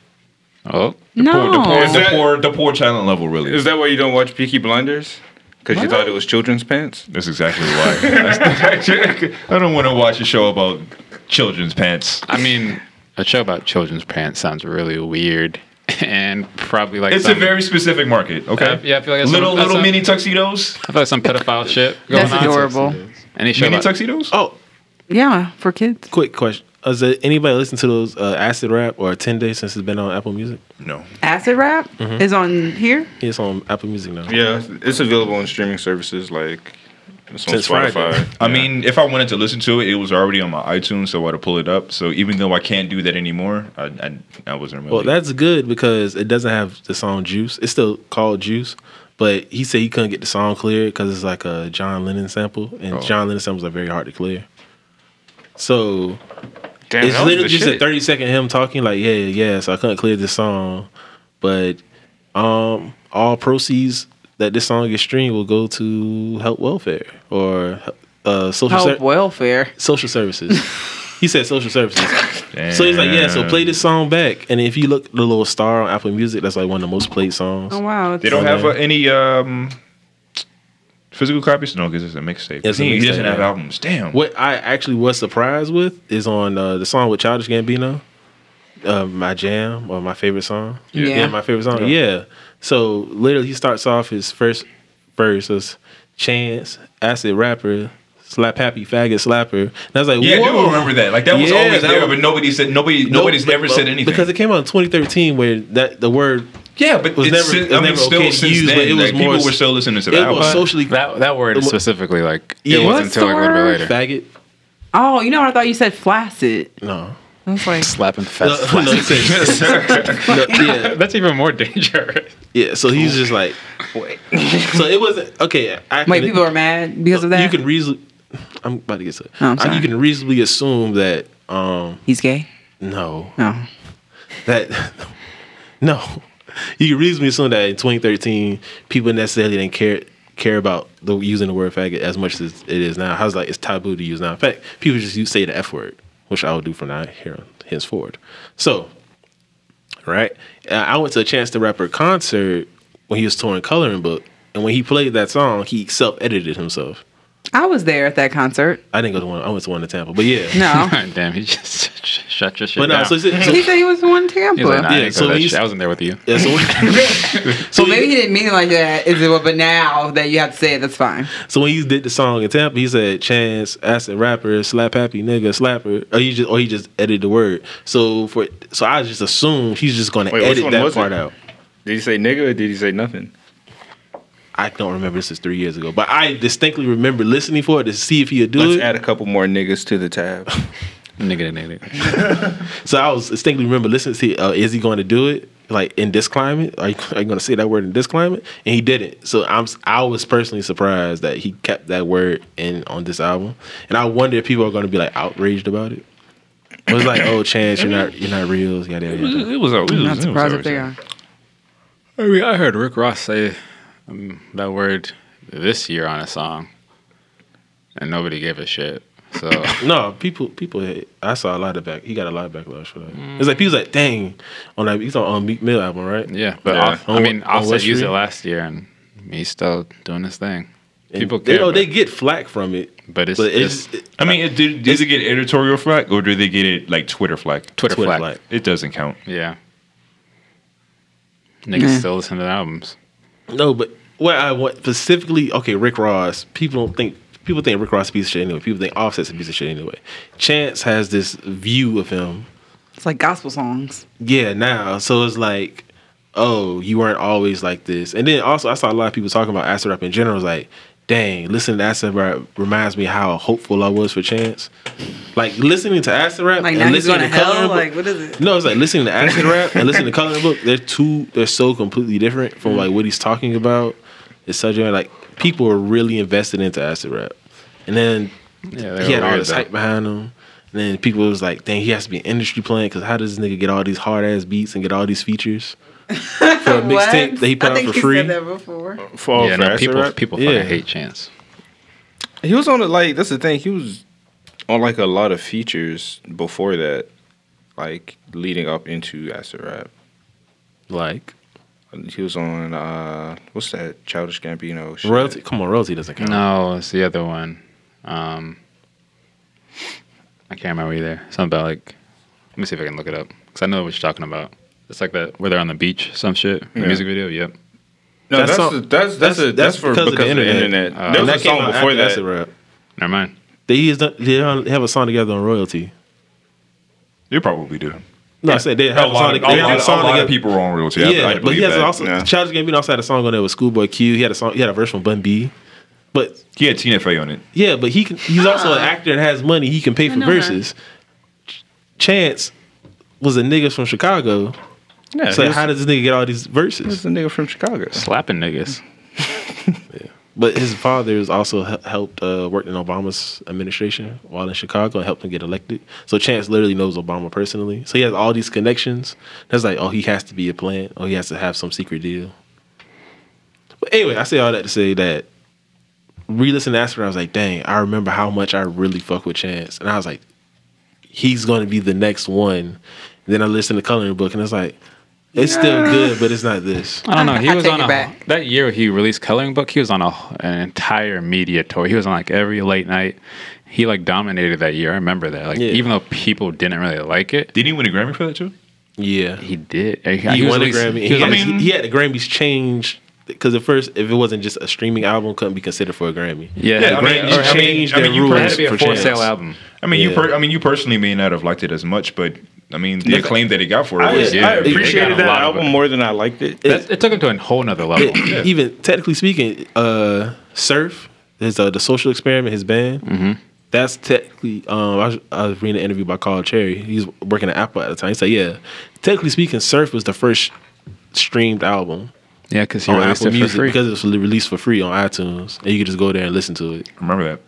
Speaker 2: Oh,
Speaker 3: no,
Speaker 4: It's the
Speaker 1: that-
Speaker 4: poor, the poor talent level, really.
Speaker 1: Is that why you don't watch Peaky Blinders? Because you thought it was children's pants?
Speaker 4: That's exactly why. I don't want to watch a show about children's pants.
Speaker 2: I mean, a show about children's pants sounds really weird and probably like
Speaker 4: It's a
Speaker 2: some,
Speaker 4: very specific market. Okay.
Speaker 2: Uh, yeah, I feel like that's
Speaker 4: little
Speaker 2: some- that's some-
Speaker 4: little mini tuxedos.
Speaker 2: I feel like some pedophile shit going
Speaker 3: that's
Speaker 2: on.
Speaker 3: adorable.
Speaker 2: Any show
Speaker 4: Mini
Speaker 2: about,
Speaker 4: tuxedos.
Speaker 5: Oh,
Speaker 3: Yeah, for kids.
Speaker 5: quick question: Has uh, anybody listened to those uh, Acid Rap or Ten Days since it's been on Apple Music?
Speaker 4: no.
Speaker 3: Acid rap is on here.
Speaker 5: It's on Apple Music now.
Speaker 1: Yeah, it's available on streaming services like it's on
Speaker 5: Since
Speaker 1: Spotify.
Speaker 5: Friday.
Speaker 4: I mean, if I wanted to listen to it, it was already on my iTunes, so I had to pull it up. So even though I can't do that anymore, I I, I wasn't really.
Speaker 5: Well, that's good because it doesn't have the song Juice. It's still called Juice, but he said he couldn't get the song clear because it's like a John Lennon sample, and
Speaker 4: Oh.
Speaker 5: John Lennon samples are very hard to clear. So
Speaker 1: Damn,
Speaker 5: it's
Speaker 1: that was
Speaker 5: literally
Speaker 1: the
Speaker 5: just a
Speaker 1: shit.
Speaker 5: thirty second him talking like, yeah, yeah. So I couldn't clear this song, but um, all proceeds that this song gets streamed will go to help welfare or uh, social
Speaker 3: Help
Speaker 5: ser-
Speaker 3: welfare.
Speaker 5: social services. he said social services. So he's like, yeah. So play this song back, and if you look the little star on Apple Music, that's like one of the most played songs.
Speaker 3: Oh wow, it's,
Speaker 4: They don't have uh, any um physical copies. No, because it's a mixtape.
Speaker 5: It's a
Speaker 4: he, he
Speaker 5: mixtape,
Speaker 4: doesn't have
Speaker 5: yeah.
Speaker 4: albums. Damn.
Speaker 5: What I actually was surprised with is on uh, the song with Childish Gambino, uh, my jam or my favorite song.
Speaker 3: Yeah.
Speaker 5: my favorite song. Yeah. So literally, he starts off his first verse as Chance Acid Rapper Slap Happy Faggot Slapper, and I was like,
Speaker 4: Yeah, I
Speaker 5: whoa.
Speaker 4: do remember that. Like that was
Speaker 5: Yeah,
Speaker 4: always
Speaker 5: that
Speaker 4: there,
Speaker 5: was-
Speaker 4: but nobody said nobody.
Speaker 5: No,
Speaker 4: nobody's
Speaker 5: but-
Speaker 4: ever
Speaker 5: but-
Speaker 4: said anything
Speaker 5: because it came out in 2013, where that the word
Speaker 4: Yeah, but
Speaker 5: was
Speaker 4: it's,
Speaker 5: never-
Speaker 4: si-
Speaker 5: was
Speaker 4: I mean,
Speaker 5: never
Speaker 4: still
Speaker 5: okay to
Speaker 4: since
Speaker 5: use, but
Speaker 4: then,
Speaker 5: it was
Speaker 4: like,
Speaker 5: more
Speaker 4: people were
Speaker 5: s-
Speaker 4: still listening to
Speaker 5: it
Speaker 4: the album.
Speaker 5: was socially
Speaker 2: That that word
Speaker 5: It wa-
Speaker 2: specifically, like
Speaker 5: Yeah.
Speaker 2: it wasn't
Speaker 3: What's
Speaker 2: until
Speaker 3: the
Speaker 2: like a little
Speaker 3: word?
Speaker 2: bit later.
Speaker 5: faggot.
Speaker 3: Oh, you know what I thought you said flaccid.
Speaker 5: No,
Speaker 3: I was like,
Speaker 2: Slapping fast.
Speaker 5: No, no, he said- no, yeah,
Speaker 2: That's even more dangerous.
Speaker 5: yeah. So he's just like, so it wasn't okay. I
Speaker 3: wait,
Speaker 5: can-
Speaker 3: people are mad because of that.
Speaker 5: You can reasonably. I'm about to get to.
Speaker 3: Oh, I'm
Speaker 5: I-
Speaker 3: sorry.
Speaker 5: you can reasonably assume that. Um,
Speaker 3: He's gay.
Speaker 5: no,
Speaker 3: No.
Speaker 5: that no. You can reasonably assume that in 2013, people necessarily didn't care care about the using the word faggot as much as it is now. How's like it's taboo to use now. In fact, people just use, say the f word, which I will do from now here henceforward. So, right, uh, I went to a Chance the Rapper concert when he was touring Coloring Book, and when he played that song, he self edited himself.
Speaker 3: I was there at that concert.
Speaker 5: I didn't go to one. I went to one in Tampa, but yeah.
Speaker 3: No.
Speaker 2: Damn, he just sh- shut your shit
Speaker 5: But no,
Speaker 2: down.
Speaker 5: so, so, so,
Speaker 3: he said he was the one in Tampa.
Speaker 2: He's like, nah, I,
Speaker 5: Yeah,
Speaker 2: didn't go
Speaker 5: so
Speaker 2: to that
Speaker 5: he's-
Speaker 2: shit. I wasn't there with you.
Speaker 5: yeah, so, when, so,
Speaker 3: Well, maybe
Speaker 5: when,
Speaker 3: he didn't mean it like that. Is it? Well, but now that you have to say it, that's fine.
Speaker 5: so when he did the song in Tampa, he said "Chance acid rapper slap happy nigga slapper." Or he just or he just edited the word. So for so I just assumed he's just going to
Speaker 1: Wait, which
Speaker 5: edit
Speaker 1: one
Speaker 5: that
Speaker 1: was
Speaker 5: part
Speaker 1: it?
Speaker 5: out.
Speaker 1: Did he say nigga or did he say nothing?
Speaker 5: I don't remember. This is three years ago, but I distinctly remember listening for it to see if he'd do
Speaker 1: Let's
Speaker 5: it.
Speaker 1: add a couple more niggas to the tab.
Speaker 2: Nigga, nigga, nigga.
Speaker 5: So I was distinctly remember listening to uh, is he going to do it like in this climate? Are you, are you going to say that word in this climate? And he didn't. So I'm s- I was personally surprised that he kept that word in on this album, and I wonder if people are going to be like outraged about it. It was like, oh, Chance, you're not you're not real. Yada, yada, yada.
Speaker 4: it was. It was
Speaker 3: Not surprised if they are.
Speaker 2: I mean, I heard Rick Ross say um, that word this year on a song, and nobody gave a shit. So
Speaker 5: No, people, people. hate- I saw a lot of back. He got a lot of backlash for that. It's like people's like, dang, on that he's on, on Meek Mill album, right?
Speaker 2: yeah, Oh, but
Speaker 1: Yeah.
Speaker 2: Off-
Speaker 5: On-
Speaker 2: I mean,
Speaker 5: on
Speaker 2: Offset
Speaker 5: West
Speaker 2: used it
Speaker 5: Street?
Speaker 2: last year, and he's still doing his thing.
Speaker 5: And
Speaker 2: People
Speaker 5: they,
Speaker 2: care,
Speaker 5: know,
Speaker 2: but,
Speaker 5: they get flack from it,
Speaker 2: but it's,
Speaker 5: but
Speaker 2: it's,
Speaker 5: it's, it-
Speaker 4: I mean, it, did, did they get editorial flack or did they get it like Twitter flack?
Speaker 2: Twitter,
Speaker 5: Twitter
Speaker 2: flag.
Speaker 5: flag.
Speaker 4: It doesn't count.
Speaker 2: Yeah, niggas
Speaker 3: Nah.
Speaker 2: still listen to the albums.
Speaker 5: No, but what I want specifically, okay, Rick Ross. People don't think people think Rick Ross is a piece of shit anyway. People think Offset's a piece of shit anyway. Chance has this view of him.
Speaker 3: It's like gospel songs.
Speaker 5: Yeah, now so it's like, oh, you weren't always like this. And then also, I saw a lot of people talking about acid rap in general. It's like, dang, listening to acid rap reminds me how hopeful I was for Chance. Like listening to acid rap
Speaker 3: Like, now
Speaker 5: and
Speaker 3: he's
Speaker 5: listening
Speaker 3: going to hell?
Speaker 5: Coloring Book-
Speaker 3: Like, what is it?
Speaker 5: No, it's like listening to acid rap and listening to coloring book. They're two. They're so completely different from like what he's talking about. It's such a like people are really invested into acid rap, and then
Speaker 2: Yeah, they
Speaker 5: he had
Speaker 2: were
Speaker 5: all
Speaker 2: weird,
Speaker 5: this
Speaker 2: though.
Speaker 5: hype behind him. And then people was like, "Dang, he has to be an industry plant because how does this nigga get all these hard ass beats and get all these features for a
Speaker 3: What?
Speaker 5: mixtape that he put
Speaker 3: I
Speaker 5: out
Speaker 3: think
Speaker 5: for
Speaker 3: he
Speaker 5: free?"
Speaker 3: said that before.
Speaker 1: For,
Speaker 2: yeah,
Speaker 1: for
Speaker 2: no,
Speaker 1: acid
Speaker 2: people
Speaker 1: Oh, rap?
Speaker 2: people
Speaker 5: Yeah.
Speaker 2: fucking hate Chance.
Speaker 1: He was on the like that's the thing. He was on like a lot of features before that, like leading up into acid rap.
Speaker 5: Like
Speaker 1: He was on uh what's that Childish Gambino shit.
Speaker 5: royalty, come on, royalty doesn't count.
Speaker 2: No, it's the other one. Um, I can't remember either. Something about like, let me see if I can look it up because I know what you're talking about. It's like that where they're on the beach, some shit. The
Speaker 1: Yeah.
Speaker 2: music video. Yep.
Speaker 1: No,
Speaker 5: That's
Speaker 1: that's
Speaker 5: all-
Speaker 1: that's that's, that's, a, that's for because, of the internet.
Speaker 2: Uh,
Speaker 1: there
Speaker 5: And
Speaker 1: was a
Speaker 5: that came
Speaker 1: song
Speaker 5: out
Speaker 1: before
Speaker 5: after
Speaker 1: that.
Speaker 5: Acid Rap.
Speaker 2: Never mind.
Speaker 5: They used they don't have a song together on royalty.
Speaker 4: They probably do.
Speaker 5: No, I said they
Speaker 4: A
Speaker 5: have a song.
Speaker 4: lot, of,
Speaker 5: together.
Speaker 4: a,
Speaker 5: they have
Speaker 4: lot,
Speaker 5: a
Speaker 4: a
Speaker 5: song
Speaker 4: lot of
Speaker 5: together.
Speaker 4: people were on royalty. I- I,
Speaker 5: Yeah, but he
Speaker 4: believe
Speaker 5: has
Speaker 4: that.
Speaker 5: also
Speaker 1: yeah.
Speaker 5: Childish Gambino also had a song on there with Schoolboy Q. He had a song. He had a verse from Bun B. But
Speaker 4: He had Tina Fey on it.
Speaker 5: yeah, but he can, he's also an actor and has money. He can pay for
Speaker 3: know her.
Speaker 5: verses. Ch- Chance was a nigga from Chicago.
Speaker 1: Yeah,
Speaker 5: so
Speaker 1: he was-
Speaker 5: how does this nigga get all these
Speaker 1: he was
Speaker 5: verses?
Speaker 1: a nigga from Chicago.
Speaker 2: Slapping niggas.
Speaker 5: But his father has also he- helped uh, worked in Obama's administration while in Chicago and helped him get elected. So Chance literally knows Obama personally. So he has all these connections. That's like, oh, he has to be a plant. Oh, he has to have some secret deal. But anyway, I say all that to say that re-listening to Aspirin, I was like, dang, I remember how much I really fuck with Chance, and I was like, he's going to be the next one. then I listened to Coloring Book, and it's like, it's still good, but it's not this.
Speaker 2: I don't know. He
Speaker 3: I
Speaker 2: was
Speaker 3: take
Speaker 2: on
Speaker 3: it
Speaker 2: a,
Speaker 3: back.
Speaker 2: that year he released Coloring Book. He was on a, an entire media tour. He was on like every late night. He like dominated that year. I remember that. Like
Speaker 5: Yeah.
Speaker 2: even though people didn't really like it,
Speaker 4: Didn't he win a Grammy for that too?
Speaker 5: Yeah,
Speaker 2: he did. He,
Speaker 5: he,
Speaker 2: was
Speaker 5: won a
Speaker 2: released-
Speaker 5: Grammy.
Speaker 2: He
Speaker 5: he,
Speaker 2: was
Speaker 5: had,
Speaker 2: on-
Speaker 4: mean-
Speaker 5: he had the Grammys changed because at first, if it wasn't just a streaming album, couldn't be considered for a Grammy.
Speaker 2: yeah,
Speaker 4: Yeah, I mean,
Speaker 5: Grammys
Speaker 4: or, I mean-
Speaker 5: changed
Speaker 4: I mean,
Speaker 5: their
Speaker 4: you
Speaker 5: rules.
Speaker 2: it
Speaker 4: probably
Speaker 2: had to be a
Speaker 5: for
Speaker 2: for
Speaker 5: Chance.
Speaker 2: sale album.
Speaker 4: I mean, you
Speaker 5: Yeah.
Speaker 4: per- I mean, you personally may not have liked it as much, but I mean, the
Speaker 1: Look,
Speaker 4: acclaim that it got for it
Speaker 1: I,
Speaker 4: was
Speaker 1: was,
Speaker 2: Yeah, they
Speaker 1: I
Speaker 2: got a
Speaker 1: appreciated that
Speaker 2: lot of
Speaker 1: album
Speaker 2: it.
Speaker 1: more than I liked it.
Speaker 2: That, it took him to a whole nother level.
Speaker 5: It- even technically speaking, uh, Surf is uh, the social experiment. His band.
Speaker 2: Mm-hmm.
Speaker 5: That's technically. Um, I, was, I was reading an interview by Carl Cherry. He was working at Apple at the time. He said, "Yeah, technically speaking, Surf was the first streamed album
Speaker 2: Yeah, because he
Speaker 5: on
Speaker 2: released
Speaker 5: Oh, Apple
Speaker 2: it for
Speaker 5: Music
Speaker 2: free.
Speaker 5: because it was released for free on iTunes, and you could just go there and listen to it."
Speaker 4: Remember that?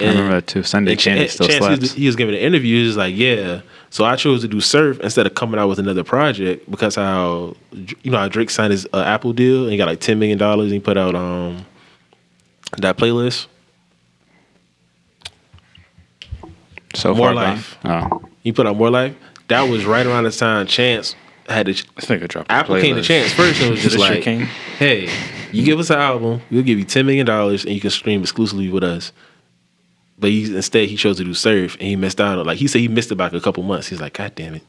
Speaker 2: I remember that too. Sunday
Speaker 5: And Ch-
Speaker 2: Chandy
Speaker 5: and
Speaker 2: still
Speaker 5: Chance, he was-
Speaker 2: slaps.
Speaker 5: He was giving an interview. He was like, "Yeah, so I chose to do Surf instead of coming out with another project because how you know how Drake signed his uh, Apple deal and he got like ten million dollars and he put out um that playlist
Speaker 2: So
Speaker 5: More
Speaker 2: far
Speaker 5: Life.
Speaker 2: gone. Oh.
Speaker 5: he put out More Life. That was right around the time Chance had a
Speaker 1: This nigga dropped. a
Speaker 5: Apple came to
Speaker 1: playlist.
Speaker 5: Chance first and was just
Speaker 1: This shit
Speaker 5: like,
Speaker 1: came.
Speaker 5: "Hey, you give us an album, we'll give you ten million dollars and you can stream exclusively with us." But he, instead, he chose to do Surf, and he missed out. on Like he said, he missed it by like a couple months. He's like, "God damn it!"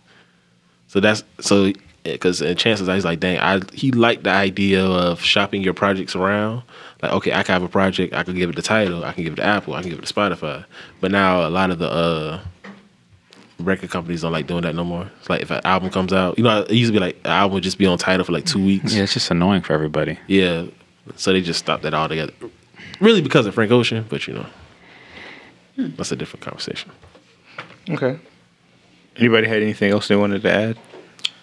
Speaker 5: So that's so eh, because in chances, he's like, "Dang, I." He liked the idea of shopping your projects around. Like, okay, I can have a project. I can give it the title. I can give it to Apple. I can give it to Spotify. But now a lot of the uh, record companies don't like doing that no more. It's like if an album comes out, you know, it used to be like an album would just be on title for like two weeks.
Speaker 2: Yeah, it's just annoying for everybody.
Speaker 5: Yeah. So they just stopped that altogether. Really because of Frank Ocean, but you know. That's a different conversation.
Speaker 1: Okay. Anybody had anything else they wanted to add?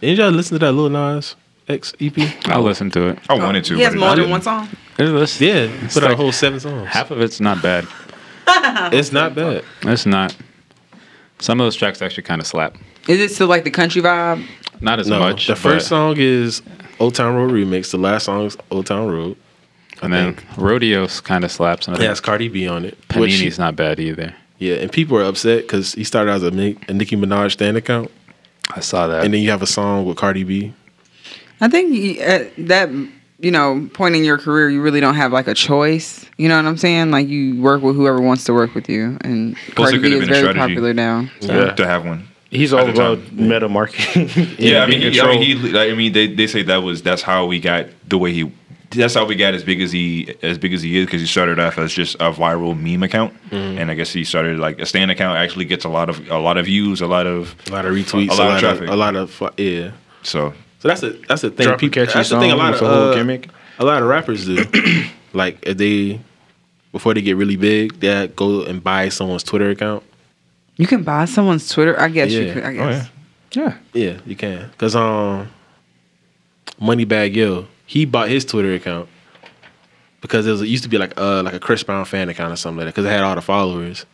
Speaker 5: Did y'all listen to that Lil Nas X E EP?
Speaker 2: I'll listen to it.
Speaker 4: I wanted to.
Speaker 3: He has
Speaker 4: but
Speaker 3: more
Speaker 4: I
Speaker 3: than
Speaker 4: didn't.
Speaker 3: one song.
Speaker 2: It's- it's-
Speaker 5: Oh. Yeah,
Speaker 2: it's
Speaker 5: put out a
Speaker 2: like-
Speaker 5: whole seven songs.
Speaker 2: half of it's not bad.
Speaker 5: It's not bad.
Speaker 2: It's not. Some of those tracks actually kind of slap.
Speaker 3: Is it still like the country vibe?
Speaker 2: Not as
Speaker 5: No,
Speaker 2: much.
Speaker 5: the first
Speaker 2: but-
Speaker 5: song is Old Town Road remix. The last song is Old Town Road.
Speaker 2: and then Rodeos kind of slaps, and I
Speaker 5: It has
Speaker 2: think
Speaker 5: Cardi B on it. which-
Speaker 2: Panini's not bad either.
Speaker 5: yeah, and people are upset because he started out as a, Nick, a Nicki Minaj stand account,
Speaker 2: I saw that.
Speaker 5: and then you have a song with Cardi B.
Speaker 3: I think you- at that you know point in your career, you really don't have like a choice. You know what I'm saying? Like you work with whoever wants to work with you, and
Speaker 4: Plus,
Speaker 3: Cardi
Speaker 4: it could
Speaker 3: B
Speaker 4: have
Speaker 3: is
Speaker 4: been a
Speaker 3: very
Speaker 4: strategy.
Speaker 3: popular now.
Speaker 1: Yeah.
Speaker 4: to have one.
Speaker 1: He's
Speaker 4: At
Speaker 1: all
Speaker 4: the
Speaker 1: about meta marketing.
Speaker 4: Yeah, I mean,
Speaker 1: being
Speaker 4: he, I mean,
Speaker 1: controlled.
Speaker 4: he, like, I mean, they, they say that was that's how we got the way he. That's how we got as big as he as big as he is because he started off as just a viral meme account,
Speaker 1: Mm-hmm.
Speaker 4: and I guess he started like a stand account actually gets a lot of a lot of views, a lot of
Speaker 5: A lot of retweets,
Speaker 4: a lot, of traffic.
Speaker 5: a lot of fu- yeah.
Speaker 4: so
Speaker 5: So that's a that's a uh, thing.
Speaker 1: Drop a
Speaker 5: People,
Speaker 1: catchy
Speaker 5: that's the thing. A
Speaker 1: song
Speaker 5: lot
Speaker 1: with
Speaker 5: of
Speaker 1: a whole
Speaker 5: uh,
Speaker 1: gimmick.
Speaker 5: a lot of rappers do. like if they before they get really big that go and buy someone's Twitter account.
Speaker 3: You can buy someone's Twitter. I guess you
Speaker 5: Yeah.
Speaker 3: could. I
Speaker 1: Oh,
Speaker 3: guess.
Speaker 1: yeah. Yeah.
Speaker 5: Yeah, you can. Cause um, Moneybag Yo, he bought his Twitter account because it, was, it used to be like uh like a Chris Brown fan account or something like that. Cause it had all the followers,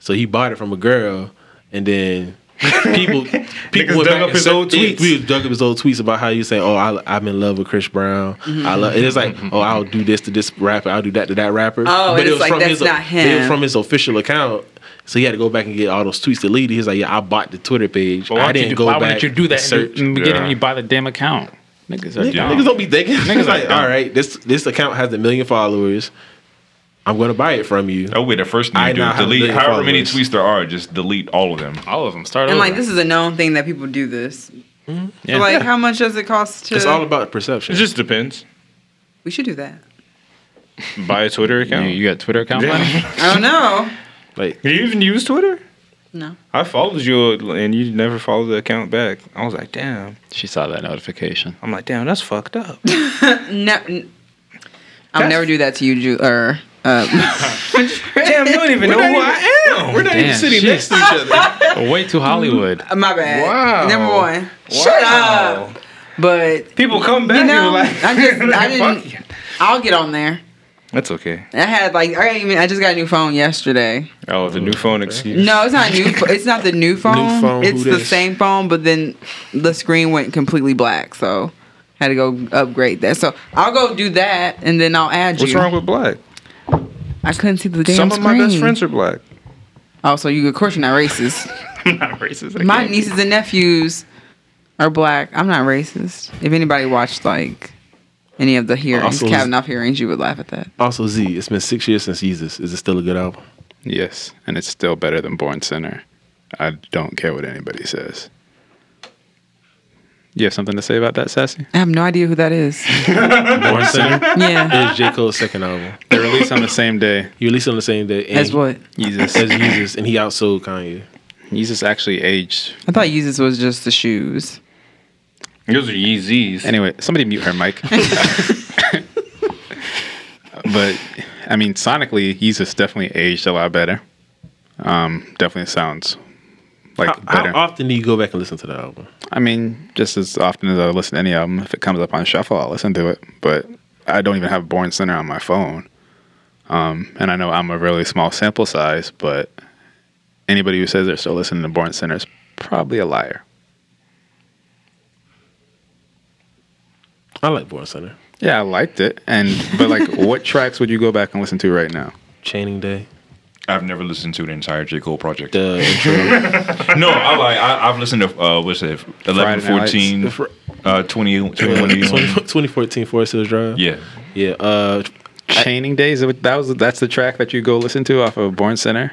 Speaker 5: so he bought it from a girl, and then people people went back
Speaker 4: dug up
Speaker 5: and
Speaker 4: his
Speaker 5: searched-
Speaker 4: old
Speaker 5: yeah,
Speaker 4: tweets.
Speaker 5: We dug up his old tweets about how you say, oh, I, I'm in love with Chris Brown. I
Speaker 3: Mm-hmm.
Speaker 5: love. And it's like, oh, I'll do this to this rapper. I'll do that to that rapper.
Speaker 3: Oh, and
Speaker 5: it
Speaker 3: it's
Speaker 5: was
Speaker 3: like,
Speaker 5: from
Speaker 3: that's
Speaker 5: his,
Speaker 3: not
Speaker 5: It was
Speaker 3: him.
Speaker 5: from his official account. So he had to go back and get all those tweets deleted. He's like, yeah, I bought the Twitter page.
Speaker 2: But why
Speaker 5: I
Speaker 2: don't you
Speaker 5: didn't
Speaker 2: do-
Speaker 5: go
Speaker 2: why
Speaker 5: back.
Speaker 2: wouldn't you do
Speaker 5: and
Speaker 2: that in
Speaker 5: Search.
Speaker 2: the- in the beginning?
Speaker 4: Yeah.
Speaker 2: You buy the damn account. Niggas are dumb.
Speaker 5: Niggas don't be thinking.
Speaker 2: Niggas
Speaker 5: Niggas like,
Speaker 2: are dumb.
Speaker 5: all right, this this account has a million followers. I'm gonna buy it from you.
Speaker 4: That way, the first thing
Speaker 5: I
Speaker 4: you do
Speaker 5: now
Speaker 4: is
Speaker 5: have a
Speaker 4: delete
Speaker 5: million
Speaker 4: however many
Speaker 5: followers.
Speaker 4: tweets there are. Just delete all of them.
Speaker 2: All of them. Start
Speaker 3: And
Speaker 2: over.
Speaker 3: like this is a known thing that people do this.
Speaker 4: Mm-hmm.
Speaker 2: yeah.
Speaker 3: So like, how much does it cost to?
Speaker 5: It's all about perception.
Speaker 1: It just depends.
Speaker 3: we should do that.
Speaker 1: Buy a Twitter
Speaker 2: you,
Speaker 1: account.
Speaker 2: you got Twitter account money?
Speaker 3: I don't know.
Speaker 5: like
Speaker 1: Do you even use Twitter?
Speaker 3: No.
Speaker 1: I followed you and you never followed the account back. I was like, damn.
Speaker 2: She saw that notification.
Speaker 1: I'm like, damn, that's fucked up.
Speaker 3: No. n- I'll
Speaker 1: That's-
Speaker 3: never do that to you, Ju- or uh,
Speaker 1: damn, you don't even know who I am.
Speaker 5: we're not
Speaker 2: Damn,
Speaker 5: even sitting
Speaker 2: shit.
Speaker 5: next to each other.
Speaker 2: Way too Hollywood.
Speaker 3: my bad.
Speaker 1: Wow.
Speaker 3: Number one. Shut up. But
Speaker 1: People come back
Speaker 3: you know,
Speaker 1: and like,
Speaker 3: I just I
Speaker 1: fuck you.
Speaker 3: didn't. I'll get on there.
Speaker 1: That's okay.
Speaker 3: I had like I even I just got a new phone yesterday.
Speaker 1: Oh, the new phone excuse.
Speaker 3: No, it's not new. It's not the new phone.
Speaker 5: phone,
Speaker 3: it's
Speaker 5: who
Speaker 3: the
Speaker 5: dis?
Speaker 3: same phone, but then the screen went completely black, so had to go upgrade that. So I'll go do that, and then I'll add
Speaker 1: What's
Speaker 3: you.
Speaker 1: wrong with black?
Speaker 3: I couldn't see the damn
Speaker 1: Some of
Speaker 3: screen.
Speaker 1: my best friends are black.
Speaker 3: Oh, so you of course you're not racist.
Speaker 1: I'm not racist. I
Speaker 3: my
Speaker 1: can't be.
Speaker 3: nieces and nephews are black. I'm not racist. If anybody watched like any of the hearings,
Speaker 5: Also-
Speaker 3: Kavanaugh hearings, you would laugh at that.
Speaker 5: Also, Z, it's been six years since Jesus. Is it still a good album?
Speaker 2: Yes, and it's still better than Born Sinner. I don't care what anybody says. You have something to say about that, Sassy?
Speaker 3: I have no idea who that is.
Speaker 5: Born Center
Speaker 3: Yeah.
Speaker 5: is J Cole's second album.
Speaker 2: They released on the same day.
Speaker 5: You released it on the same day. and
Speaker 3: As what?
Speaker 5: as
Speaker 2: Jesus,
Speaker 5: Jesus, and he outsold Kanye.
Speaker 2: Jesus actually aged.
Speaker 3: I thought uses was just the shoes.
Speaker 1: Those are Yeezys.
Speaker 2: Anyway, somebody mute her mic. but I mean, sonically, Jesus definitely aged a lot better. Um, definitely sounds like
Speaker 5: How,
Speaker 2: better.
Speaker 5: how often do you go back and listen to the album?
Speaker 2: I mean, just as often as I listen to any album, if it comes up on shuffle, I'll listen to it. But I don't even have Born Center on my phone. Um, and I know I'm a really small sample size, but anybody who says they're still listening to Born Center is probably a liar.
Speaker 5: I like Born Center.
Speaker 2: Yeah, I liked it, and but like, what tracks would you go back and listen to right now?
Speaker 5: Chaining Day.
Speaker 4: I've never listened to the entire J Cole project.
Speaker 5: The intro.
Speaker 4: no, I like. I, I've listened to uh, what's it, 11,
Speaker 2: Friday Nights.
Speaker 4: 14,
Speaker 5: The fr-
Speaker 4: uh, 20, 21, 81.
Speaker 5: 2014 Forest Hills Drive.
Speaker 4: Yeah,
Speaker 5: Yeah. Uh,
Speaker 2: Chaining Days. That was that's the track that you go listen to off of Born Center.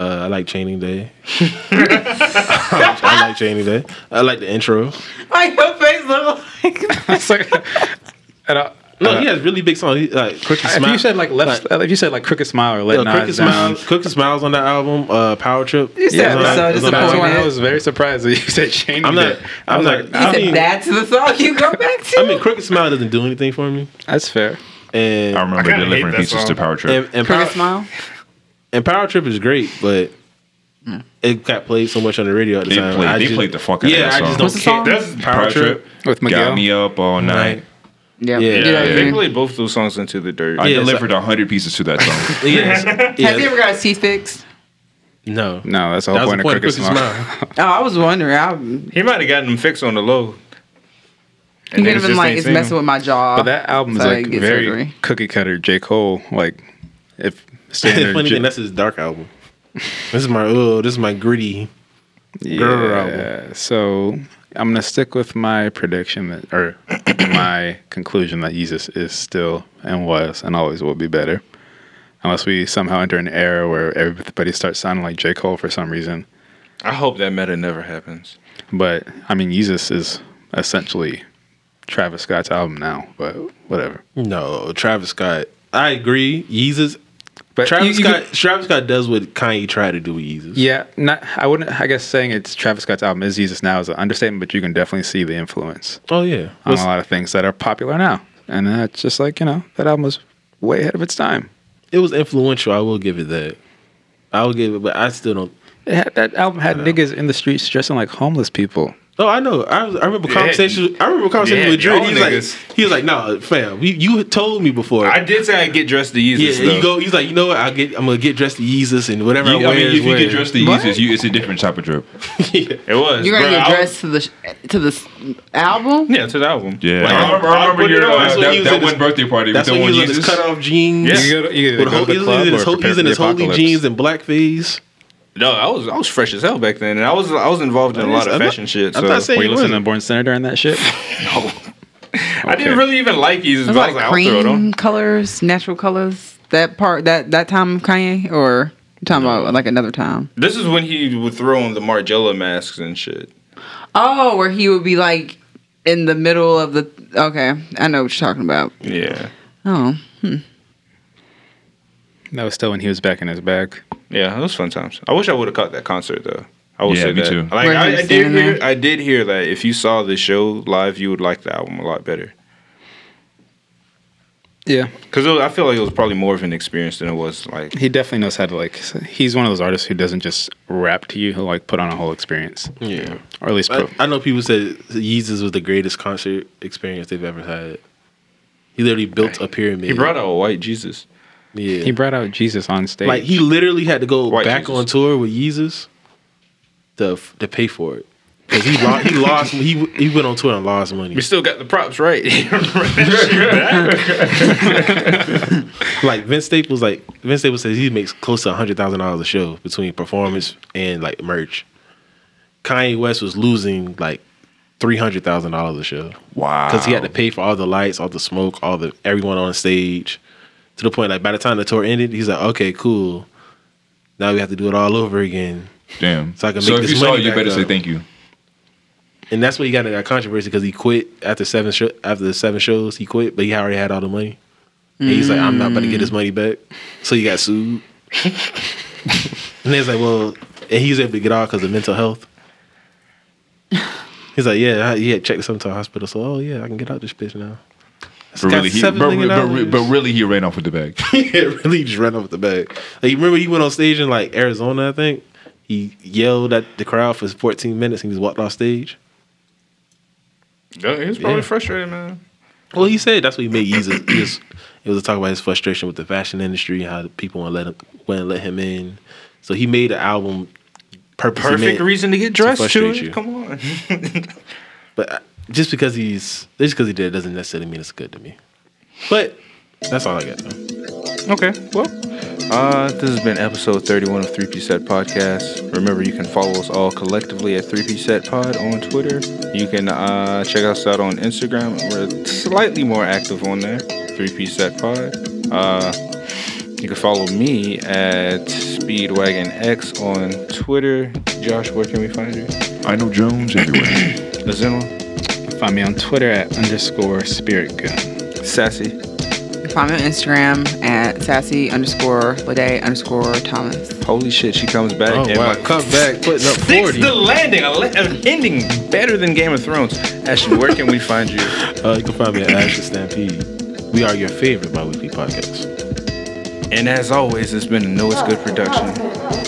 Speaker 5: Uh, I like Chaining Day. I like Chaining Day. I like the intro.
Speaker 3: Like your face look like
Speaker 2: it's like, and I,
Speaker 5: No, he has really big songs. He, like Crooked
Speaker 2: if
Speaker 5: Smile.
Speaker 2: you said like left, if you said like Crooked Smile or Let
Speaker 5: uh,
Speaker 2: Nas
Speaker 5: Crooked,
Speaker 2: Down,
Speaker 5: Smile, Crooked Smile's on that album. Uh, Power Trip.
Speaker 3: You said
Speaker 5: It was on
Speaker 3: so
Speaker 5: that- it was on that
Speaker 2: That's
Speaker 3: disappointed.
Speaker 5: album.
Speaker 2: why I was very surprised that you said Shane.
Speaker 5: I'm not. I'm not.
Speaker 2: like,
Speaker 3: You
Speaker 5: I
Speaker 3: said
Speaker 5: mean,
Speaker 3: that's the song you go back to.
Speaker 5: I mean, Crooked Smile doesn't do anything for me.
Speaker 2: That's fair.
Speaker 5: And
Speaker 4: I remember
Speaker 1: kinda hate
Speaker 4: delivering
Speaker 1: that
Speaker 4: pizzas
Speaker 1: song.
Speaker 4: to Power
Speaker 5: and,
Speaker 4: Trip.
Speaker 3: Crooked
Speaker 5: and Power,
Speaker 3: smile.
Speaker 5: and Power Trip is great, but it got played so much on the radio at the
Speaker 4: Hmm. They
Speaker 5: time.
Speaker 4: played-
Speaker 5: I
Speaker 4: they
Speaker 5: just-
Speaker 4: played the fuck out of
Speaker 5: yeah,
Speaker 4: that
Speaker 5: I just
Speaker 4: song.
Speaker 5: don't
Speaker 3: What's the song?
Speaker 5: care. That's Power Trip.
Speaker 2: With
Speaker 4: Got
Speaker 2: Miguel.
Speaker 4: me up all night.
Speaker 5: Right.
Speaker 3: Yeah.
Speaker 5: Yeah.
Speaker 3: Did I
Speaker 5: Yeah.
Speaker 1: They
Speaker 3: agree?
Speaker 1: played both those songs into the dirt.
Speaker 4: I
Speaker 5: Yeah, it's
Speaker 4: delivered a hundred pieces to that song.
Speaker 5: Yes.
Speaker 3: Have you ever got a teeth fixed?
Speaker 5: No.
Speaker 2: No, that's the whole
Speaker 5: That was
Speaker 2: point
Speaker 5: the
Speaker 2: of
Speaker 5: point of
Speaker 2: Crooked
Speaker 5: Crooked
Speaker 2: Smile.
Speaker 5: Smile.
Speaker 3: Oh, I was wondering. I, you
Speaker 1: He might have gotten them fixed on the low.
Speaker 3: could
Speaker 1: niggas
Speaker 3: have been
Speaker 1: just
Speaker 3: like,
Speaker 1: ain't
Speaker 3: it's
Speaker 1: seen
Speaker 3: messing
Speaker 1: them.
Speaker 3: with my jaw.
Speaker 2: But that album is
Speaker 3: So I
Speaker 2: like
Speaker 3: get
Speaker 2: very
Speaker 3: surgery.
Speaker 2: cookie cutter J. Cole. Like, if standard.
Speaker 5: Funny
Speaker 2: J-
Speaker 5: thing, that's his dark album. This is my oh, this is my gritty. girl album.
Speaker 2: So I'm going to stick with my prediction that, or my conclusion that Jesus is still and was and always will be better. Unless we somehow enter an era where everybody starts sounding like J. Cole for some reason.
Speaker 1: I hope that meta never happens.
Speaker 2: But I mean, Jesus is essentially Travis Scott's album now. But whatever.
Speaker 5: No, Travis Scott. I agree. Yeezus.
Speaker 4: Uh,
Speaker 2: But
Speaker 5: Travis
Speaker 2: you- you
Speaker 5: Scott.
Speaker 2: could-
Speaker 5: Travis Scott does what Kanye tried to do with Yeezus.
Speaker 2: yeah, not. I wouldn't. I guess saying it's Travis Scott's album is Jesus now is an understatement, but you can definitely see the influence
Speaker 5: Oh yeah.
Speaker 2: on a
Speaker 5: What's-
Speaker 2: lot of things that are popular now. And that's just like you know that album was way ahead of its time.
Speaker 5: it was influential. I will give it that. I will give it, but I still don't.
Speaker 2: It had, that album had niggas in the streets dressing like homeless people.
Speaker 5: Oh, I know. I, was- I remember
Speaker 4: Yeah.
Speaker 5: conversations. I remember conversations
Speaker 4: Yeah,
Speaker 5: with Drake.
Speaker 4: y'all
Speaker 5: He's like,
Speaker 4: niggas.
Speaker 5: he was like, "Nah, fam, we, you told me before."
Speaker 1: I did say I get dressed to
Speaker 5: yeah,
Speaker 1: Yeezus.
Speaker 5: you go. He's like, you know what? I will get. I'm gonna get dressed to Yeezus and whatever I
Speaker 4: You,
Speaker 5: wear.
Speaker 4: I mean,
Speaker 5: is
Speaker 4: if you
Speaker 5: wear.
Speaker 4: get dressed to Yeezus, you, it's a different type of drip.
Speaker 1: It was.
Speaker 3: You're
Speaker 1: bro,
Speaker 3: gonna get
Speaker 1: I was-
Speaker 3: dressed to the sh- to the s- album.
Speaker 1: Yeah, to the album.
Speaker 4: Yeah,
Speaker 1: Like,
Speaker 4: I remember, I
Speaker 5: I'll
Speaker 4: remember
Speaker 5: put it
Speaker 4: your,
Speaker 5: on.
Speaker 4: uh,
Speaker 5: That's what he was
Speaker 4: that,
Speaker 5: in
Speaker 4: that one
Speaker 5: his-
Speaker 4: birthday party
Speaker 5: That's
Speaker 4: with
Speaker 5: when
Speaker 4: the
Speaker 5: he
Speaker 4: one
Speaker 5: was in his
Speaker 4: Yeezus.
Speaker 5: cut off jeans.
Speaker 1: Yeah.
Speaker 2: You gotta- you gotta
Speaker 5: With
Speaker 2: go
Speaker 5: whole,
Speaker 2: to the
Speaker 5: he was
Speaker 2: club
Speaker 5: in his,
Speaker 2: or
Speaker 5: whole, he was
Speaker 2: prepare
Speaker 5: in his
Speaker 2: for the
Speaker 5: holy
Speaker 2: apocalypse.
Speaker 5: jeans and blackface.
Speaker 1: No, I was I was fresh as hell back then, and I was I was involved in a lot of
Speaker 5: I'm not-
Speaker 1: fashion shit.
Speaker 5: I'm
Speaker 1: so-
Speaker 5: not saying
Speaker 2: Were
Speaker 5: he
Speaker 2: you listening to
Speaker 5: wasn't.
Speaker 2: Born Senator and that shit?
Speaker 1: I didn't really even like Yeezus.
Speaker 3: It
Speaker 1: But I was like, I'll throw it on.
Speaker 3: cream colors, natural colors. That part, that that time of Kanye, or you talking about like another time?
Speaker 1: This is when he would throw on the Margiela masks and shit.
Speaker 3: Oh, where he would be like in the middle of the. Okay, I know what you're talking about.
Speaker 1: Yeah,
Speaker 3: Oh,
Speaker 2: That was still when he was back in his bag.
Speaker 1: yeah, it was fun times. I wish I would have caught that concert though. I would
Speaker 4: Yeah,
Speaker 1: say
Speaker 4: me
Speaker 1: that.
Speaker 4: too.
Speaker 1: Like
Speaker 3: Right,
Speaker 1: I, I
Speaker 3: you're
Speaker 1: did
Speaker 3: saying
Speaker 1: hear,
Speaker 3: that.
Speaker 1: I did hear that if you saw the show live, you would like the album a lot better.
Speaker 2: Yeah.
Speaker 1: Because I feel like it was probably more of an experience than it was like.
Speaker 2: He definitely knows how to like. He's one of those artists who doesn't just rap to you. He'll like put on a whole experience,
Speaker 5: Yeah.
Speaker 2: or at least
Speaker 5: I,
Speaker 2: pro-
Speaker 5: I know people said Yeezus was the greatest concert experience they've ever had. He literally built a pyramid.
Speaker 1: He brought out a white Jesus.
Speaker 5: yeah.
Speaker 2: he brought out Jesus on stage.
Speaker 5: like he literally had to go
Speaker 1: White
Speaker 5: back
Speaker 1: Jesus.
Speaker 5: on tour with Yeezus to to pay for it because he lost, he lost he he went on tour and lost money.
Speaker 1: We still got the props right.
Speaker 5: Like Vince Staples, like Vince Staples says he makes close to hundred thousand dollars a show between performance and like merch. Kanye West was losing like three hundred thousand dollars a show.
Speaker 4: Wow.
Speaker 5: because he had to pay for all the lights, all the smoke, all the everyone on stage. To the point, like by the time the tour ended, he's like, "Okay, cool. Now we have to do it all over again."
Speaker 4: Damn.
Speaker 5: So I can
Speaker 4: so
Speaker 5: make
Speaker 4: if
Speaker 5: this
Speaker 4: you saw
Speaker 5: money
Speaker 4: it, you
Speaker 5: back
Speaker 4: better say
Speaker 5: up.
Speaker 4: thank you.
Speaker 5: And that's what he got in that controversy because he quit after seven sho after the seven shows. He quit, but he already had all the money. And he's like, "I'm not about to get his money back," so he got sued. and it's like, well, and he was able to get out because of mental health. He's like, yeah, I, yeah, checked something to the hospital. So, oh yeah, I can get out this bitch now.
Speaker 4: But
Speaker 5: got
Speaker 4: really, he, but,
Speaker 5: seven
Speaker 4: but,
Speaker 5: million
Speaker 4: but, but
Speaker 5: dollars.
Speaker 4: really, he ran off with the bag.
Speaker 5: it really just ran off the bag. Like you remember he went on stage in like Arizona, I think. He yelled at the crowd for 14 minutes and he just walked off stage.
Speaker 1: Yeah, he was probably
Speaker 5: Yeah.
Speaker 1: frustrated, man.
Speaker 5: Well, he said that's what he made Yeezus. He was, it was a talk about his frustration with the fashion industry, how the people wouldn't let him wouldn't let him in. So he made an album purposely
Speaker 1: Perfect
Speaker 5: meant-
Speaker 1: reason to get dressed to
Speaker 5: frustrate
Speaker 1: it.
Speaker 5: you.
Speaker 1: Come on.
Speaker 5: But I- just because he's just because he did it doesn't necessarily mean it's good to me. But that's all I got. Though.
Speaker 1: Okay, well, uh, this has been episode 31 of 3P Set Podcast. Remember, you can follow us all collectively at 3P Set Pod on Twitter. You can uh, check us out on Instagram. We're slightly more active on there, 3P Set Pod. Uh, you can follow me at SpeedwagonX on Twitter. Josh, where can we find you?
Speaker 4: I know Jones everywhere.
Speaker 1: The Zeno,
Speaker 2: Find me on Twitter at underscore spirit gun.
Speaker 1: Sassy,
Speaker 3: find me on Instagram at sassy underscore lede underscore Thomas.
Speaker 1: Holy shit, she comes back.
Speaker 5: Oh
Speaker 1: and
Speaker 5: wow,
Speaker 1: like,
Speaker 5: come back, putting up
Speaker 1: Sticks
Speaker 5: 40.
Speaker 1: the landing, a la- an ending better than Game of Thrones. Ashton, where can we find you?
Speaker 5: Uh, you can find me at Ash the Stampede. We are your favorite bi-weekly podcast.
Speaker 1: And as always, it's been a No It's Good production.